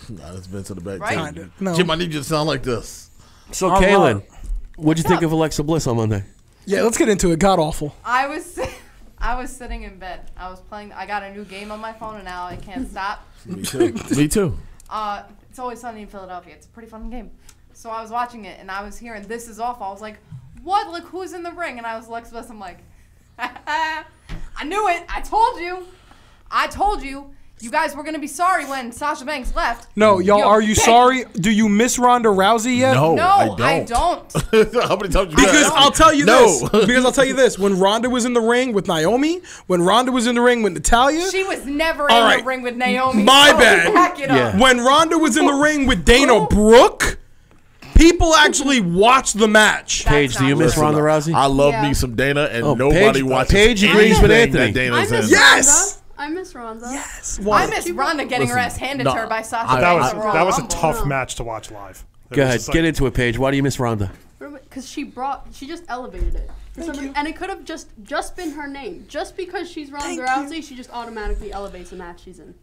S7: Nah, it's been to the back.
S6: Right?
S7: too.
S3: Kinda. No.
S7: Jim, I need you to sound like this.
S5: So,
S3: All
S5: Kaylin,
S3: right.
S5: what'd you think of Alexa Bliss on Monday?
S3: Yeah, let's get into it. God awful.
S6: I was, I was sitting in bed. I was playing. I got a new game on my phone, and now I can't stop.
S7: Me too. Me too.
S6: Uh, it's always sunny in Philadelphia. It's a pretty fun game. So I was watching it, and I was hearing "This is awful." I was like, "What? Look who's in the ring!" And I was Lex Bliss. I'm like, "I knew it. I told you. I told you. You guys were gonna be sorry when Sasha Banks left."
S3: No, y'all,
S6: You
S3: are you
S6: bitch.
S3: sorry? Do you miss Ronda Rousey yet?
S7: No,
S6: No,
S7: I don't.
S6: I don't.
S7: How many times? you
S3: Because
S7: gotta ask
S3: I'll
S7: me?
S3: tell you
S7: No.
S3: this. Because I'll tell you this. When Ronda was in the ring with Naomi, when Ronda was in the ring with Natalia,
S6: She was never in
S3: All right.
S6: the ring with Naomi.
S3: My
S6: so
S3: bad.
S6: Back it up.
S5: Yeah.
S3: when Ronda was in the ring with Dana Brooke, people actually watched the match.
S6: That's
S5: Paige, do
S6: not
S5: you miss
S6: true.
S5: Ronda Rousey?
S7: I love
S9: Yeah.
S7: me some Dana, and
S5: Oh,
S7: nobody
S5: Paige-
S7: watches.
S5: Paige agrees with
S7: anything that
S5: Anthony.
S7: Dana's
S9: I
S7: in.
S9: miss
S3: Yes!
S9: Ronda. I miss Ronda. Yes.
S6: I miss Ronda getting her
S7: Listen,
S6: ass handed
S7: no,
S6: to her by Sasha
S7: I-
S6: Banks. at
S4: That was
S6: the Royal
S4: that was a
S6: Rumble.
S4: tough match to watch live. It
S5: Go
S4: was
S5: ahead,
S4: just like-
S5: get into it, Paige. Why do you miss Ronda?
S9: Because she brought, she just elevated it. For some- And it could have just just been her name. Just because she's Ronda Rousey, she just automatically elevates the match she's in.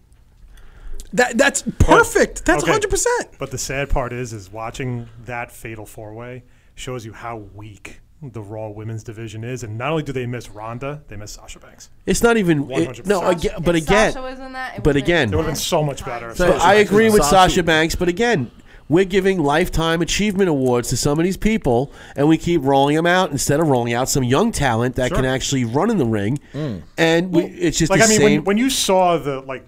S3: That that's perfect. That's
S4: Okay.
S3: 100%.
S4: But the sad part is, is watching that fatal four way shows you how weak the Raw women's division is, and not only do they miss Ronda, they miss Sasha Banks.
S5: It's not even. it-
S4: 100%.
S5: no, aga but
S6: If
S5: again,
S6: Sasha was in that, it
S5: but
S6: would've
S5: again-
S4: It would
S6: been
S4: have been so much better. if
S5: but
S4: Sasha
S5: I
S4: Banks
S5: agree with
S7: Sasha-
S5: Sasha Banks. But again, we're giving lifetime achievement awards to some of these people, and we keep rolling them out instead of rolling out some young talent that can
S4: Sure. Mm.
S5: actually run in the ring. And we, it's just
S4: like
S5: the
S4: I mean,
S5: same.
S4: when, when you saw the like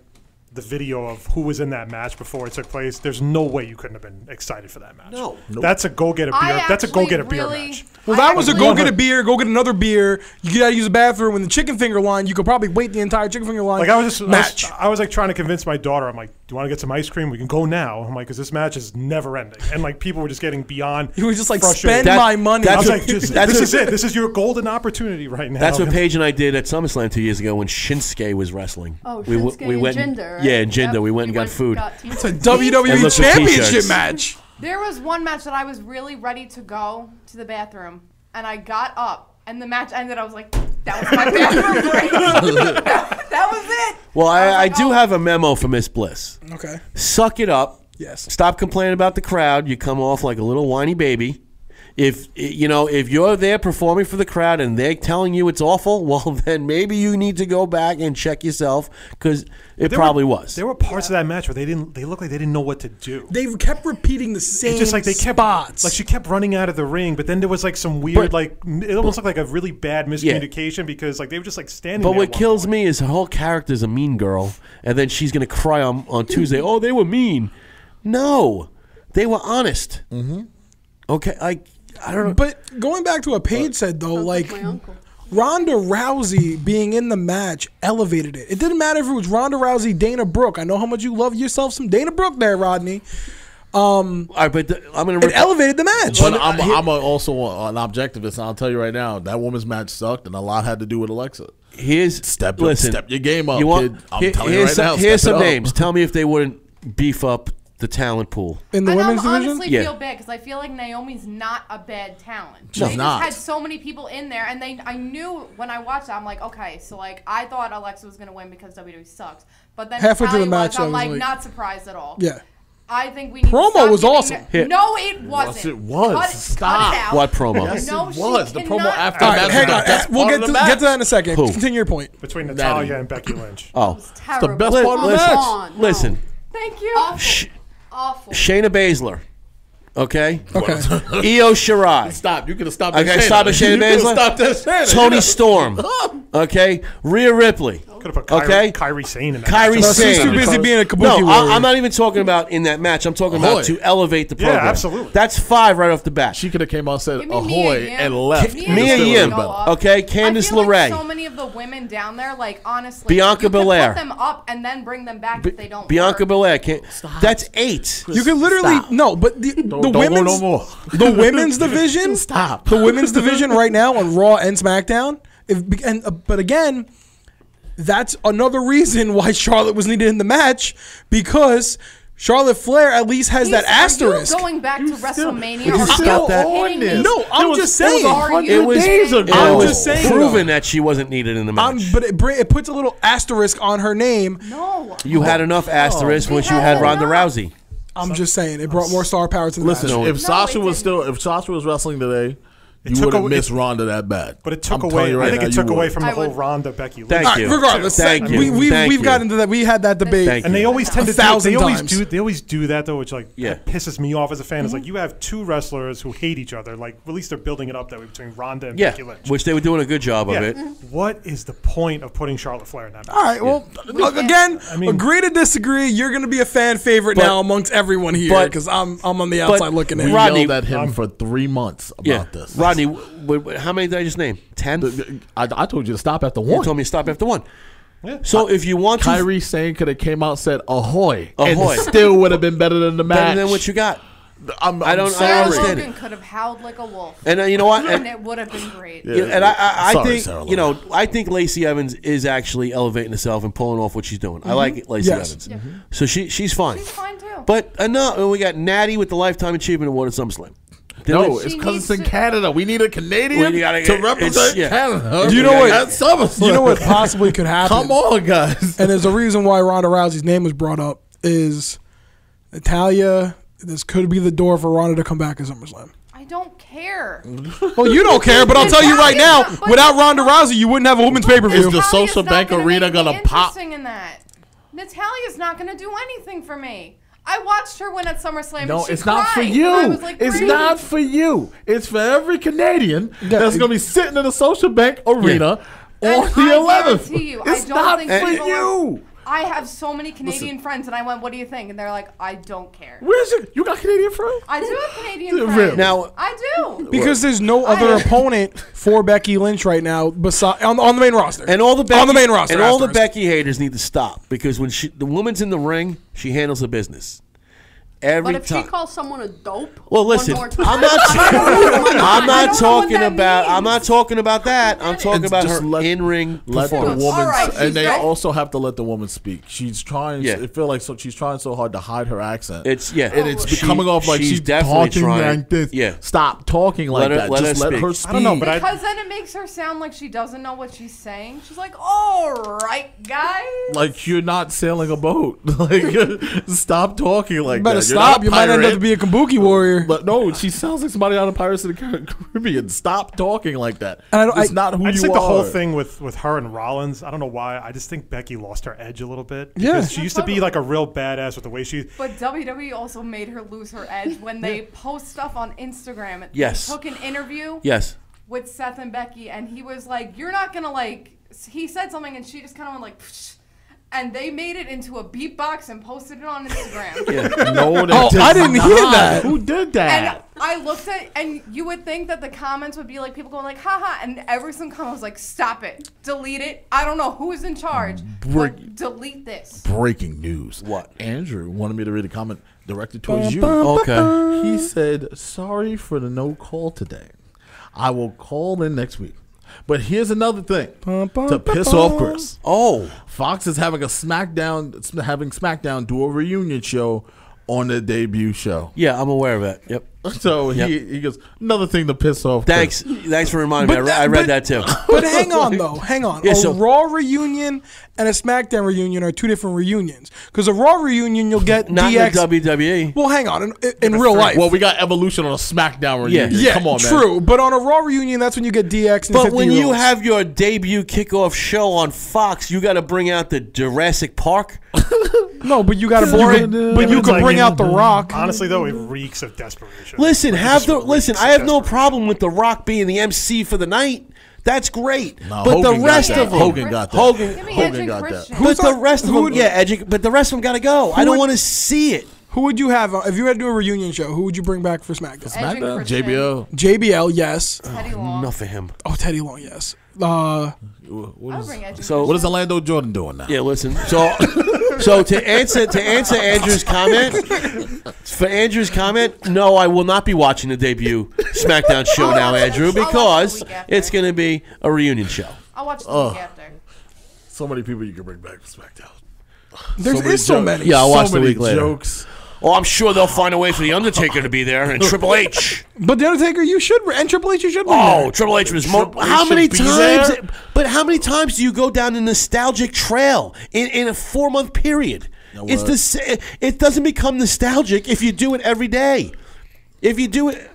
S4: the video of who was in that match before it took place, there's no way you couldn't have been excited for that match.
S5: No.
S4: that's a go get a beer.
S6: I
S4: that's a go get a
S6: actually
S4: beer
S6: really-
S4: match.
S3: Well, that
S6: I
S3: was a
S6: actually-
S3: go get a beer, go get another beer. You gotta use a bathroom. In the chicken finger line, you could probably wait the entire chicken finger line.
S4: Like I was just I was-
S3: match.
S4: I was, like trying to convince my daughter. I'm like, Do you want to get some ice cream? We can go now. I'm like, because this match is never ending. And like, people were just getting beyond.
S3: You were just like,
S4: frustrated.
S3: spend my money.
S4: I
S5: that's
S4: was
S5: what-
S4: like, just-
S5: that's
S4: this
S5: what-
S4: is it. This is your golden opportunity right now.
S5: That's what Paige and I did at SummerSlam two years ago when Shinsuke was wrestling.
S9: Oh,
S5: we, w-
S9: Shinsuke
S5: we
S9: and
S5: went,
S9: Jinder, right?
S5: Yeah, and Jinder.
S9: Yep.
S5: We went and got food.
S9: tea.
S3: It's a
S4: E
S5: And look
S3: WWE
S5: for
S3: E Championship
S5: t-shirts.
S3: match.
S6: There was one match that I was really ready to go to the bathroom, and I got up, and the match ended. I was like, that was my bathroom break. that was it.
S5: Well, I,
S6: was
S5: I
S6: like,
S5: do
S6: oh.
S5: have a memo for Miss Bliss.
S3: Okay.
S5: Suck it up.
S3: Yes.
S5: Stop complaining about the crowd. You come off like a little whiny baby. If you know if you're there performing for the crowd and they're telling you it's awful, well then maybe you need to go back and check yourself because it
S4: There were-
S5: probably was.
S4: There were parts of that match where they didn't. They looked like they didn't know what to do.
S3: They kept repeating the same
S4: It's just like they kept
S3: spots.
S4: like she kept running out of the ring, but then there was like some weird
S5: But-
S4: like m- it almost looked like a really bad miscommunication because like they were just like standing.
S5: But
S4: there
S5: what
S4: at one
S5: kills
S4: point.
S5: me is her whole character's a mean girl, and then she's gonna cry on, on Tuesday. Oh, they were mean. No, they were honest. Mm-hmm. Okay, I I don't know.
S3: but going back to what Paige said though, like
S9: my uncle.
S3: Ronda Rousey being in the match elevated it. It didn't matter if it was Ronda Rousey, Dana Brooke. I know how much you love yourself some Dana Brooke there, Rodney.
S5: All right, but the- I'm gonna.
S3: It
S5: rip-
S3: elevated the match.
S7: But I'm, I'm a, also an objectivist, and I'll tell you right now, that woman's match sucked, and a lot had to do with Alexa.
S5: here's
S7: Step up-
S5: listen,
S7: step your game up, kid. I'm telling you
S5: here's
S7: right
S5: some,
S7: now,
S5: Here's
S7: step
S5: some
S7: it up.
S5: names. Tell me if they wouldn't beef up the talent pool.
S3: in the
S6: and
S3: women's
S6: I
S3: division.
S6: honestly
S5: Yeah.
S6: feel bad because I feel like Naomi's not a bad talent.
S7: She's
S6: they
S7: not.
S6: just had so many people in there, and they I knew when I watched it, I'm like, okay, so like I thought Alexa was gonna win because WWE sucks, but then
S3: Halfway through the
S6: Natalia was,
S3: match, I
S6: I'm
S3: was
S6: like,
S3: like-
S6: not surprised at all.
S3: Yeah.
S6: I think we need
S3: Promo
S6: to stop
S3: was
S6: giving
S3: awesome.
S6: her-
S5: Yeah.
S6: No, it wasn't.
S7: it was.
S6: Cut it,
S7: Stop.
S6: Cut it out.
S5: What promo?
S6: No,
S5: Yes,
S7: it
S6: she
S7: was. The promo
S6: cannot-
S7: after
S3: All
S7: that
S3: right,
S7: That's
S3: hang
S7: not
S3: on.
S7: that
S3: We'll
S7: part
S3: get
S7: of
S3: to,
S7: the
S3: get to
S7: match.
S3: that in a second.
S5: Who?
S3: Continue your point.
S4: between
S7: Natty.
S4: Natalia and Becky Lynch.
S5: Oh,
S6: It's terrible.
S7: best
S5: Li-
S7: part of the
S5: listen,
S7: match.
S9: on, no.
S5: listen,
S6: Thank you.
S5: Sh-
S9: Awful.
S5: Shayna Baszler, okay,
S3: Okay.
S5: Io Shirai,
S7: Stop. You could have stopped.
S5: Okay,
S7: at Shayna.
S5: stop at Shayna
S7: You could've
S5: Baszler.
S7: stopped at Shayna.
S5: Tony Storm, okay, Rhea Ripley,
S4: Could have put Kyrie,
S5: Okay.
S4: Kyrie Sane in that.
S5: Kyrie
S4: match.
S3: No, she's
S5: Sane.
S3: too busy being a kabuki
S5: No,
S3: warrior.
S5: I, I'm not even talking about in that match. I'm talking about
S7: Ahoy.
S5: to elevate the
S4: Yeah,
S5: program.
S4: absolutely.
S5: That's five right off the bat.
S7: She could have came out and said
S6: Give me
S7: ahoy
S6: Mia Yim.
S7: and left.
S6: Mia
S7: It
S5: Mia
S7: still
S5: Yim,
S7: would've been better.
S5: okay, Candice
S6: I feel
S5: LeRae.
S6: Like so many of the women down there, like honestly,
S5: Bianca
S6: you could
S5: Belair.
S6: put them up and then bring them back if they don't.
S5: Bianca
S6: work.
S5: Belair. Can't, that's eight.
S3: You can literally no, but the, the
S7: don't go
S3: women's
S7: no more.
S3: the women's division
S7: Stop.
S3: the women's division right now on Raw and SmackDown. If be- and uh, but again, that's another reason why Charlotte was needed in the match because Charlotte Flair at least has that
S6: Are you
S3: asterisk.
S6: going back to WrestleMania?
S7: You
S6: Are
S7: still
S6: you
S5: that.
S6: kidding
S7: on this.
S6: me?
S3: No, I'm
S7: It was-
S3: just
S7: it was a
S3: saying.
S7: hundred
S6: It was-
S7: days ago.
S5: It
S3: I'm
S5: was
S3: just saying,
S5: proven that she wasn't needed in the
S3: Um,
S5: match.
S3: but it, br- it puts a little asterisk on her name.
S6: No.
S5: you had enough asterisk once you had
S6: No.
S5: Ronda Rousey.
S3: I'm just saying, it brought more star power to the
S7: Listen,
S3: match.
S5: No, it-
S7: if Sasha
S6: it didn't.
S7: was still, if Sasha was wrestling today, you
S4: took
S7: would have
S4: away-
S7: missed Ronda that bad.
S4: But it took
S7: I'm telling
S4: away.
S7: you right
S4: I think
S7: now,
S4: it
S7: you
S4: took away
S7: would've.
S4: from the
S6: I
S4: whole
S6: would-
S4: Ronda Becky Lynch.
S5: Thank
S3: All right,
S5: you.
S3: regardless,
S5: Thank
S3: that-
S5: you.
S3: we, we've,
S5: Thank
S3: we've
S5: you.
S3: gotten into that. We had that debate.
S5: Thank
S4: And they
S5: you.
S4: always tend
S3: A
S4: to do,
S3: thousand
S4: they always
S3: times.
S4: do they always do that though, which like
S5: Yeah.
S4: that pisses me off as a fan. It's
S6: Mm-hmm.
S4: like you have two wrestlers who hate each other. Like at least they're building it up that way between Ronda and
S5: Yeah,
S4: Becky Lynch.
S5: which they were doing a good job of
S4: yeah.
S6: Mm-hmm.
S4: Mm-hmm.
S5: it.
S4: What is the point of putting Charlotte Flair in that match?
S3: All right. Well, look, again,
S4: mean-
S3: agree to disagree. You're going to be a fan favorite
S5: But-
S3: now amongst everyone here
S5: but-
S3: because I'm I'm on the outside looking in.
S7: We
S5: Rodney-
S7: yelled at him for three months about
S5: Yeah,
S7: this.
S5: Rodney, w- w- how many did I just name? Ten. You
S7: I, I told you to stop after one.
S5: told me to stop after one. So if you want to,
S7: Kyrie Sane could have came out and said ahoy,
S5: Ahoy.
S7: and still would have been better than the match.
S5: better than what you got.
S7: I'm, I'm
S5: I don't- I
S7: sorry.
S5: don't
S6: Sarah
S5: understand
S6: Logan could have howled like a wolf,
S5: And uh, you know what?
S6: and
S5: And,
S6: it would have been great.
S5: you know, and I, I, I
S7: Sorry,
S5: think
S7: Sarah
S5: you know, I think Lacey Evans is actually elevating herself and pulling off what she's doing. I like Lacey
S3: Yes.
S5: Evans, so she she's fine.
S6: She's fine too.
S5: But enough. and We got Natty with the Lifetime Achievement Award at SummerSlam. Did
S7: No,
S5: they-
S7: it's
S6: She
S7: because
S6: needs
S7: it's in
S6: to-
S7: Canada. We need a Canadian
S5: We gotta
S7: to
S5: get- it's-
S7: represent
S5: yeah.
S7: Canada.
S3: You know what-
S7: That's SummerSlam.
S3: you know what possibly could happen.
S7: Come on, guys.
S3: And there's a reason why Ronda Rousey's name was brought up is Natalia. This could be the door for Ronda to come back at SummerSlam.
S6: I don't care.
S3: Well, you don't care, but I'll tell you right now,
S6: But-
S3: without Ronda Rousey, you wouldn't have a women's pay per
S7: Is
S3: view.
S7: the
S6: Natalia's
S7: social
S6: not
S7: bank
S6: gonna
S7: arena
S6: make
S7: gonna
S6: me
S7: pop?
S6: interesting In that, Natalia's not going to do anything for me. I watched her win at SummerSlam.
S7: No,
S6: and she
S7: it's not for
S6: cried, and
S7: you.
S6: I was like,
S7: it's
S6: "Great."
S7: not for you. It's for every Canadian that's
S3: it-
S7: going to be sitting in a social bank arena
S6: And
S7: on
S6: I
S7: the 11th.
S6: guarantee you, I
S7: it's
S6: don't
S7: not
S6: think
S7: for
S6: people-
S7: you.
S6: I have so many Canadian friends, and I went, "What do you think?" And they're like, "I don't care."
S10: Where's it? You got Canadian friend?
S6: I do have Canadian
S10: Really?
S6: friends.
S5: Now-
S6: I do.
S3: Because there's no other opponent for Becky Lynch right now beside on, on the main roster.
S5: And all the Becky,
S3: on the main roster.
S5: and all the
S3: asterisk.
S5: Becky haters need to stop because when she, the woman's in the ring, she handles the business every
S9: But if
S5: time.
S9: she calls someone a dope,
S5: well, listen,
S9: one more time,
S5: I'm not. I'm
S6: I
S5: not
S6: don't know what
S5: talking
S6: that
S5: about. I'm
S6: means.
S5: not talking about that. I'm talking
S7: And
S5: about
S7: just
S5: her
S7: let-
S5: in ring
S7: Let the
S5: performance.
S7: woman,
S6: All right, she's
S7: and they
S6: right.
S7: also have to let the woman speak. She's trying.
S5: Yeah.
S7: I feel like so she's trying so hard to hide her accent.
S5: It's yeah,
S7: and it's
S5: She-
S7: coming off like she's,
S5: definitely
S7: talking
S5: trying-
S7: like this.
S5: Yeah,
S7: Stop talking like
S5: Let her-
S7: that.
S5: let
S7: Just
S5: her
S7: let her
S5: speak.
S7: speak.
S4: I don't know, but I-
S6: Because then it makes her sound like she doesn't know what she's saying. She's like, "All right, guys."
S7: like you're not sailing a boat. like stop talking like
S3: You better
S7: that. You're not
S3: stop.
S7: a
S3: You might end up
S7: pirate.
S3: to be a Kabuki warrior.
S7: But no, she sounds like somebody out of Pirates of the Caribbean. Stop talking like that.
S3: And I don't-
S7: it's
S3: I-
S7: not who
S4: I
S7: you
S4: just think the whole
S7: are.
S4: thing with, with her and Rollins, I don't know why. I just think Becky lost her edge a little bit.
S3: Yeah.
S4: Because she
S6: No,
S4: used to be
S6: totally.
S4: like a real badass with the way she.
S6: But WWE also made her lose her edge when they post stuff on Instagram. They
S5: Yes.
S6: took an interview
S5: yes.
S6: with Seth and Becky, and he was like, "You're not gonna like." He said something, and she just kind of went like, Psh, and they made it into a beatbox and posted it on Instagram.
S7: No, they
S3: Oh,
S7: did
S3: I didn't hear
S7: not.
S3: that.
S7: Who did
S6: And
S7: that?
S6: I looked at, and you would think that the comments would be like people going like, haha, and every single comment was like, stop it, delete it. I don't know who's in charge.
S7: Bring-
S6: but delete this.
S7: Breaking news.
S5: What?
S7: Andrew wanted me to read a comment directed towards you.
S5: Okay.
S7: He said, "Sorry for the no call today. I will call in next week." But here's another thing to piss off Chris.
S5: Oh,
S7: Fox is having a SmackDown, having SmackDown do a reunion show on the debut show.
S5: yeah, I'm aware of that. Yep.
S7: So
S5: Yep.
S7: he, he goes, another thing to piss off. Chris."
S5: Thanks. Thanks for reminding me. I,
S3: But
S5: re-
S3: that-
S5: I read
S3: but-
S5: that too.
S3: But hang on though, hang on.
S5: Yeah,
S3: a
S5: so-
S3: Raw reunion and a SmackDown reunion are two different reunions. Because a Raw reunion, you'll get
S5: Not
S3: DX.
S5: in the E. WWE.
S3: well, hang on. In, in real life,
S7: Well, we got Evolution on a SmackDown reunion.
S5: Yeah.
S3: yeah,
S7: Come on, man.
S3: true. But on a Raw reunion, that's when you get DX. And
S5: But when you
S3: 50-year-olds.
S5: have your debut kickoff show on Fox, you got to bring out the Jurassic Park.
S3: no, but you got to,
S5: Foreign-
S3: but you
S4: It's
S3: could
S4: like-
S3: bring out the Rock.
S4: Honestly, though, it reeks of desperation.
S5: Listen,
S4: Like, it
S5: have
S4: just
S5: the
S4: reeks
S5: listen.
S4: of
S5: I have no
S4: desperation.
S5: problem with the Rock being the MC for the night. That's great.
S7: No,
S5: but
S7: Hogan
S5: the
S7: got
S5: rest
S7: that.
S5: of them,
S7: Hogan got that.
S5: Hogan-
S6: Give me
S7: Hogan
S6: Edge and
S7: got that.
S6: Christian.
S5: but the
S3: our-
S5: rest of
S3: who
S5: them,
S3: would-
S5: yeah, edu- but the rest of them got to go. I don't
S3: would-
S5: want to see it.
S3: Who would you have uh, if you had to do a reunion show? Who would you bring back for SmackDown?
S6: Edge and
S7: SmackDown,
S6: Christian,
S7: JBL.
S3: JBL, yes.
S6: Teddy Long.
S5: Enough of him.
S3: Oh, Teddy Long, yes. Uh,
S7: What
S6: I'll
S7: is,
S6: bring Edge and
S5: So-
S7: what is Orlando Jordan doing now?
S5: Yeah, listen. So, so to answer to answer Andrew's comment, for Andrew's comment, no, I will not be watching the debut SmackDown show
S6: I'll
S5: now,
S6: watch it-
S5: Andrew,
S6: I'll watch it the
S5: because
S6: week after.
S5: it's going to be a reunion show.
S6: I'll watch the week after.
S7: So many people you can bring back from SmackDown.
S3: there's so many. So
S7: jokes.
S3: many.
S5: Yeah, I'll watch the
S7: many
S5: week later.
S7: Jokes.
S5: Oh, I'm sure they'll find a way for the Undertaker to be there and Triple H.
S3: But the Undertaker, you should bring- and Triple H, you should. bring
S5: Oh,
S3: back.
S5: Triple H was mo-
S7: Triple H
S5: how
S7: should
S5: many
S7: be
S5: times?
S7: there.
S5: But how many times do you go down a nostalgic trail in, in a four month period?
S7: Now
S5: It's
S7: what?
S5: the sa- it doesn't become nostalgic if you do it every day. If you do it,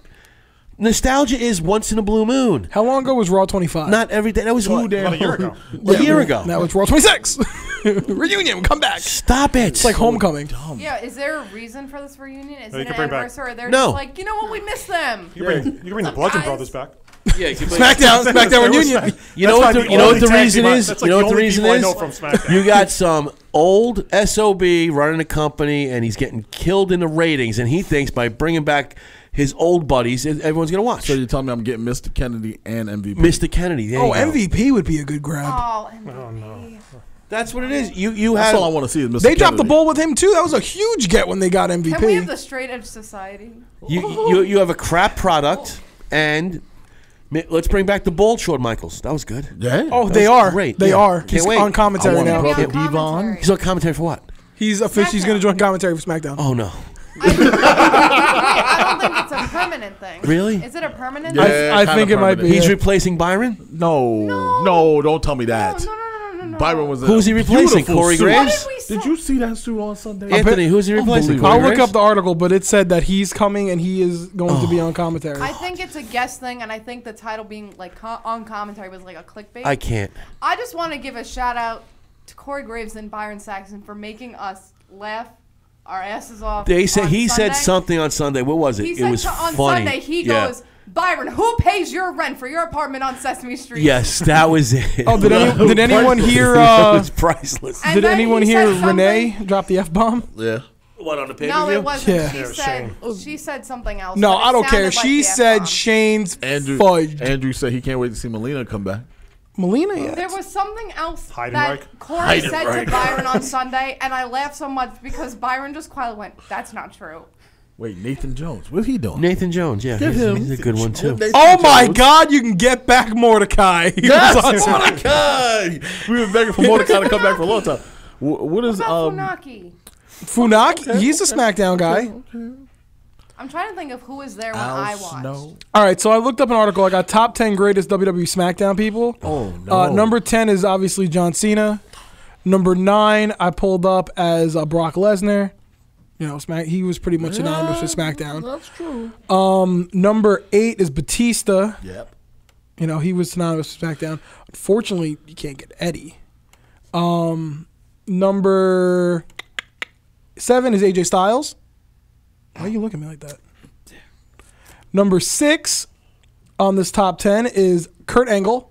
S5: nostalgia is once in a blue moon,
S3: how long ago was Raw 25?
S5: not every day. That was what,
S4: About a year ago.
S5: a year ago.
S3: Now it's Raw 26. Reunion, come back. It's
S5: Stop it! It's
S3: like homecoming.
S6: Yeah, is there a reason for this reunion? Is
S4: No, you
S6: it
S4: can
S6: an
S4: bring back-
S6: anniversary? Or they're
S5: No.
S6: just like, you know what? We miss them.
S4: You can bring, you can bring the Bludgeon
S6: Guys.
S4: Brothers back.
S5: yeah, you
S3: SmackDown, SmackDown reunion.
S5: You know what?
S4: That's
S5: The,
S4: like
S5: you know
S4: only
S5: what the
S4: tag
S5: reason
S4: team I-
S5: is.
S4: that's
S5: you
S4: like
S5: know
S4: the
S5: what the
S4: only
S5: reason
S4: people I
S5: is.
S4: know from SmackDown.
S5: You got some old sob running a company, and he's getting killed in the ratings. And he thinks by bringing back his old buddies, e- everyone's gonna watch.
S7: So you're telling me I'm getting Mr. Kennedy and MVP?
S5: Mr. Kennedy. There
S3: Oh,
S5: you go.
S3: MVP would be a good grab.
S6: Oh, and
S5: That's what it is. You you
S7: That's
S5: have.
S7: all I want to see is Mr.
S3: They dropped the
S7: Kennedy.
S3: ball with him too. That was a huge get when they got MVP.
S6: can we have the Straight Edge Society?
S5: You, you you have a crap product, and mi- let's bring back the bold short Michaels. That was good.
S7: Yeah.
S3: oh, they
S5: That was
S3: are.
S5: great.
S3: They
S5: Yeah.
S3: are.
S5: Can't
S3: He's
S5: wait.
S3: on
S7: I
S3: commentary
S7: want
S3: now.
S7: Bro,
S6: Maybe on
S7: Devon.
S6: commentary.
S5: He's on commentary for what?
S3: He's official. He's going to join commentary for SmackDown.
S5: Oh no.
S6: I don't think it's a permanent thing.
S5: Really?
S6: Is it a permanent
S7: Yeah,
S6: thing?
S3: I
S7: kinda
S3: think it might
S7: permanent.
S3: be.
S5: He's
S3: Yeah.
S5: replacing Byron.
S7: No, no, don't tell me that.
S6: No, no, no, no, no, no.
S7: Byron was.
S5: Who's he replacing, Corey
S7: Corey
S5: Graves?
S6: Why did we
S7: Did
S6: sell-
S7: you see that suit on Sunday?
S5: Anthony, who's he replacing?
S7: Unbelievable.
S3: I'll
S5: Corey
S3: look
S5: Graves?
S3: up the article, but it said that he's coming and he is going to be
S5: Oh.
S3: on commentary.
S6: I think it's a guest thing, and I think the title being like co- on commentary was like a clickbait.
S5: I can't.
S6: I just want to give a shout out to Corey Graves and Byron Saxon for making us laugh our asses off.
S5: They said
S6: on
S5: he said
S6: Sunday.
S5: something on Sunday. What was it?
S6: He
S5: it
S6: said
S5: was
S6: to- on
S5: funny.
S6: Sunday he
S5: Yeah.
S6: goes, Byron, who pays your rent for your apartment on Sesame Street?
S5: Yes, that was it.
S3: Oh, did, any, did anyone hear?
S5: that
S3: Uh,
S5: was priceless.
S6: And
S3: did
S6: then
S3: anyone
S6: he
S3: hear
S6: said something-
S3: Renee drop the f bomb?
S7: Yeah.
S5: What on the pay
S6: No, it wasn't.
S3: Yeah.
S6: She
S4: Yeah,
S6: said she said something else.
S3: No,
S6: but it
S3: I don't care.
S6: sounded like
S3: she
S6: the
S3: said
S6: F-bomb.
S3: Shane's
S7: Andrew
S3: fudged.
S7: Andrew said he can't wait to see Melina come back.
S3: Melina, yeah.
S6: There was something else that
S4: Heidenreich?
S6: Corey said to Byron on Sunday, and I laughed so much because Byron just quietly went, "That's not true."
S7: Wait, Nathan Jones, what's he doing?
S5: Nathan Jones, yeah, he's, he's a good one too.
S3: Oh my God! You can get back Mordecai. He was
S7: Yes,
S3: awesome.
S7: Mordecai. We've been begging for Mordecai to come back for a long time. Wh- What is
S6: About
S7: um?
S6: Funaki.
S3: Funaki, he's a SmackDown guy.
S6: I'm trying to think of who was there when
S7: Al
S6: I watched.
S7: Snow?
S3: All right, so I looked up an article. I got top ten greatest WWE SmackDown people. Oh
S7: no.
S3: Uh, number ten is obviously John Cena. Number nine, I pulled up as uh, Brock Lesnar. You know, Smack. He was pretty much synonymous with SmackDown. That's true. Um, number eight is Batista.
S7: Yep.
S3: You know, he was synonymous with SmackDown. Unfortunately, you can't get Eddie. Um, number seven is AJ Styles. Why are you looking at me like that? Number six on this top ten is Kurt Angle.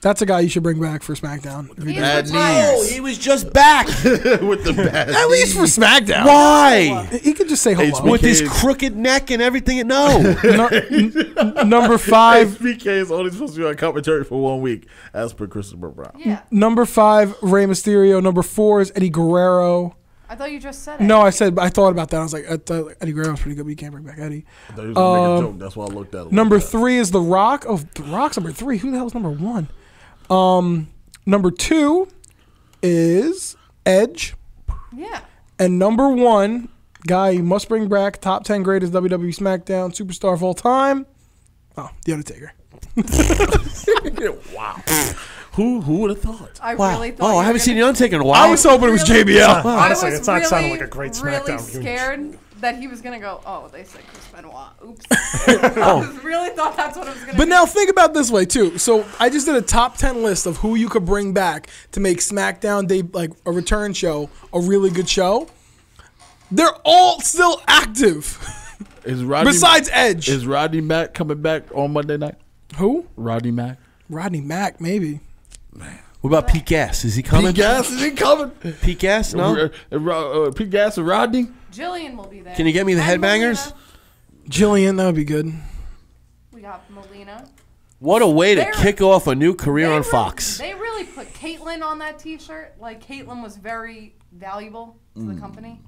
S3: That's a guy you should bring back for SmackDown. If you-
S7: Bad
S5: Oh, he was just back.
S7: With the bad.
S3: At least for SmackDown.
S5: Why?
S3: He could just say hello.
S7: HBK.
S5: With his crooked neck and everything. No.
S3: No- n- number five,
S7: SBK is only supposed to be on commentary for one week, as per Christopher Brown.
S6: "Oh, Yeah,
S3: number five, Rey Mysterio. Number four is Eddie Guerrero.
S6: I thought you just said it.
S3: No, I said I thought about that. I was like, I thought Eddie Guerrero's pretty good, but you can't bring back Eddie.
S7: I thought he was gonna make a joke. That's why I looked at him.
S3: Number
S7: like that.
S3: three is The Rock. Oh, The Rock's number three. Who the hell's number one? Um, number two is Edge,
S6: Yeah.
S3: and number one guy you must bring back top ten greatest WWE SmackDown superstar of all time. Oh, The Undertaker.
S7: Who who would have thought?
S6: I really thought.
S5: Oh,
S6: you
S5: I
S6: were
S5: haven't seen
S6: gonna-
S5: the Undertaker in a while.
S3: hoping it was JBL.
S6: I was
S4: Honestly, it's not
S6: really,
S4: sounding like a great
S6: really
S4: SmackDown reunion.
S6: scared that he was gonna go. Oh, they said Chris Benoit. Oops.
S5: Oh.
S6: I was really thought that's what it was gonna.
S3: But
S6: be.
S3: now think about this way too. So I just did a top ten list of who you could bring back to make SmackDown Day like a return show, a really good show. They're all still active.
S7: Is Rodney
S3: Besides Edge.
S7: is Rodney Mack coming back on Monday night?
S3: who?
S7: Rodney Mack.
S3: Rodney Mack, maybe.
S5: What about Pete Gas? Is he coming?
S7: Pete Gas is he coming?
S5: Pete Gas? No.
S7: Uh, Ro- uh, Pete Gas and Rodney.
S6: Jillian will be there.
S5: Can you get me the
S6: And Melina.
S5: headbangers?
S3: Jillian, that would be good.
S6: We got Melina.
S5: What a way to
S6: They're-
S5: kick off a new career
S6: They
S5: on
S6: re-
S5: Fox.
S6: They really put Caitlyn on that T-shirt. Like Caitlyn was very valuable to
S5: Mm.
S6: the company.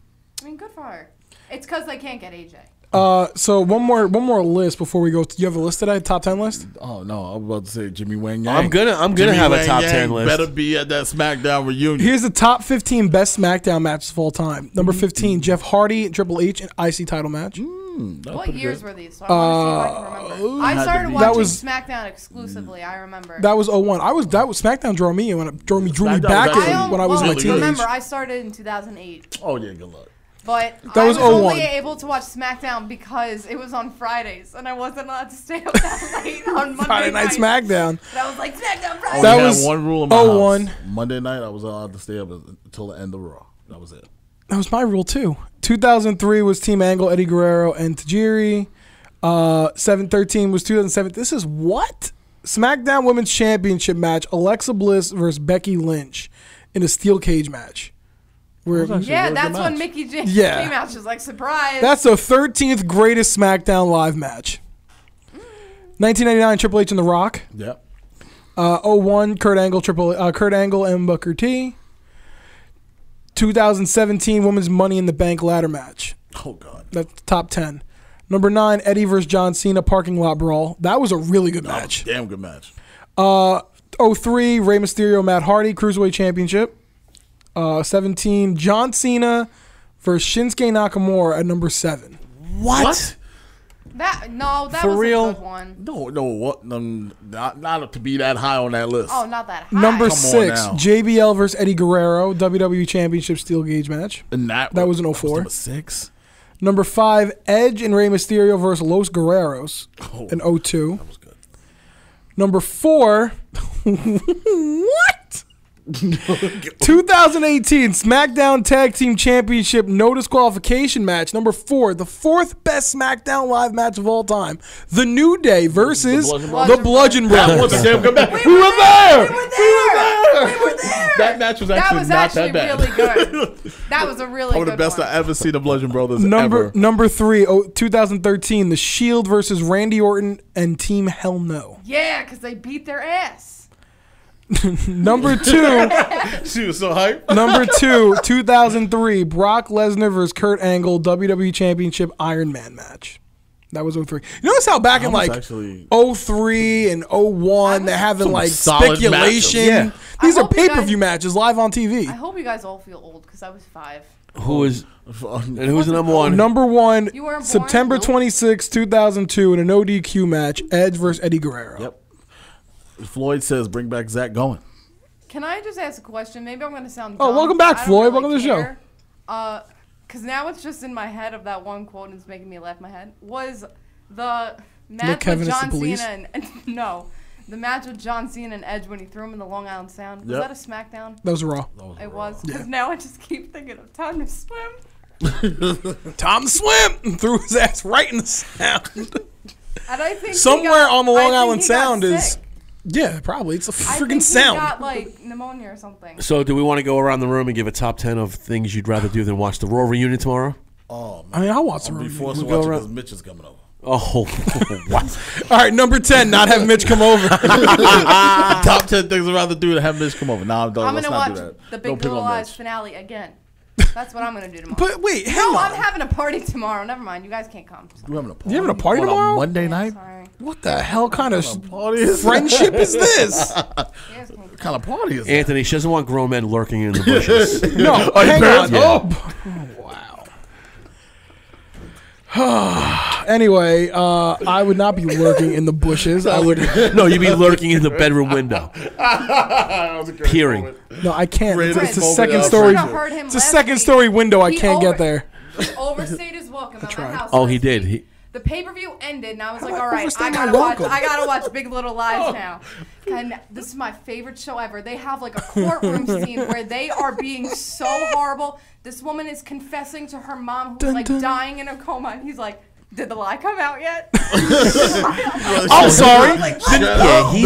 S6: I mean, good for her. It's because they can't get AJ.
S3: Uh, so one more one more list before we go. You have a list today, top ten list.
S7: Oh no, I'm about to say Jimmy Wang Yang.
S5: I'm gonna- I'm gonna
S7: Jimmy
S5: have a
S7: Wang
S5: top 10
S7: Yang
S5: list.
S7: Better be at that SmackDown reunion.
S3: Here's the top 15 best SmackDown matches of all time. Number
S7: Mm.
S3: 15, Jeff Hardy, Triple H, and IC title match.
S6: What years were these? So I
S5: Uh,
S6: want to see if I can remember. I started
S7: be-
S6: watching
S3: That was-
S5: Mm.
S6: SmackDown exclusively. I remember.
S3: That was 01. I was that was SmackDown drew me in when I, drew me drew me
S7: SmackDown
S3: back
S7: was
S3: in
S7: actually
S3: when I was in my
S7: really good.
S3: teenage.
S6: remember I started in 2008,
S7: Oh yeah, good luck.
S6: but I
S3: That was
S6: was only
S3: 01.
S6: able to watch SmackDown because it was on Fridays, and I wasn't allowed to stay up that late on Monday
S3: Friday Night SmackDown.
S6: And I was like SmackDown Friday.
S3: That
S7: I had
S3: was
S7: one rule in my house.
S3: 01.
S7: Monday night, I was allowed to stay up until the end of Raw. That was it.
S3: That was my rule too. 2003 was Team Angle, Eddie Guerrero, and Tajiri. Uh, 713 was 2007. This is what SmackDown Women's Championship match: Alexa Bliss versus Becky Lynch in a steel cage match. Where
S6: yeah,
S7: Where's the
S6: that's when
S7: match?
S6: Mickey James
S3: Yeah.
S6: came out. She was like, "Surprise!"
S3: that's the 13th greatest SmackDown live match. 1999 Triple H and The Rock.
S7: Yep.
S3: Uh, 01 Kurt Angle Triple uh, Kurt Angle and Booker T. 2017 Women's Money in the Bank ladder match.
S7: Oh God.
S3: That's the top ten. Number nine, Eddie versus John Cena parking lot brawl. That was a really good match.
S7: Damn good match.
S3: Oh three, Rey Mysterio, Matt Hardy, Cruiserweight Championship. Uh, 17, John Cena versus Shinsuke Nakamura at number seven.
S5: What?
S6: That no, that
S5: For
S6: was
S5: real?
S6: a good one.
S7: No, no, what? No, not not up to be that high on that list.
S6: Oh, not that high.
S3: Number
S7: on
S3: six,
S7: now.
S3: E oh
S11: Oh,
S3: 2018 SmackDown Tag Team Championship no disqualification match, number four, the fourth best SmackDown live match of all time. The New Day versus
S11: Bludgeon
S3: the Bludgeon
S11: That was
S3: Brothers.
S11: a damn good match.
S6: We
S11: We
S6: were
S11: were there.
S6: We were there. We were there.
S11: That match was
S6: That
S11: actually
S6: was
S11: not
S6: actually
S11: that bad.
S6: really good. That was a really
S11: One of
S6: good
S11: the best
S6: one.
S11: I ever seen the Bludgeon Brothers
S3: Number
S11: ever.
S3: number three, oh, 2013, The Shield versus Randy Orton and Team Hell No.
S6: Yeah, because they beat their ass.
S3: Number two,
S11: She was so hyped.
S3: number two, 2003, Brock Lesnar versus Kurt Angle WWE Championship Iron Man match. That was 03. You notice how back in
S7: was
S3: like
S7: actually-
S3: 03 and 01, they're having like
S11: solid
S3: speculation.
S5: matches. Yeah.
S3: These
S6: I
S3: are
S6: hope
S3: pay
S6: you
S3: per view
S6: guys-
S3: matches live on TV.
S6: I hope you guys all feel old because I was five.
S5: Who is and
S7: um,
S5: who's the number one?
S3: Number one,
S6: You weren't born,
S3: September
S6: nope.
S3: twenty sixth, 2002, in an ODQ match, Edge versus Eddie Guerrero.
S7: Yep. Floyd says, "Bring back Zach Gowen."
S6: Can I just ask a question? Maybe I'm going to sound.
S3: Oh,
S6: dumb,
S3: welcome back,
S6: I don't
S3: Floyd.
S6: really
S3: Welcome to the show.
S6: care. Uh, because now it's just in my head of that one quote and it's making me laugh in my head. Was the match
S3: Kevin is
S6: with
S3: the
S6: John
S3: police?
S6: Cena and no, the match with John Cena and Edge when he threw him in the Long Island Sound was
S7: Yep.
S6: that a SmackDown?
S3: That was raw.
S6: It was because now I just keep thinking of Time to Swim.
S3: Tom Swim threw his ass right in the sound.
S6: And I think he
S3: Somewhere
S6: got-
S3: on the Long
S6: I think
S3: Island
S6: he got
S3: Sound is-
S6: sick.
S3: yeah, probably. It's a
S6: I
S3: freaking
S6: think
S3: sound.
S6: He got like pneumonia or something.
S5: So, do we want to go around the room and give a top ten of things you'd rather do than watch the Raw reunion tomorrow?
S3: I mean, I'll watch the
S7: Be
S3: review.
S7: forced to watch because Mitch is coming over.
S5: Oh, what?
S3: All right, number 10, not have Mitch come over.
S11: Top
S7: Top ten things I'd rather do to have Mitch come over. Nah, don't,
S6: I'm
S7: let's
S6: gonna
S7: not
S6: watch
S7: do that.
S6: the
S7: Don't
S6: Big
S7: pick
S6: Little
S7: on
S6: Lies
S7: Mitch.
S6: finale again. That's what I'm gonna do tomorrow.
S3: but wait, hang
S6: no,
S3: on.
S6: I'm having a party tomorrow. Never mind, you guys can't come. So-
S7: You having a party?
S3: having a party
S7: on
S3: tomorrow?
S7: Monday
S6: Yeah,
S7: night?
S6: Sorry,
S3: what the hell kind of
S7: Party is
S3: friendship is this?
S6: you guys can't come.
S7: kind of party is
S5: Anthony, she doesn't want grown men lurking in the bushes.
S3: No,
S7: Oh, you
S3: hang
S7: parents-
S3: on. Oh, b- Oh, wow. anyway, uh, I would not be lurking in the bushes. I would.
S5: no, you'd be lurking in the bedroom window, peering.
S3: No, I can't. It's,
S7: Rated
S3: it's a
S7: moment
S3: second
S7: of
S3: story.
S6: Should've heard him
S3: It's a
S6: last
S3: second
S6: week.
S3: story window. I
S6: He
S3: can't
S6: over-
S3: get there.
S6: Overstayed his welcome at my house.
S5: Oh, he
S6: last
S5: did.
S6: week.
S5: He,
S6: The pay per view ended, and I was like,
S3: I
S6: all right,
S3: overstayed
S6: I
S3: my
S6: gotta watch.
S3: welcome?" Oh.
S6: I gotta watch Big Little Lies now. And this is my favorite show ever. They have like a courtroom scene where they are being so horrible. This woman is confessing to her mom who's
S3: Dun,
S6: like
S3: dun.
S6: dying in a coma, and he's like, "Did the lie come out yet?"
S3: I'm sorry.
S5: yeah, he's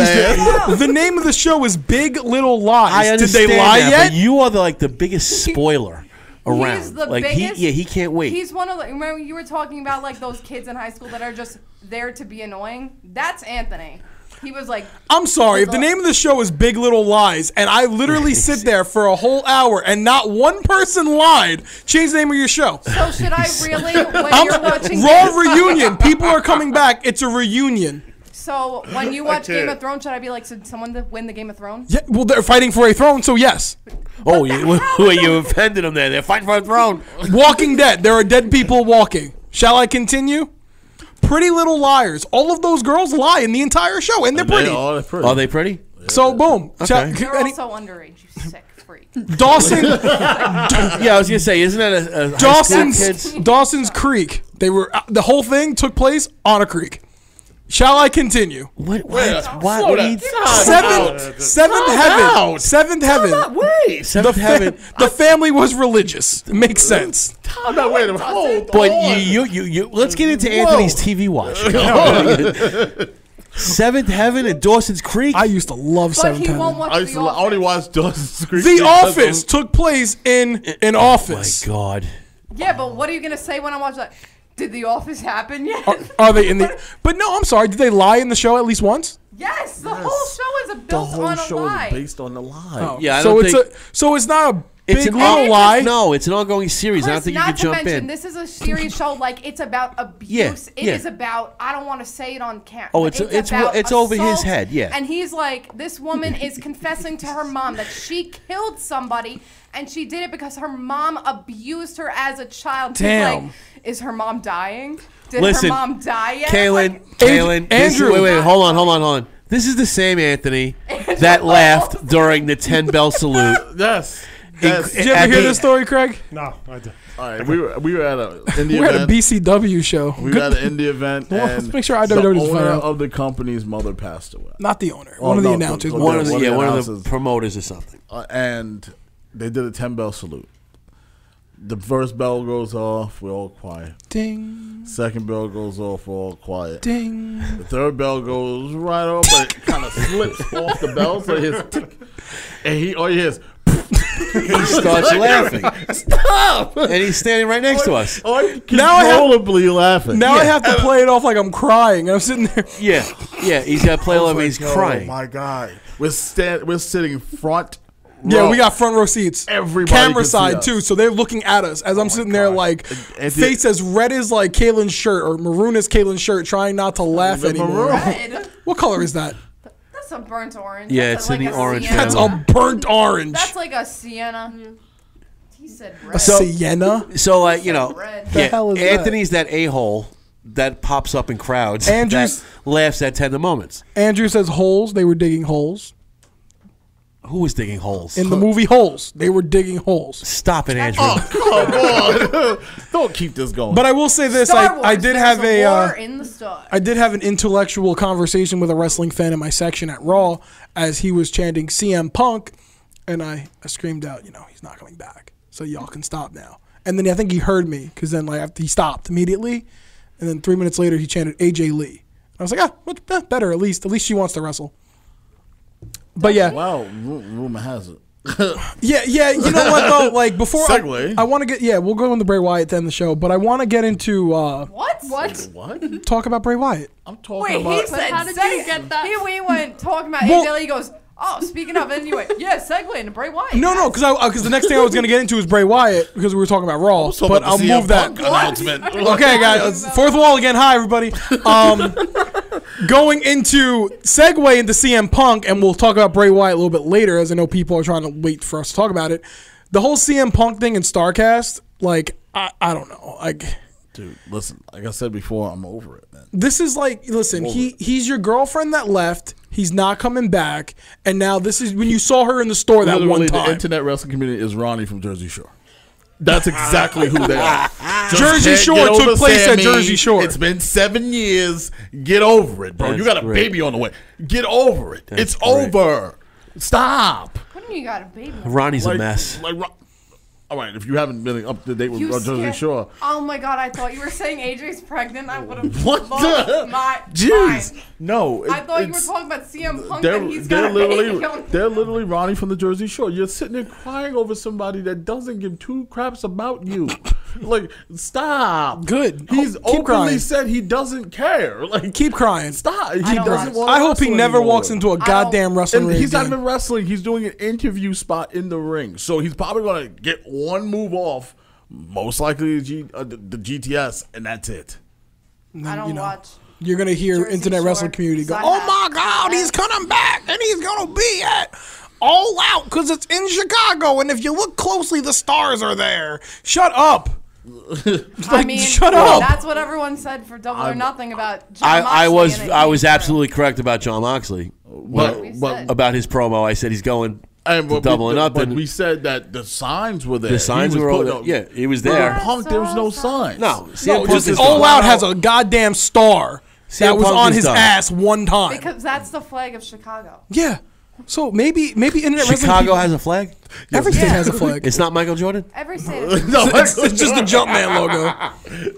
S5: the,
S3: The name of the show is Big Little
S5: I
S3: Lies. Did
S5: understand
S3: they lie
S5: that,
S3: yet?
S5: But you are the, like the biggest spoiler around.
S6: He's the
S5: like
S6: biggest.
S5: he, yeah, he can't wait.
S6: He's one of the. Remember, you were talking about like those kids in high school that are just there to be annoying. That's Anthony. He was like,
S3: I'm sorry. If the name of the show is Big Little Lies, and I literally sit there for a whole hour and not one person lied, change the name of your show.
S6: "So should I really?" When you're watching,
S3: Raw reunion. People are coming back. It's a reunion.
S6: so when you watch Game of Thrones, should I be like, "Should someone th- win the Game of Thrones?"
S3: Yeah, well, they're fighting for a throne, so yes.
S5: oh, you, wait, you offended him there. They're fighting for a throne.
S3: Walking Dead. There are dead people walking. Shall I continue? Pretty Little Liars. All of those girls lie in the entire show, and they're pretty.
S7: Oh, that's pretty.
S5: Are they pretty?
S3: so boom. Shall-
S6: They're
S3: any-
S6: also underage. You sick freak.
S3: Dawson.
S5: Yeah, I was gonna say, isn't that a, a high school
S3: Dawson's
S5: kids?
S3: Dawson's Creek. They were uh, the whole thing took place on a creek. Shall I continue?
S5: What? What?
S11: Slow
S5: What?
S11: down.
S5: what do you-
S3: Seventh, seventh heaven, seventh heaven.
S11: Wait,
S5: Seventh heaven.
S3: The family was religious. Makes
S6: Uh,
S3: sense.
S11: time out. Wait a minute. Hold
S5: But
S3: Oh,
S11: on.
S5: you, you, you, you, let's get into Anthony's TV watch. Seventh Heaven and Dawson's Creek.
S3: I used to love
S6: But
S3: seventh
S6: he
S3: heaven.
S6: won't watch
S7: I,
S6: the
S7: used to, li- I
S6: Office.
S7: only watched Dawson's Creek.
S3: The
S7: because of-
S3: Office took place in an
S5: oh My
S3: office.
S5: God.
S6: Yeah, but what are you gonna say when I watch that? Did the Office happen yet?
S3: Are they in the? But no, I'm sorry. Did they lie in the show at least once?
S6: yes, the whole show is a
S7: The
S6: built
S7: whole
S6: on a
S7: show
S6: lie.
S7: is based on the lie.
S5: Yeah, I
S3: so
S5: don't
S3: it's
S5: think-
S3: a so it's not a
S5: It's
S3: big
S5: an
S3: little
S5: ongoing-
S3: lie.
S5: No, it's an ongoing series. I don't
S6: Chris,
S5: think you
S6: not
S5: can
S6: to
S5: jump
S6: mention,
S5: in.
S6: This is a serious show. Like it's about abuse.
S5: Yeah,
S6: It is
S5: yeah.
S6: about I don't want to say it on camera.
S5: Oh, it's- it's-
S6: about
S5: it's over his
S6: assault,
S5: head, yeah.
S6: And he's like, this woman is confessing to her mom that she killed somebody, and she did it because her mom abused her as a child. He's
S3: Damn.
S6: like, is her mom dying? Did
S5: Listen,
S6: her mom die yet?
S5: Kaylin,
S6: Like,
S5: Kaylin, this is-
S3: Andrew.
S5: wait, wait, hold on, hold on, hold on. This is the same Anthony that laughed during the ten bell salute.
S7: Yes.
S5: In-
S7: Yes.
S3: Did you ever
S5: at
S3: hear
S5: the-
S3: this story, Craig?
S4: No, I d-
S7: All right, we were we were at a India
S3: We're at a
S7: event.
S3: BCW show.
S7: we were
S3: Good-
S7: at an indie event.
S3: Well,
S7: and
S3: let's make sure IWW
S7: the
S3: doesn't find
S7: owner
S3: out.
S7: of the company's mother passed away.
S3: Not the owner. One of the announcers.
S5: Oh, One of the- yeah, one of the
S7: promoters
S5: or something.
S7: Uh, and they did a ten bell salute. The first bell goes off, we're all quiet.
S3: Ding.
S7: Second bell goes off, we're all quiet.
S3: Ding.
S7: The third bell goes right off, but it kind of slips off the bell, so it hits tick. And he, all he hears,
S5: He starts laughing.
S7: Stop!
S5: And he's standing right next to us.
S7: Oh,
S3: Now I have-
S7: Uncontrollably laughing.
S3: Now I
S5: Yeah.
S3: have to play it off like I'm crying. and I'm sitting there.
S5: Yeah, yeah. He's got play love. Oh,
S3: Oh
S5: He's
S7: Yo,
S5: crying.
S7: my God, we're stand, we're sitting front.
S3: Yeah,
S7: row.
S3: we got front row seats.
S7: Everybody
S3: Camera
S7: could see
S3: side
S7: us. Oh
S3: too, so they're looking at us as I'm sitting there like
S7: and the-
S3: face as red as like Kalen's shirt or maroon as Kalen's shirt, trying not to laugh
S7: even
S3: anymore.
S7: maroon.
S6: Red.
S3: What color is that?
S6: That's a burnt orange.
S5: Yeah,
S6: That's
S5: it's
S6: a-
S5: in
S6: like
S5: the
S6: a
S5: orange
S6: sienna.
S3: That's a burnt orange.
S6: That's like a sienna. He said
S3: A
S6: red.
S3: sienna.
S5: So like you know,
S6: Red.
S5: yeah,
S3: The hell is that?
S5: Anthony's that a hole that pops up in crowds.
S3: Andrew's-
S5: that laughs at tender moments.
S3: Andrew says holes. They were digging holes
S5: Who was digging holes?
S3: in the movie Holes. They were digging holes.
S5: Stop it, Andrew.
S7: Come on, don't keep this going.
S3: But I will say this:
S6: Star
S3: I, I
S6: Wars,
S3: did
S6: there's
S3: have a.
S6: war
S3: uh,
S6: in the stars.
S3: I did have an intellectual conversation with a wrestling fan in my section at Raw as he was chanting CM Punk, and I, I screamed out, you know, he's not coming back, so y'all can stop now. And then I think he heard me because then like after he stopped immediately, and then three minutes later he chanted AJ Lee. And I was like, ah, much be- better at least. At least she wants to wrestle. But yeah,
S7: wow, ru- rumor has it.
S3: yeah, yeah. You know what though? Like before,
S7: Segue.
S3: I, I want to get yeah. We'll go into Bray Wyatt to end the show, but I want to get into uh,
S6: What? What?
S7: What?
S3: talk about Bray Wyatt.
S7: I'm talking
S6: Wait, he
S7: about.
S6: said.
S9: how did
S6: seg-
S9: you get that?
S6: He, we went talking about
S3: Well-
S6: well, He goes, oh, speaking of, and you went, yeah, segue into Bray Wyatt.
S3: No, no, because I because the next thing I was gonna get into is Bray Wyatt because we were talking about Raw,
S7: So
S3: but
S7: about
S3: I'll
S7: the CM
S3: move that.
S7: Punk announcement.
S3: Okay, guys, fourth wall again. Hi, everybody. Um, going into segue into CM Punk, and we'll talk about Bray Wyatt a little bit later, as I know people are trying to wait for us to talk about it. The whole CM Punk thing in Starcast, like I, I don't know, like.
S7: Dude, listen. Like I said before, I'm over it, man.
S3: This is like, listen, he he's your girlfriend that left. He's not coming back, and now this is when you saw her in the store that
S7: Literally,
S3: one
S7: the
S3: time.
S7: internet wrestling community is Ronnie from Jersey Shore. That's exactly who they are. Just
S3: Jersey
S7: can't
S3: Shore
S7: get
S3: took
S7: over
S3: place at Jersey Shore.
S7: It's been seven years. Get over it, bro. you
S5: That's
S7: got a
S5: great.
S7: baby on the way. Get over it.
S5: That's
S7: it's
S5: great.
S7: over. Stop.
S6: Couldn't you got a baby?
S5: Ronnie's
S7: Like-
S5: a mess.
S7: Like, Ro- all right, if you haven't been up to date with
S6: You
S7: Ro- Jersey
S6: scared-
S7: Shore,
S6: Oh my god, I thought you were saying AJ's pregnant. I would have
S7: What
S6: lost
S7: the?
S6: my
S7: Jeez.
S6: mind.
S7: No.
S6: I
S7: it-
S6: thought you were
S7: it's-
S6: talking about CM Punk
S7: They're,
S6: and he's
S7: they're
S6: got a
S7: literally
S6: baby. on-
S7: they're literally Ronnie from the Jersey Shore. You're sitting there crying over somebody that doesn't give two craps about you. like, stop.
S3: Good. Oh,
S7: He's
S3: Keep
S7: openly
S3: crying.
S7: said he doesn't care. Like,
S3: Keep crying.
S7: stop. He
S6: don't
S7: doesn't
S6: watch.
S7: want.
S3: I hope he never walks into a goddamn wrestling
S7: And
S3: ring.
S7: he's not
S3: again.
S7: even wrestling. He's doing an interview spot in the ring, so he's probably gonna get one move off, most likely the, G, uh, the, the GTS, and that's it.
S6: I don't
S3: you know.
S6: watch.
S3: You're gonna hear
S6: Jersey
S3: internet wrestling
S6: Shore,
S3: community go,
S6: Zaha,
S3: "Oh my God,
S6: Zaha."
S3: he's coming back, and he's gonna be at All Out because it's in Chicago, and if you look closely, the stars are there." Shut up.
S6: I mean,
S3: shut up.
S6: That's what everyone said for Double or Nothing about. John
S5: I, I
S6: Moxley
S5: was
S6: and
S5: I was
S6: AJ.
S5: absolutely correct about John Moxley
S7: But,
S6: We
S7: but
S6: said.
S5: about his promo. I said he's going
S7: And
S5: to
S7: but
S5: doubling
S7: we,
S5: up.
S7: But
S5: and
S7: we said that the signs were there.
S5: The signs
S7: He was
S5: were all
S7: putting
S5: there.
S7: up-
S5: Yeah, he was
S7: But
S5: there.
S7: with Punk, there was no signs.
S5: no,
S3: No,
S5: CM Punk
S3: just
S5: is
S3: All
S5: done.
S3: Out has a goddamn star that
S5: CM
S3: was
S5: Punk
S3: on
S5: is
S3: his
S5: done.
S3: ass one time.
S6: Because that's the flag of Chicago.
S3: yeah. So maybe maybe internet
S5: Chicago
S3: wrestling
S5: has a flag.
S3: people, everything
S6: Yeah.
S3: has a flag.
S5: It's not Michael Jordan.
S6: Every state. Is,
S7: No,
S3: it's, it's just the Jumpman logo.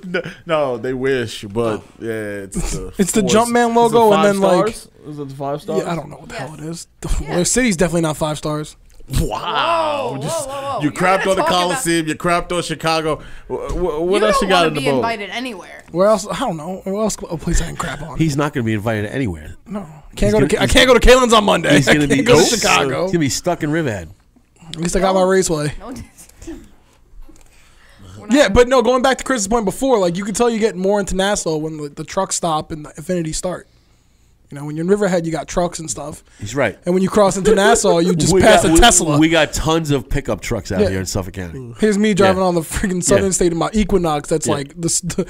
S7: no, no, they wish, but yeah, it's the
S3: It's the
S7: force.
S3: Jumpman
S7: Is it
S3: logo and
S7: five
S3: then, like-
S7: stars? is it the five stars?
S3: Yeah, I don't know what the hell it is.
S6: Yeah.
S3: Their city's definitely not five stars.
S7: Wow,
S6: Whoa, whoa,
S7: just,
S6: whoa, whoa.
S7: you
S6: You're
S7: crapped
S6: gonna
S7: on the
S6: talk about-
S7: Coliseum, you crapped on Chicago. What, what
S6: you
S7: else you
S6: don't
S7: got
S6: want to
S7: in the
S6: be
S7: bowl?
S6: invited anywhere.
S3: Where else? I don't know. Where else? A place I can crap on.
S5: He's not going to be invited anywhere.
S3: No, can't go to. I can't go to Kalen's on Monday.
S5: He's going to
S3: I
S5: be
S3: can't go to
S5: Nope.
S3: Chicago.
S5: He's going to be stuck in Riverhead.
S3: At least I got my raceway.
S6: No.
S3: Yeah, but no, going back to Chris's point before, like you can tell you get more into Nassau when the, the trucks stop and the Infinity start. You know, when you're in Riverhead, you got trucks and stuff,
S5: He's right.
S3: and when you cross into Nassau, you just
S5: We
S3: pass
S5: got-
S3: a
S5: we-
S3: Tesla.
S5: We got tons of pickup trucks out
S3: Yeah.
S5: here in Suffolk County.
S3: Here's me driving
S5: Yeah.
S3: on the freaking southern
S5: Yeah.
S3: state of my Equinox. That's
S5: Yeah.
S3: like the, s- the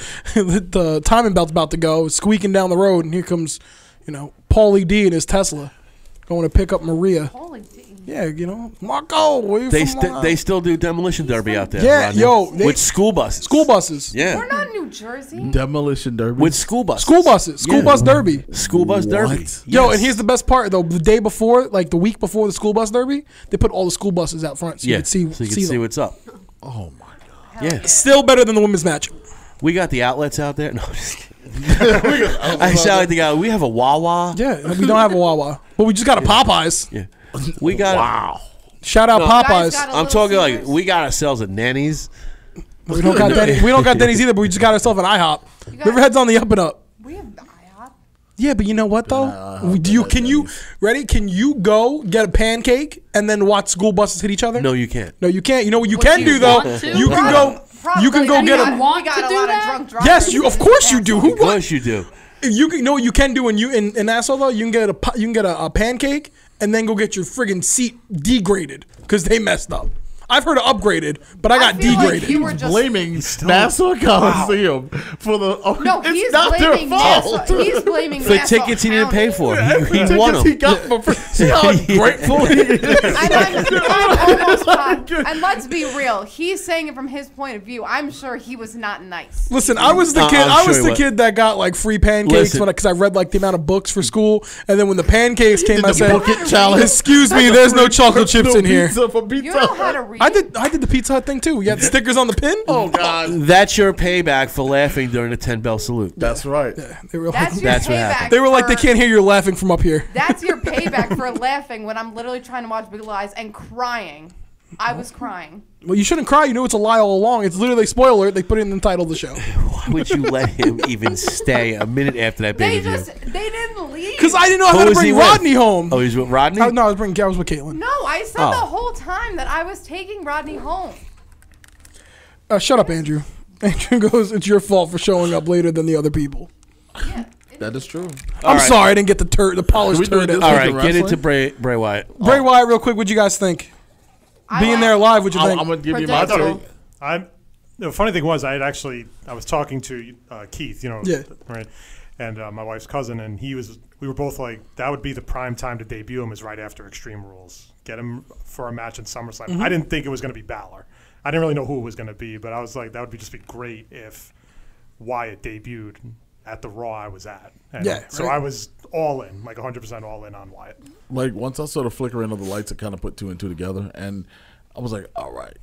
S3: the timing belt's about to go, squeaking down the road, and here comes, you know, Paulie D and his Tesla, going to pick up Maria.
S6: Holy D.
S3: Yeah, you know, Marco, where you
S5: They
S3: from?
S5: st- they still do demolition derby out there.
S3: Yeah,
S5: Rodney.
S3: yo, they-
S5: with school buses.
S3: School buses.
S5: Yeah,
S6: We're not in New Jersey.
S10: Demolition derby.
S5: with school buses.
S3: School buses, school
S10: Yeah.
S3: bus derby.
S5: School bus derby.
S10: What?
S3: Yo, and here's the best part though. The day before, like the week before the school bus derby, they put all the school buses out front so
S5: yeah,
S3: you could see
S5: so you
S3: see
S5: can see
S3: them.
S5: what's up.
S10: Oh my.
S5: Yeah,
S3: Still better than the women's match.
S5: we got the outlets out there. No, I'm just kidding. I sound like the guy. We have a Wawa.
S3: Yeah, and we don't have a Wawa, but we just got a Popeyes.
S5: Yeah. We got.
S10: Wow.
S3: Shout out
S6: Guys
S3: Popeyes.
S6: got a
S5: I'm
S6: little
S5: talking like
S6: Caesars.
S5: we got ourselves a nannies.
S3: we don't got Denny, we don't got Denny's either, but we just got ourselves an IHOP.
S6: got-
S3: Riverhead's on the up and up.
S6: We have IHOP.
S3: Yeah, but you know what though? We- Do you can you ready? Can you go get a pancake and then watch school buses hit each other?
S5: No, you can't.
S3: no, you can't. You know what you can
S9: you
S3: do though?
S9: want to?
S3: You can go.
S6: Probably
S3: You can go
S6: we
S3: get
S6: got-
S3: a.
S9: anyone- Want
S6: we got
S9: to
S6: a
S9: do
S6: lot
S9: that?
S6: Of drunk
S3: Yes,
S6: drivers
S3: you. Of
S6: in
S3: course you do. Who
S5: Of
S3: wants
S5: course you do.
S3: You can know what you can do in you in, in asshole though. You can get a pa- you can get a, a pancake and then go get your friggin' seat degraded because they messed up. I've heard of upgraded, but I got
S6: feel like
S3: degraded.
S6: you were just-
S10: Blaming Nassau Coliseum for the. Oh,
S6: No,
S10: it's
S6: he's
S10: not their
S6: blaming
S10: fault.
S6: Nassau. He's blaming
S5: The
S6: Nassau
S5: tickets he didn't pay
S6: County.
S5: for.
S10: Every
S5: He
S10: tickets
S5: won them.
S10: he got for free. See how
S5: Yeah.
S10: grateful he is.
S6: And, I'm, I'm almost positive. and let's be real. He's saying it from his point of view. I'm sure he was not nice.
S3: Listen, I was the
S5: Uh,
S3: kid.
S5: I'm
S3: I
S5: sure
S3: was
S5: he
S3: the
S5: was.
S3: kid that got like free pancakes
S5: Listen.
S3: when because I read like the amount of books for school, and then when the pancakes came,
S10: did
S3: I
S10: the
S3: said,
S10: bucket challenge.
S3: "Excuse me, there's no chocolate chips
S10: No
S3: in here."
S10: pizza for pizza.
S6: You know how to read.
S3: I did. I did the Pizza Hut thing too. We got stickers on the pin.
S10: Oh God,
S5: That's your payback for laughing during the ten bell salute.
S10: that's right.
S3: they were like,
S6: That's your
S5: That's what
S6: payback.
S5: happened.
S3: they were like, they
S6: for-
S3: can't hear you laughing from up here.
S6: That's your payback for laughing when I'm literally trying to watch Big Lies and crying. I was crying.
S3: Well, you shouldn't cry. You know it's a lie all along. It's literally spoiler. alert, They put it in the title of the show.
S5: Why would you let him even stay a minute after that
S6: They
S5: baby?
S6: just they didn't leave.
S3: Because I didn't know
S5: Who
S3: how to
S5: was he
S3: bring
S5: with?
S3: Rodney home.
S5: Oh, he's with Rodney.
S3: I, no, I was bringing. I was with Caitlin.
S6: no, I said
S5: Oh.
S6: the whole time that I was taking Rodney home.
S3: Uh, shut up, Andrew. Andrew goes, "It's your fault for showing up later than the other people."
S10: That is true.
S3: I'm
S5: right.
S3: sorry, I didn't get the tur the polished
S10: we do
S3: turd.
S10: this?
S3: out.
S5: All
S10: Like
S5: right,
S10: the
S5: get
S10: wrestling?
S5: into Bray Bray Wyatt.
S3: Bray Wyatt, real quick. What'd you guys think?
S6: I
S3: Being
S6: like-
S3: there live, what'd you
S10: I'm,
S3: think?
S10: I'm gonna give you my
S6: Predictable.
S10: take.
S4: I'm. The funny thing was, I had actually I was talking to uh, Keith, you know,
S3: Yeah.
S4: right, and uh, my wife's cousin, and he was. We were both like, that would be the prime time to debut him is right after Extreme Rules. Get him for a match in SummerSlam.
S3: Mm-hmm.
S4: I didn't think it was going to be Balor. I didn't really know who it was going to be, but I was like, that would be just be great if Wyatt debuted at the Raw I was at. And
S3: Yeah,
S4: So
S3: right.
S4: I was all in, like 100% all in on Wyatt.
S10: Like once I saw the flickering of the lights, I kind of put two and two together, and I was like, "All right,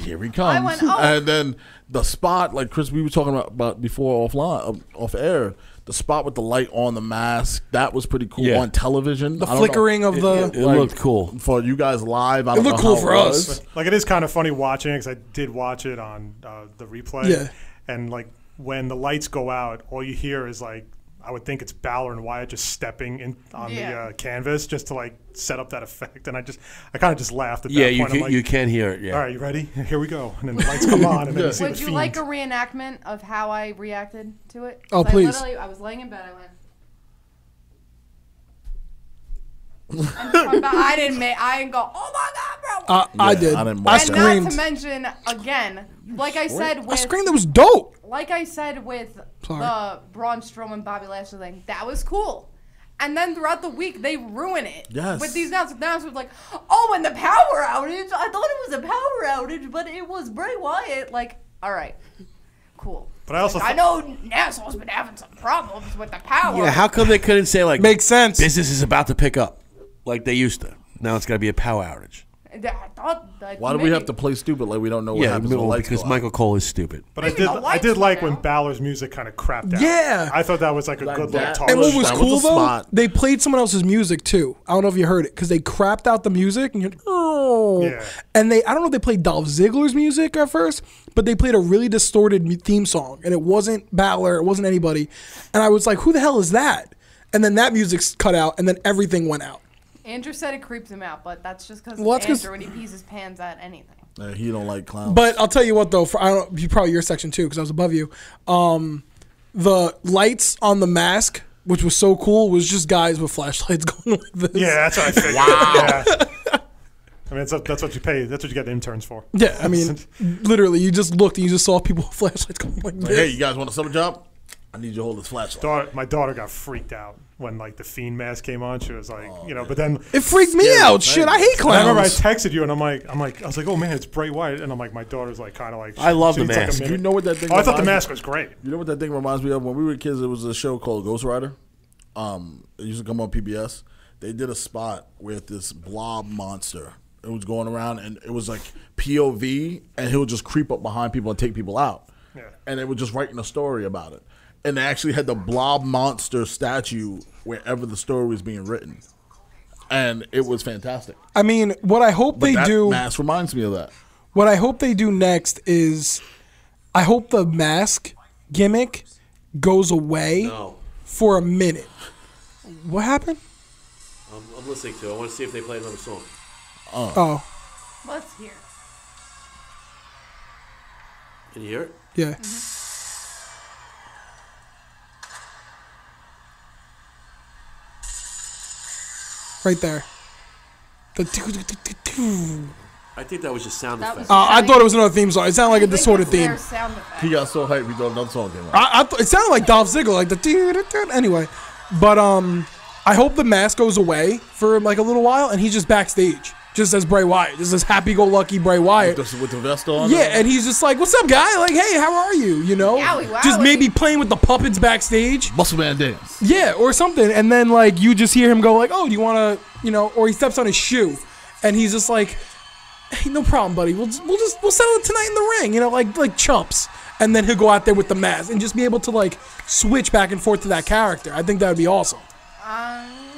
S10: here he comes."
S6: went, "Oh."
S10: And then the spot, like Chris, we were talking about, about before offline, uh, off air, the spot with the light on the mask that was pretty cool
S5: Yeah.
S10: on television.
S3: the
S10: I don't know.
S3: flickering of the.
S5: It looked cool.
S10: for you guys live. I don't
S3: looked
S10: know
S3: cool
S10: how
S3: for
S10: it
S3: us.
S10: was.
S4: Like it is kind of funny watching because I did watch it on uh, the replay.
S3: Yeah.
S4: And like when the lights go out, all you hear is like I would think it's Balor and Wyatt just stepping in on the
S6: Yeah.
S4: uh, canvas just to like set up that effect. And I just I kind of just laughed at
S5: Yeah,
S4: that
S5: you
S4: point.
S5: can,
S4: I'm like,
S5: you can hear it. Yeah.
S4: All right, you ready? Here we go. And then the lights come on, and then you see
S6: Would
S4: the
S6: you
S4: fiend.
S6: like a reenactment of how I reacted to it?
S3: Oh,
S6: 'Cause
S3: please.
S6: I literally, I was laying in bed. I went. And from back- I didn't make. I didn't go. Oh my god, bro!
S3: I, I
S10: Yeah,
S3: did.
S10: I
S3: I,
S10: didn't watch
S6: and
S10: that.
S3: Uh, screamed.
S6: not to mention again, like I said
S3: I
S6: with,
S3: screamed. That was dope.
S6: like I said with
S3: Sorry.
S6: the Braun Strowman Bobby Lashley thing, that was cool. And then throughout the week, they ruin it
S10: Yes.
S6: with these announcements. Announcements like, "Oh, and the power outage! I thought it was a power outage, but it was Bray Wyatt." Like, all right, cool.
S4: But I also
S6: I
S4: thought-
S6: know Nassau's been having some problems with the power.
S5: Yeah. How come they couldn't say like
S3: Makes sense.
S5: business is about to pick up, like they used to? Now it's got to be a power outage.
S6: And I thought, like,
S10: Why do we
S6: maybe-
S10: have to play stupid like we don't know what
S5: Yeah,
S10: happens when the
S5: well,
S10: lights
S5: because
S10: go out?
S5: Michael Cole is stupid.
S4: but I
S6: Maybe
S4: did
S6: the
S4: I
S6: lights
S4: did
S6: go
S4: like when
S6: down.
S4: Balor's music kind of crapped out.
S3: Yeah.
S4: I thought that was like a good little
S10: that-
S4: talk.
S3: And what
S10: That
S3: was
S10: was
S3: cool
S10: a
S3: though,
S10: spot.
S3: they played someone else's music too. I don't know if you heard it because they crapped out the music and you're like, oh.
S4: Yeah.
S3: And they, I don't know if they played Dolph Ziggler's music at first, but they played a really distorted mu- theme song and it wasn't Battler, it wasn't anybody. And I was like, who the hell is that? And then that music's cut out and then everything went out.
S6: Andrew said it creeps him out, but that's just because
S3: Well, that's 'cause-
S6: Andrew and he pees his pants at anything.
S10: Uh, he don't like clowns.
S3: But I'll tell you what though, for I don't you probably your section too because I was above you. Um, the lights on the mask, which was so cool, was just guys with flashlights going like this.
S4: Yeah, that's what I figured. wow. I mean, that's, that's what you pay. That's what you get interns for.
S3: Yeah, I mean, literally, you just looked and you just saw people with flashlights going like
S10: Like, hey,
S3: this.
S10: you guys want a summer job?
S7: I need you to hold this flashlight.
S4: Daughter, my daughter got freaked out when like the fiend mask came on. She was like,
S5: Oh,
S4: you know, but then
S3: It freaked me Scary out. thing. Shit, I hate
S4: And I remember I
S3: clowns.
S4: texted you and I'm like, I'm like, I was like, oh man, it's bright white, and I'm like, my daughter's like, kind of like,
S7: I
S4: she needs, like, a minute.
S7: you know what that thing?
S4: Oh, I thought the
S7: reminds me-
S4: mask was great.
S7: You know what that thing reminds me of? When we were kids, there was a show called Ghost Rider. Um, it used to come on PBS. They did a spot with this blob monster. It was going around, and it was like POV, and he would just creep up behind people and take people out. And they were just writing a story about it. And they actually had the blob monster statue wherever the story was being written, and it was fantastic.
S3: I mean, what I hope
S7: But
S3: they
S7: that
S3: do.
S7: mask reminds me of that.
S3: What I hope they do next is, I hope the mask gimmick goes away for a minute. What happened?
S5: I'm, Um, I'm listening to. it. I want to see if they play another song.
S3: Oh.
S6: Let's hear.
S5: Can you hear it?
S3: yeah. Right there. The
S5: I think that was just sound
S6: That
S5: effects.
S3: Uh, I thought it was another theme song. It sounded like a disordered
S6: Their
S3: theme.
S6: sound effect.
S7: He got so hyped, we thought another song came out.
S3: I, I th- it sounded like Dolph Ziggler, like the doo- doo- doo- anyway. But um, I hope the mask goes away for like a little while, and he's just backstage, just as Bray Wyatt, just as happy-go-lucky Bray Wyatt.
S7: With the, with the vest on.
S3: Yeah, and he's just like, "What's up, guy? Like, hey, how are you? You know,
S7: Yowie,
S3: just
S7: wowie.
S3: maybe playing with the puppets backstage,
S7: muscle man dance.
S3: Yeah, or something, and then like you just hear him go like, "Oh, do you want to?" You know, or he steps on his shoe, and he's just like, "Hey, no problem, buddy. We'll just, we'll just we'll settle it tonight in the ring." You know, like like chumps, and then he'll go out there with the mask and just be able to like switch back and forth to that character. I think that would be awesome.
S6: Um, I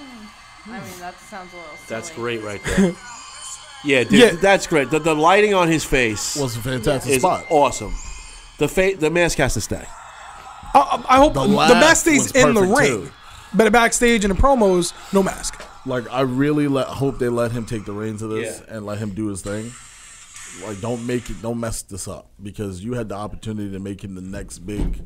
S6: mean, that sounds a little.
S5: That's great right there. yeah, dude, that's great. The, the lighting on his face was
S7: a fantastic
S5: spot. Awesome. The fa- the mask has to stay.
S3: I, I I hope the,
S7: laugh
S3: mask stays
S7: was
S3: in the
S7: perfect,
S3: ring,
S7: too.
S3: but backstage and in promos, no mask.
S7: Like I really let, hope they let him take the reins of this and let him do his thing. Like don't make it, don't mess this up because you had the opportunity to make him the next big,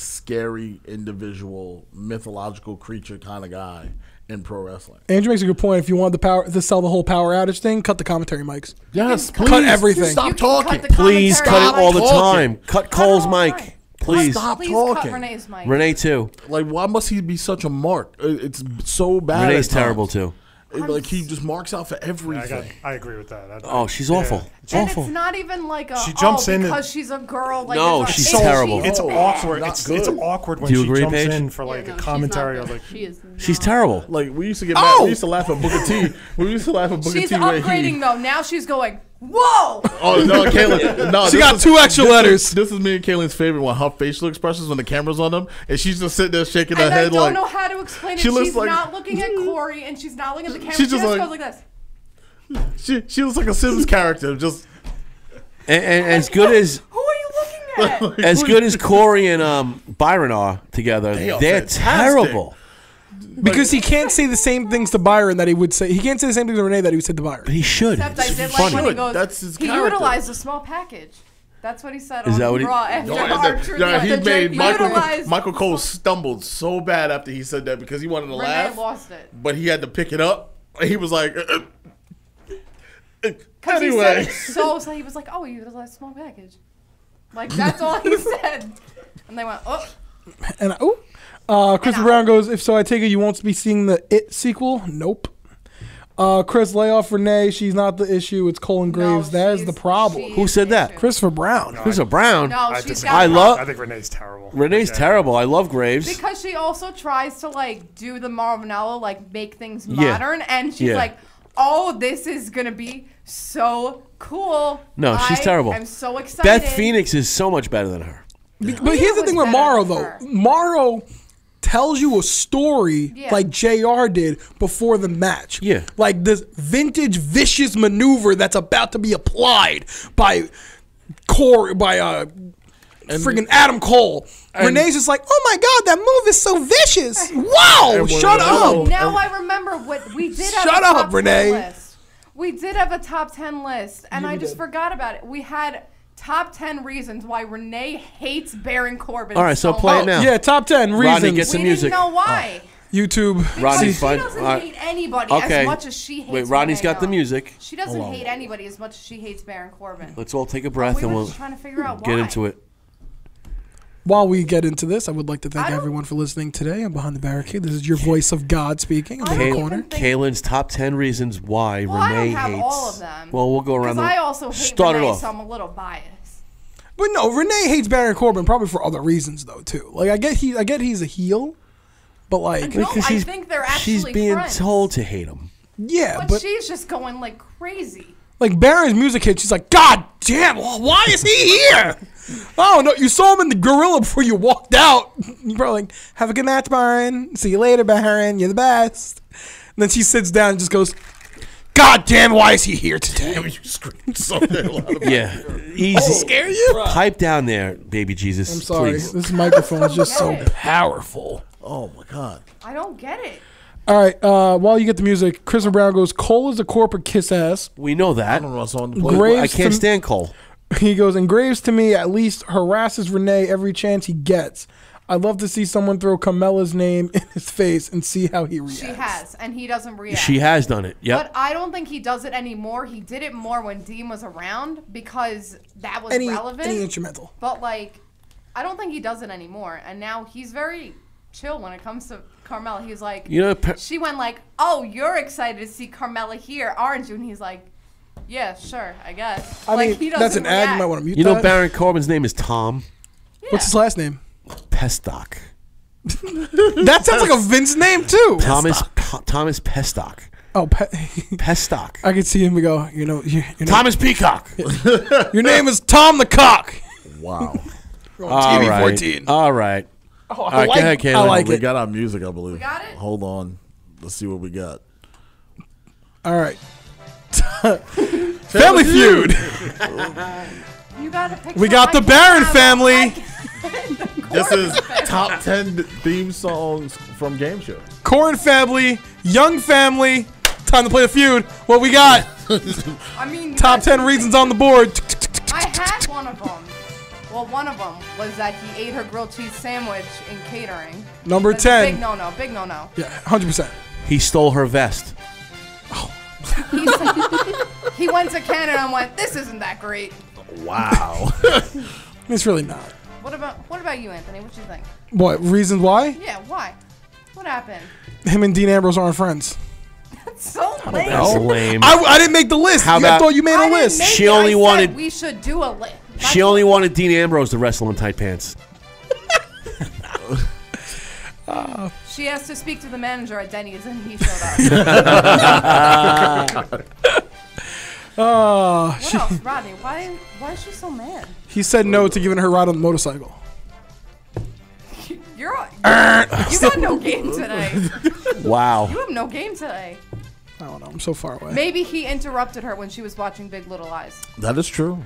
S7: scary individual, mythological creature kind of guy in pro wrestling.
S3: Andrew makes a good point. If you want the power to sell the whole power outage thing, cut the commentary mics.
S7: Yes,
S3: cut everything.
S7: talking.
S5: Please cut it
S7: commentary.
S5: all the
S7: Stop
S5: time.
S7: talking.
S5: Cut Cole's mic. Please.
S7: stop
S6: Please cut
S7: talking.
S6: Renee's mic.
S5: Renee too.
S7: Like why must he be such a mark? Uh, It's so bad.
S5: Renee's
S7: at times.
S5: terrible too.
S7: It- Like he just marks out for
S4: I got,
S7: everything.
S4: I agree with that. I-
S5: Oh, she's
S4: yeah.
S5: awful.
S6: And it's not even like a.
S4: She jumps
S6: oh,
S4: in and-
S6: because she's a girl. Like
S5: No,
S6: it's a-
S5: she's
S6: it's-
S5: terrible.
S4: It's
S7: Oh,
S4: awkward.
S7: not
S4: It's, it's
S7: good.
S4: awkward when
S5: Do you
S4: she
S5: agree,
S4: jumps
S5: Paige?
S4: in for like a commentary or like
S12: She is.
S5: She's terrible.
S7: Like we used to get mad.
S3: Oh!
S7: We used to laugh at Booker T. We used to laugh at Booker
S6: She's
S7: T. when he-
S6: upgrading though. Now she's going. Whoa!
S7: Oh no, Kaylin. No,
S3: She
S7: this
S3: got
S7: is-
S3: two extra
S7: this is-
S3: letters.
S7: this is me and Kaylin's favorite one. Her facial expressions when the camera's on them, and she's just sitting there shaking her
S6: And I
S7: head
S6: don't
S7: like.
S6: know how to explain it.
S7: She looks
S6: she's
S7: like-
S6: not looking at Corey, and she's not looking at the camera.
S7: She's
S6: she
S7: just
S6: just goes
S7: like-
S6: like this.
S7: She she looks like a Sims character. Just
S5: And, and as good as
S6: Who are you looking at?
S5: as good as Corey and um, Byron are together, they
S7: are
S5: are
S7: fantastic.
S5: terrible.
S3: Because he can't say the same things to Byron that he would say. He can't say the same things to Renee that he would say to Byron.
S5: But he should.
S6: Except I
S5: It's
S6: did like
S5: funny.
S6: when he
S7: Good,
S6: goes.
S7: that's his
S6: he
S7: character.
S6: utilized a small package. That's what he said
S5: Is
S6: on
S5: that what he-
S6: Raw after
S7: Yeah,
S6: our
S7: that- yeah, he made Michael Michael Cole stumbled so bad after he said that because he wanted to
S6: Renee
S7: laugh,
S6: lost it.
S7: but he had to pick it up. He was like, uh, uh, uh,
S6: Because he said
S7: anyway.
S6: it so, so he was like, oh, you have a small package. Like, that's all he said. And they went, oh.
S3: And I, ooh. Uh, Chris Brown goes, if so, I take it you won't be seeing the It sequel? Nope. Uh, Chris, lay off Renee. She's not the issue. It's Colin Graves. that is the problem.
S5: Who said that?
S3: Christopher Brown.
S5: Chris Brown.
S6: No,
S4: I,
S6: she's
S4: disagree.
S6: got
S5: I
S4: I
S5: love
S4: think Renee's terrible.
S5: Renee's
S4: Yeah.
S5: terrible. I love Graves.
S6: Because she also tries to, like, do the Marvinella, like, make things
S5: Yeah.
S6: modern. And she's
S5: Yeah.
S6: like, oh, this is going to be so cool.
S5: No, she's
S6: I
S5: terrible.
S6: I'm so excited.
S5: Beth Phoenix is so much better than her.
S3: But here's the
S6: was
S3: thing with
S6: better
S3: Morrow,
S6: than
S3: though.
S6: her.
S3: Morrow tells you a story
S6: Yeah.
S3: like JR did before the match.
S5: Yeah.
S3: Like this vintage vicious maneuver that's about to be applied by Corey, by uh, friggin' Adam Cole. Renee's just like, oh my God, that move is so vicious. Wow,
S7: And when
S3: shut
S7: Renee-
S3: up.
S6: Now I remember what we did have
S3: Shut
S6: a
S3: up,
S6: top 10
S3: Renee.
S6: list. We did have a top 10 list, and I just forgot about it. We had top 10 reasons why Renee hates Baron Corbin.
S5: All right, so play
S6: oh,
S5: it now.
S3: Yeah, top 10
S5: Rodney
S3: reasons.
S5: gets
S6: We
S5: some music.
S6: didn't know why.
S3: YouTube.
S5: Rodney,
S6: she
S5: fine.
S6: doesn't
S5: All right.
S6: hate anybody
S5: Okay.
S6: as much as she hates
S5: Wait, Rodney's
S6: Renee
S5: got the
S6: Young.
S5: music.
S6: She doesn't hate anybody as much as she hates Baron Corbin.
S5: Let's all take a breath
S6: we
S5: and
S6: were
S5: we'll
S6: just trying to figure out
S5: get
S6: why.
S5: into it.
S3: While we get into this, I would like to thank everyone for listening today. I'm behind the barricade. This is your voice of God speaking in the corner.
S5: Kaylin's top ten reasons why
S6: I don't
S5: Renee
S6: have
S5: hates.
S6: all of them.
S5: Well, we'll go around.
S6: Because
S5: The,
S6: I also hate
S5: start
S6: Renee,
S5: it off.
S6: so I'm a little biased.
S3: But no, Renee hates Baron Corbin probably for other reasons though too. Like I get he, I get he's a heel, but like
S6: No, I think they're actually
S5: She's being
S6: friends.
S5: told to hate him.
S3: yeah,
S6: but,
S3: but
S6: she's just going like crazy.
S3: like Baron's music hit, she's like, God damn, wh- why is he here? oh no, you saw him in the gorilla before you walked out. You're probably like, have a good match, Baron. See you later, Baron. You're the best. And then she sits down and just goes, God damn, why is he here today?
S10: you screamed something loud.
S5: Yeah, easy. Oh.
S3: scare you?
S5: Pipe down there, baby Jesus.
S3: I'm sorry.
S5: please.
S3: This microphone is just so powerful.
S10: Oh my god.
S6: I don't get it.
S3: All right, uh, while you get the music, Chris Brown goes, Cole is a corporate kiss ass.
S5: We know
S10: I
S5: that.
S10: don't know what's on the plate.
S3: Graves
S5: I can't
S3: to-
S5: stand Cole.
S3: He goes, and Graves to me at least harasses Renee every chance he gets. I'd love to see someone throw Carmella's name in his face and see how he reacts.
S6: She has, and he doesn't react.
S5: She has done it. Yep.
S6: But uh, I don't think he does it anymore. He did it more when Dean was around because that was
S3: any,
S6: relevant.
S3: any instrumental.
S6: but like, I don't think he does it anymore. And now he's very chill when it comes to Carmella. He's like,
S5: You know, pe-
S6: she went like, "Oh, you're excited to see Carmella here, aren't you?" And he's like, "Yeah, sure, I guess."
S3: I
S6: like,
S3: mean, that's an ad. You might want to mute
S5: you know
S3: that.
S5: Baron Corbin's name is Tom
S3: What's his last name?
S5: Pestock.
S3: That sounds like a Vince name too.
S5: Thomas P- Thomas Pestock.
S3: Oh, Pe-
S5: Pestock.
S3: I could see him go. You know, your, your, name,
S5: Thomas Peacock.
S3: your name is Tom the Cock.
S10: Wow.
S5: All right.
S3: 14.
S5: All right.
S3: Oh,
S5: All right, go ahead,
S3: I
S5: Kayla.
S3: like
S10: we
S3: it.
S10: got our music, I believe. We
S6: got it?
S10: Hold on. Let's see what we got.
S3: All right. Family Feud.
S6: You got to pick.
S3: We
S6: some-
S3: got the
S6: I can't
S3: Baron
S6: have-
S3: family.
S6: I can't-
S10: This is top 10 theme songs from game show.
S3: Corn family, young family. Time to play the feud. What we got?
S6: I mean, you
S3: Top
S6: guys-
S3: 10 reasons on the board.
S6: I had one of them. Well, one of them was that he ate her grilled cheese sandwich in catering.
S3: Number
S6: That's a
S3: 10.
S6: Big no no, big no no.
S3: Yeah, 100%.
S5: He stole her vest.
S6: He went to Canada and went, this isn't that great.
S10: Wow.
S3: It's really not.
S6: What about what about you, Anthony? What you think?
S3: What? Reasons why?
S6: Yeah, why? What happened?
S3: Him and Dean Ambrose aren't friends.
S6: So late.
S5: That's lame.
S3: I, I didn't make the list.
S5: How
S3: you
S5: about-
S3: thought you made
S6: I
S3: a
S6: didn't
S3: list.
S6: make
S5: She
S6: it. I
S5: only
S6: said
S5: wanted-
S6: We should do a list.
S5: she only wanted Dean Ambrose to wrestle in tight pants.
S6: She asked to speak to the manager at Denny's, and he showed up.
S3: Uh,
S5: Ah.
S6: what else, Rodney? Why? Why is she so mad?
S3: he said no to giving her a ride on the motorcycle.
S6: You're you got no game today. You
S5: Wow.
S6: have no game today.
S3: I don't know. I'm so far away.
S6: Maybe he interrupted her when she was watching Big Little Lies.
S10: that is true.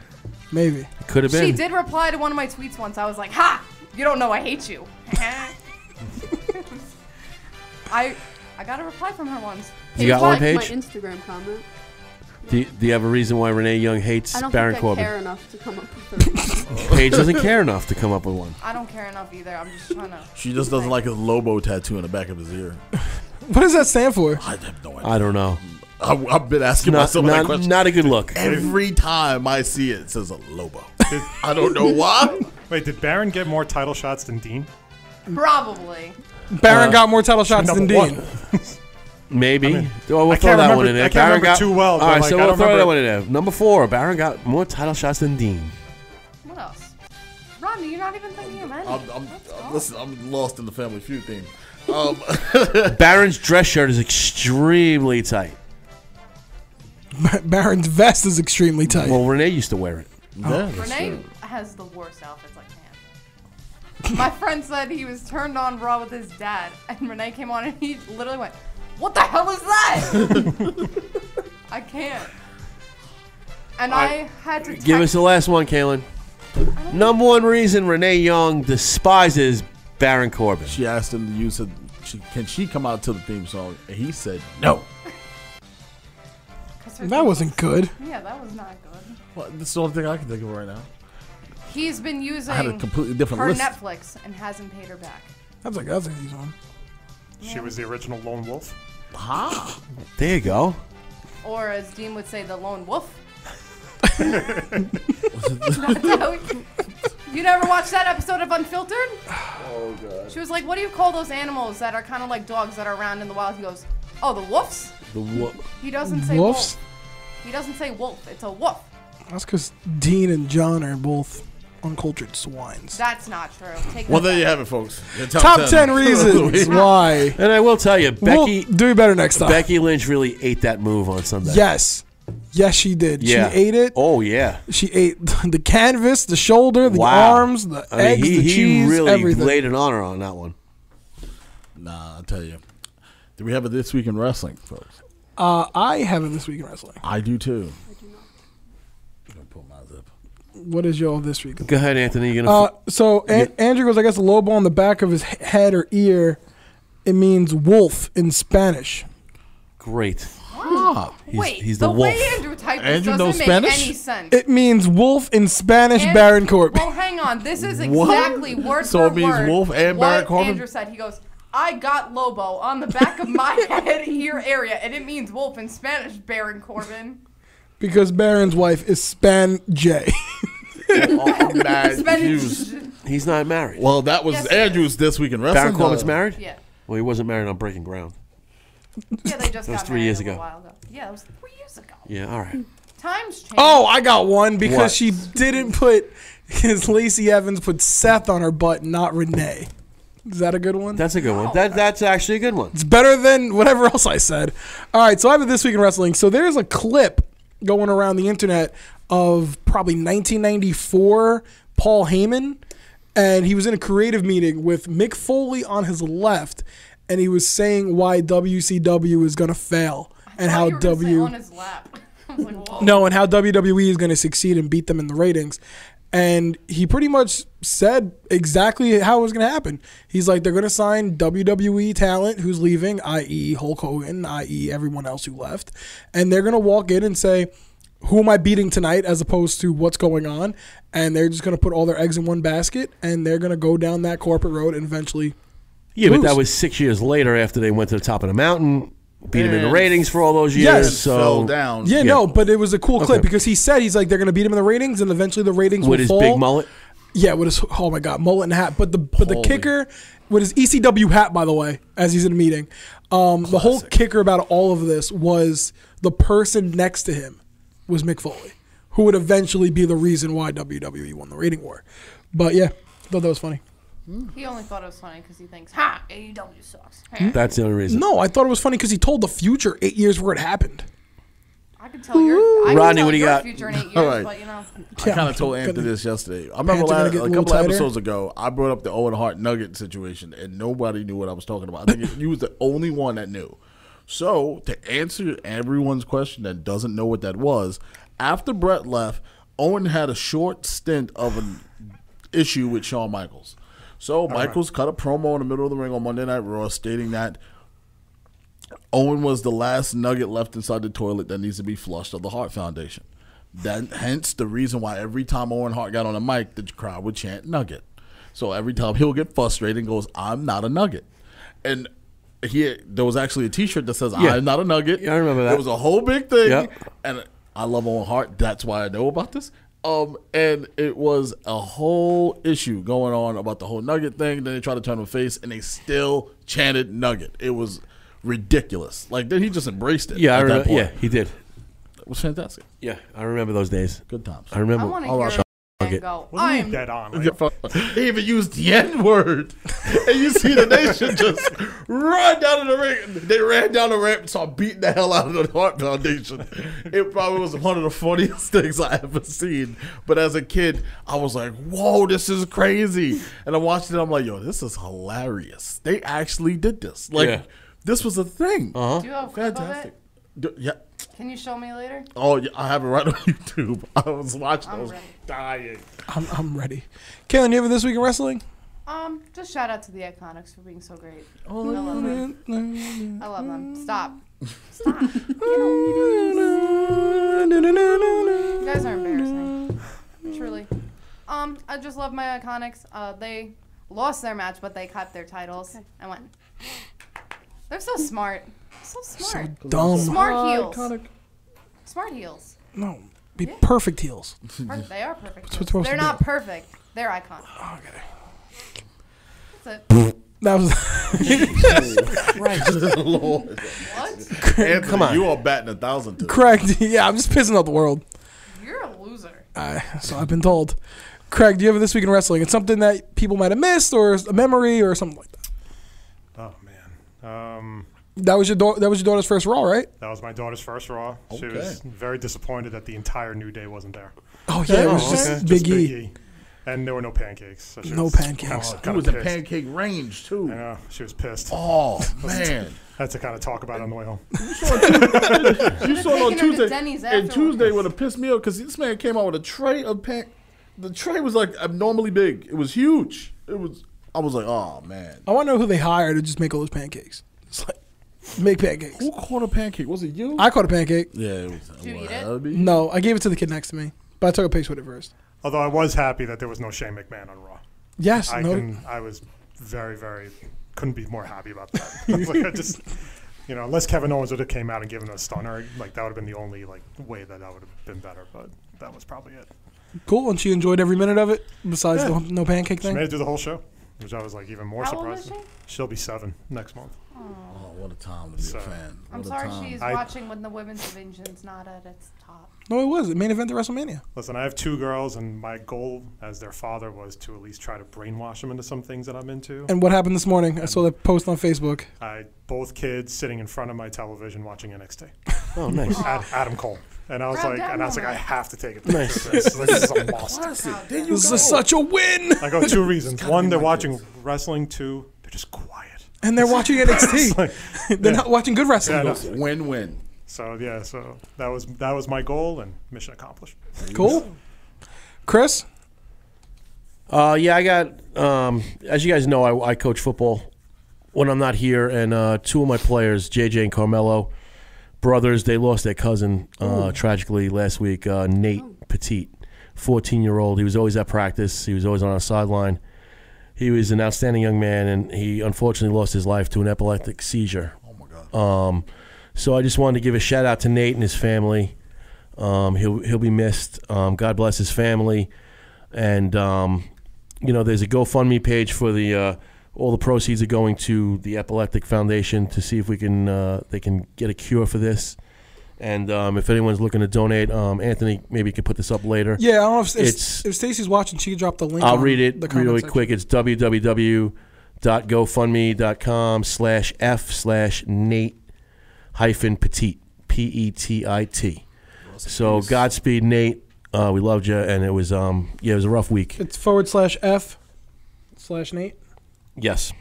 S3: Maybe.
S5: Could have been.
S6: She did reply to one of my tweets once. I was like, "Ha! You don't know I hate you." I I got a reply from her once.
S5: You got one
S9: Like my
S5: page?
S9: Instagram comment.
S5: Do, do you have a reason why Renee Young hates
S9: I don't
S5: Baron
S9: think I
S5: Corbin?
S9: care enough to come up with thirty.
S5: Paige doesn't care enough to come up with one.
S6: I don't care enough either. I'm just trying to.
S10: She just doesn't like his Lobo tattoo in the back of his ear.
S3: What does that stand for?
S10: I have no idea.
S5: I don't know.
S10: I, have been asking
S5: Not,
S10: myself that
S5: not,
S10: question.
S5: not a good look.
S10: Every time I see it, it says a Lobo. I don't know why.
S4: Wait, did Baron get more title shots than Dean?
S6: Probably.
S3: Baron
S5: Uh,
S3: got more title shots than
S4: number
S3: Dean.
S4: one.
S5: Maybe. Oh,
S4: mean,
S5: well, we'll
S4: I
S5: throw
S4: can't
S5: that
S4: remember-
S5: one in there.
S4: I can't
S5: Baron
S4: remember
S5: got,
S4: too well, but,
S5: All right,
S4: like,
S5: so
S4: I
S5: we'll
S4: don't
S5: throw that
S4: remember-
S5: one in there. Number four, Baron got more title shots than Dean.
S6: What else? Rodney, you're not even thinking of any.
S10: I'm, I'm,
S6: What's
S10: I'm,
S6: wrong?
S10: listen, I'm lost in the Family Feud theme. Um,
S5: Baron's dress shirt is extremely tight.
S3: Baron's vest is extremely tight.
S5: Well, Renee used to wear it.
S10: yeah, that's
S6: Renee
S10: true.
S6: has the worst outfits I can. My friend said he was turned on Raw with his dad, and Renee came on and he literally went, "What the hell is that?" I can't. And I, had to
S5: Give us
S6: text-
S5: the last one, Kalen. Number one reason Renee Young despises Baron Corbin.
S10: She asked him to use it. She, can she come out to the theme song? And he said no.
S6: 'cause her-
S3: that wasn't good.
S6: Yeah, that was not good.
S10: Well, this is the only thing I can think of right now.
S6: He's been using
S10: I had a completely different
S6: her
S10: list.
S6: Netflix and hasn't paid her back.
S3: That's like that's an easy one.
S4: She was the original lone wolf.
S10: Ha!
S5: There you go.
S6: Or as Dean would say, the lone wolf. That's how he- You never watched that episode of Unfiltered?
S7: Oh god.
S6: She was like, "What do you call those animals that are kind of like dogs that are around in the wild?" He goes, "Oh, the wolves."
S5: The what?
S6: He doesn't say
S3: Wolves?
S6: wolf. He doesn't say wolf. It's a wolf.
S3: That's because Dean and John are both uncultured swines.
S6: That's not true. Take
S7: Well, uh,
S6: that
S7: there
S6: back.
S7: you have it, folks. The
S3: Top, 10. reasons why.
S5: And I will tell you, Becky
S3: we'll do better next time.
S5: Becky Lynch really ate that move on Sunday.
S3: Yes. Yes, she did.
S5: Yeah.
S3: She ate it.
S5: Oh yeah.
S3: She ate the canvas, the shoulder, the
S5: wow.
S3: arms, the
S5: I mean,
S3: eggs,
S5: he,
S3: the
S5: he
S3: cheese,
S5: really
S3: everything.
S5: laid an honor on that one.
S7: Nah, I tell you. Do we have it this week in wrestling, folks?
S3: uh, I have it this week in wrestling.
S7: I do too.
S3: What is your this week?
S5: Go ahead, Anthony. You're gonna.
S3: Uh, so An- Andrew goes, I guess a low ball on the back of his he- head or ear. It means wolf in Spanish.
S5: Great. He's,
S6: Wait,
S5: he's
S6: the,
S5: the, wolf.
S6: way Andrew typed this
S7: Andrew
S6: doesn't
S7: knows
S6: make
S7: Spanish?
S6: any sense.
S3: It means wolf in Spanish,
S6: And-
S3: Baron Corbin.
S6: Well, hang on. This is
S7: What?
S6: exactly word
S7: So
S6: for
S7: it means
S6: word
S7: wolf and
S6: what
S7: Baron Corbin?
S6: Andrew said. He goes, "I got Lobo on the back of my head ear area, and it means wolf in Spanish, Baron Corbin."
S3: Because Baron's wife is Span J.
S7: Oh, I'm mad
S6: Spanish.
S7: confused.
S5: He's not married.
S7: Well, that was
S6: Yes, it
S7: Andrew's this week in wrestling.
S5: Baron Corbin's
S7: though.
S5: married.
S6: Yeah.
S5: Well, he wasn't married on Breaking Ground.
S6: Yeah, they
S5: That was
S6: just got
S5: three
S6: married
S5: years
S6: a little
S5: ago.
S6: while ago. Yeah, that was three years ago.
S5: Yeah. All right.
S6: Times change.
S3: oh, I got one because
S5: What?
S3: she didn't put his Lacey Evans put Seth on her butt, not Renee. Is that a good one?
S5: That's a good one.
S7: Oh.
S5: That that's actually a good one.
S3: It's better than whatever else I said. All right, so I have it this week in wrestling. So there's a clip going around the internet of probably 1994 Paul Heyman, and he was in a creative meeting with Mick Foley on his left, and he was saying why WCW is going to fail and
S6: I thought
S3: how
S6: you were gonna
S3: W
S6: say on his lap. I was like, whoa.
S3: no, and how WWE is going to succeed and beat them in the ratings. And he pretty much said exactly how it was going to happen. He's like, they're going to sign WWE talent who's leaving, i.e., Hulk Hogan, i.e., everyone else who left. And they're going to walk in and say, who am I beating tonight as opposed to what's going on? And they're just going to put all their eggs in one basket and they're going to go down that corporate road and eventually.
S5: Yeah, but
S3: Lose.
S5: that was six years later after they went to the top of the mountain, beat him in the
S7: And-
S5: ratings for all those years.
S3: Yes.
S7: And
S5: so
S7: fell down.
S3: Yeah,
S5: Yeah.
S3: no, but it was a cool clip because he said he's like, they're going to beat him in the ratings and eventually the ratings will
S5: with his
S3: fall.
S5: big mullet.
S3: Yeah, with his oh my god, mullet and hat. But the but the
S7: Holy.
S3: kicker with his ECW hat, by the way, as he's in a meeting. Um, the whole kicker about all of this was the person next to him was Mick Foley, who would eventually be the reason why WWE won the rating war. But yeah, thought that was funny.
S6: He only thought it was funny because he thinks, "Ha, AEW sucks."
S5: That's the only reason.
S3: No, I thought it was funny because he told the future eight years where it happened.
S6: I can tell your.
S5: Rodney,
S6: I can tell
S5: what do you
S6: your
S5: got?
S6: Future in eight years,
S7: All right.
S6: but you know,
S7: I kind
S3: Yeah.
S7: of told Anthony this yesterday. I
S3: Pants
S7: remember
S3: are gonna
S7: last,
S3: get
S7: a
S3: a
S7: couple
S3: little tighter.
S7: episodes ago, I brought up the Owen Hart Nugget situation, and nobody knew what I was talking about. I think you was the only one that knew. So to answer everyone's question that doesn't know what that was, after Brett left, Owen had a short stint of an issue with Shawn Michaels. So Michaels cut a promo in the middle of the ring on Monday Night Raw stating that Owen was the last nugget left inside the toilet that needs to be flushed of the Hart Foundation. That hence the reason why every time Owen Hart got on the mic, the crowd would chant nugget. So every time he'll get frustrated and goes, "I'm not a nugget," and he there was actually a T-shirt that says,
S5: Yeah.
S7: "I'm not a nugget."
S5: Yeah, I remember that.
S7: It was a whole big thing,
S5: Yeah.
S7: and I love Owen Hart. That's why I know about this. Um, and it was a whole issue going on about the whole Nugget thing. Then they tried to turn him face, and they still chanted Nugget. It was ridiculous. Like then he just embraced it.
S5: Yeah, I
S7: at that
S5: remember,
S7: point.
S5: yeah, he did.
S7: it was fantastic.
S5: Yeah, I remember those days.
S7: Good times.
S5: I
S6: I
S5: remember.
S6: want to
S5: All
S6: hear
S5: right.
S6: him and go. I am
S4: Dead on.
S7: Yeah, fuck. They even used the N word, and you see the nation just run down to the ring. They ran down the ramp and started beating the hell out of the Hart Foundation. It probably was one of the funniest things I ever seen. But as a kid, I was like, "Whoa, this is crazy!" And I watched it. I'm like, "Yo, this is hilarious. They actually did this. Like,
S5: Yeah.
S7: this was a thing.
S6: Do you have a clip of it?
S7: Fantastic. D- Yeah."
S6: Can you show me later?
S7: Oh, yeah, I have it right on YouTube. I was watching. I was
S6: ready.
S7: dying.
S3: I'm, I'm ready. Kaylin, you have it this week in wrestling?
S6: Um, just shout out to the Iconics for being so great.
S3: Oh.
S6: I love them. I love them. Stop. Stop. You guys are embarrassing. Truly. Um, I just love my Iconics. Uh, they lost their match, but they kept their titles. I went. They're so smart. So smart.
S3: Dumb.
S6: smart heels. Smart heels.
S3: No, be perfect heels.
S6: Per- they are perfect.
S3: what
S6: heels.
S3: we're supposed
S6: They're
S3: to
S6: not
S3: do.
S6: perfect. They're iconic.
S10: Oh,
S6: Okay. That's it.
S3: That was.
S10: Lord.
S6: What?
S10: Anthony,
S3: Come on.
S10: You are batting a thousand today.
S3: Craig, yeah, I'm just pissing out the world.
S6: You're a loser.
S3: I, so I've been told. Craig, do you have this week in wrestling? It's something that people might have missed, or a memory, or something like that.
S4: Oh man. Um,
S3: That was your da- that was your daughter's first Raw, right?
S4: that was my daughter's first Raw. She was very disappointed that the entire New Day wasn't there.
S3: Oh, yeah, it was just Big E.
S4: And there were no pancakes. so she
S3: No
S4: was
S3: pancakes.
S4: kinda-
S3: Oh,
S4: kinda
S10: it was a
S4: pissed.
S10: pancake range, too.
S4: I know. She was pissed.
S10: Oh,
S4: That's-
S10: man.
S4: That's the kind of talk about on the way home.
S10: you
S6: Should've
S10: saw it
S6: taken him
S10: on
S6: to
S10: Tuesday.
S6: Denny's
S10: and
S6: afterwards.
S10: Tuesday would have pissed me off because this man came out with a tray of pan. The tray was like abnormally big. It was huge. It was. I was like, oh man.
S3: I want to know who they hired to just make all those pancakes. It's like make pancakes.
S10: Who caught a pancake? Was it you?
S3: I caught a pancake.
S10: Yeah, it was.
S6: Did you eat it? Mm-hmm.
S3: No, I gave it to the kid next to me, but I took a picture with it first.
S4: Although I was happy that there was no Shane McMahon on Raw.
S3: Yes,
S4: I
S3: no.
S4: can. I was very, very couldn't be more happy about that. I was like, I just, you know, unless Kevin Owens would have came out and given a stunner, like that would have been the only like way that that would have been better. But that was probably it.
S3: Cool, and she enjoyed every minute of it. Besides
S4: Yeah.
S3: the no pancake
S4: She made
S3: thing.
S4: it through the whole show, which I was like even more
S6: How old is
S4: surprised. She'll be seven next month.
S10: Oh, what a time to be
S4: So-
S10: a fan.
S6: I'm
S10: What a
S6: sorry
S10: time.
S6: she's
S4: I-
S6: watching when the women's division's not at its top.
S3: No, it was it main event at WrestleMania.
S4: Listen, I have two girls, and my goal as their father was to at least try to brainwash them into some things that I'm into.
S3: And what happened this morning? I saw that post on Facebook.
S4: I both kids sitting in front of my television watching NXT.
S5: Oh, nice.
S4: Ad, Adam Cole. And I was
S6: Rob
S4: like,
S6: Downey.
S4: and I was like, I have to take it. Nice. This. Like, this is a must.
S3: This is such a win,
S4: I got two reasons. One, they're watching wrestling. Two, they're just quiet.
S3: and they're watching NXT. they're not watching good
S4: Yeah, I
S3: wrestling.
S4: know.
S10: Win-win.
S4: So yeah, so that was that was my goal and mission accomplished.
S3: Cool. Chris,
S5: Uh, yeah, I got. Um, as you guys know, I, I coach football when I'm not here, and uh, two of my players, JJ and Carmelo, brothers, they lost their cousin uh, tragically last week. Uh, Nate
S6: Oh.
S5: Petit, 14 year old. He was always at practice. He was always on our sideline. He was an outstanding young man, and he unfortunately lost his life to an epileptic seizure. Oh my God. Um, so I just wanted to give a shout out to Nate and his family. Um, he'll he'll be missed. Um, God bless his family, and um, you know there's a GoFundMe page for the uh, all the proceeds are going to the Epileptic Foundation to see if we can uh, they can get a cure for this. And um, if anyone's looking to donate, um, Anthony maybe can put this up later.
S3: yeah, I don't know if, if,
S5: It's-
S3: if Stacy's watching, she can drop the link.
S5: I'll
S3: on
S5: read it
S3: the comment
S5: really
S3: section.
S5: quick. It's www.gofundme.com slash F slash Nate hyphen Petit. P E T I T. So Godspeed, Nate. Uh, we loved you, and it was um yeah, it was a rough week.
S3: It's forward slash F slash Nate,
S5: Yes,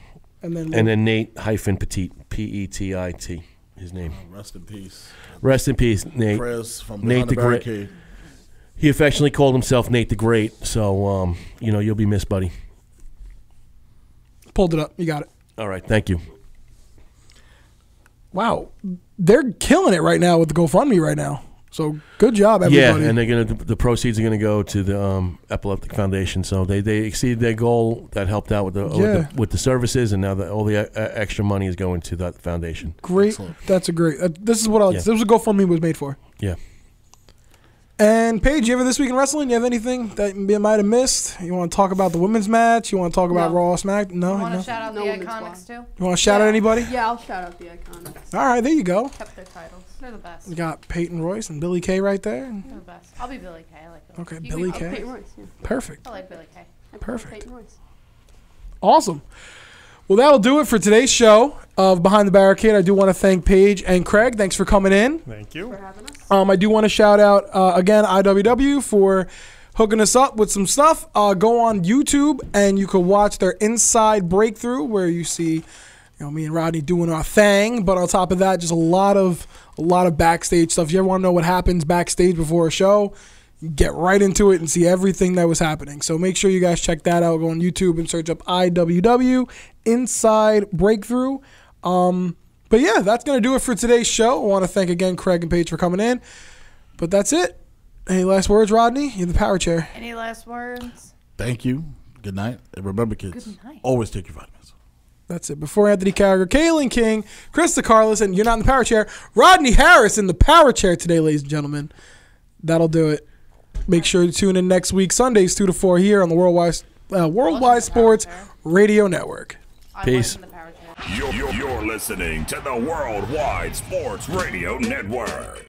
S3: and then
S5: and then Nate hyphen Petit. P E T I T. His name.
S10: Rest in peace.
S5: Rest in peace, Nate.
S10: Prayers from
S5: Nate
S10: behind the
S5: the Great.
S10: barricade.
S5: He affectionately called himself Nate the Great. So um you know you'll be missed, buddy.
S3: pulled it up. You got it.
S5: All right, thank you.
S3: Wow, they're killing it right now with the GoFundMe right now. So good job, everybody.
S5: Yeah, and they're gonna the proceeds are gonna go to the um, epileptic foundation. So they, they exceeded their goal that helped out with the,
S3: Yeah.
S5: with, the with the services, and now the, all the uh, extra money is going to that foundation.
S3: great. That's a great. Uh, this is what I,
S5: Yeah.
S3: this was GoFundMe was made for.
S5: Yeah.
S3: And Paige, you have this week in wrestling? You have anything that you might have missed? You want to talk about the women's match? You want to talk about
S9: No.
S3: Raw Smack? No,
S6: Want
S3: no.
S6: to shout out
S9: No
S6: the
S9: women's
S6: Iconics too?
S3: you want to shout out anybody?
S9: Yeah, I'll shout out the Iconics.
S3: All right, there you go.
S9: Kept their titles.
S6: They're the best.
S3: You got Peyton Royce and Billy Kay right there.
S6: They're the best. I'll be Billy Kay. I like Billy.
S3: Okay,
S6: You can-
S3: Billy
S9: Oh,
S3: Kay.
S9: Peyton Royce. Yeah.
S3: Perfect.
S6: I like Billy Kay.
S9: I prefer
S3: Perfect.
S9: Peyton Royce.
S3: Awesome. Well, that'll do it for today's show of Behind the Barricade. I do want to thank Paige and Craig. Thanks for coming in.
S4: Thank you.
S9: For having us.
S3: Um, I do want to shout out uh, again IWW for hooking us up with some stuff. Uh, go on YouTube and you can watch their Inside Breakthrough where you see, you know, me and Rodney doing our thing. But on top of that, just a lot of a lot of backstage stuff. If you ever want to know what happens backstage before a show, get right into it and see everything that was happening. So make sure you guys check that out. Go on YouTube and search up IWW Inside Breakthrough. Um, but yeah, that's gonna do it for today's show. I want to thank again Craig and Paige for coming in. But that's it. Any last words, Rodney? You're the power chair.
S6: Any last words?
S10: Thank you. Good night. And remember, kids,
S6: Good night.
S10: always take your vitamins.
S3: That's it. Before Anthony Carragher, Kaylin King, Krista Carlos, and you're not in the power chair. Rodney Harris in the power chair today, ladies and gentlemen. That'll do it. Make sure to tune in next week, Sundays, 2 to 4 here on the Worldwide, uh, Worldwide Sports Radio Network.
S6: Peace.
S1: You're, you're, you're listening to the Worldwide Sports Radio Network.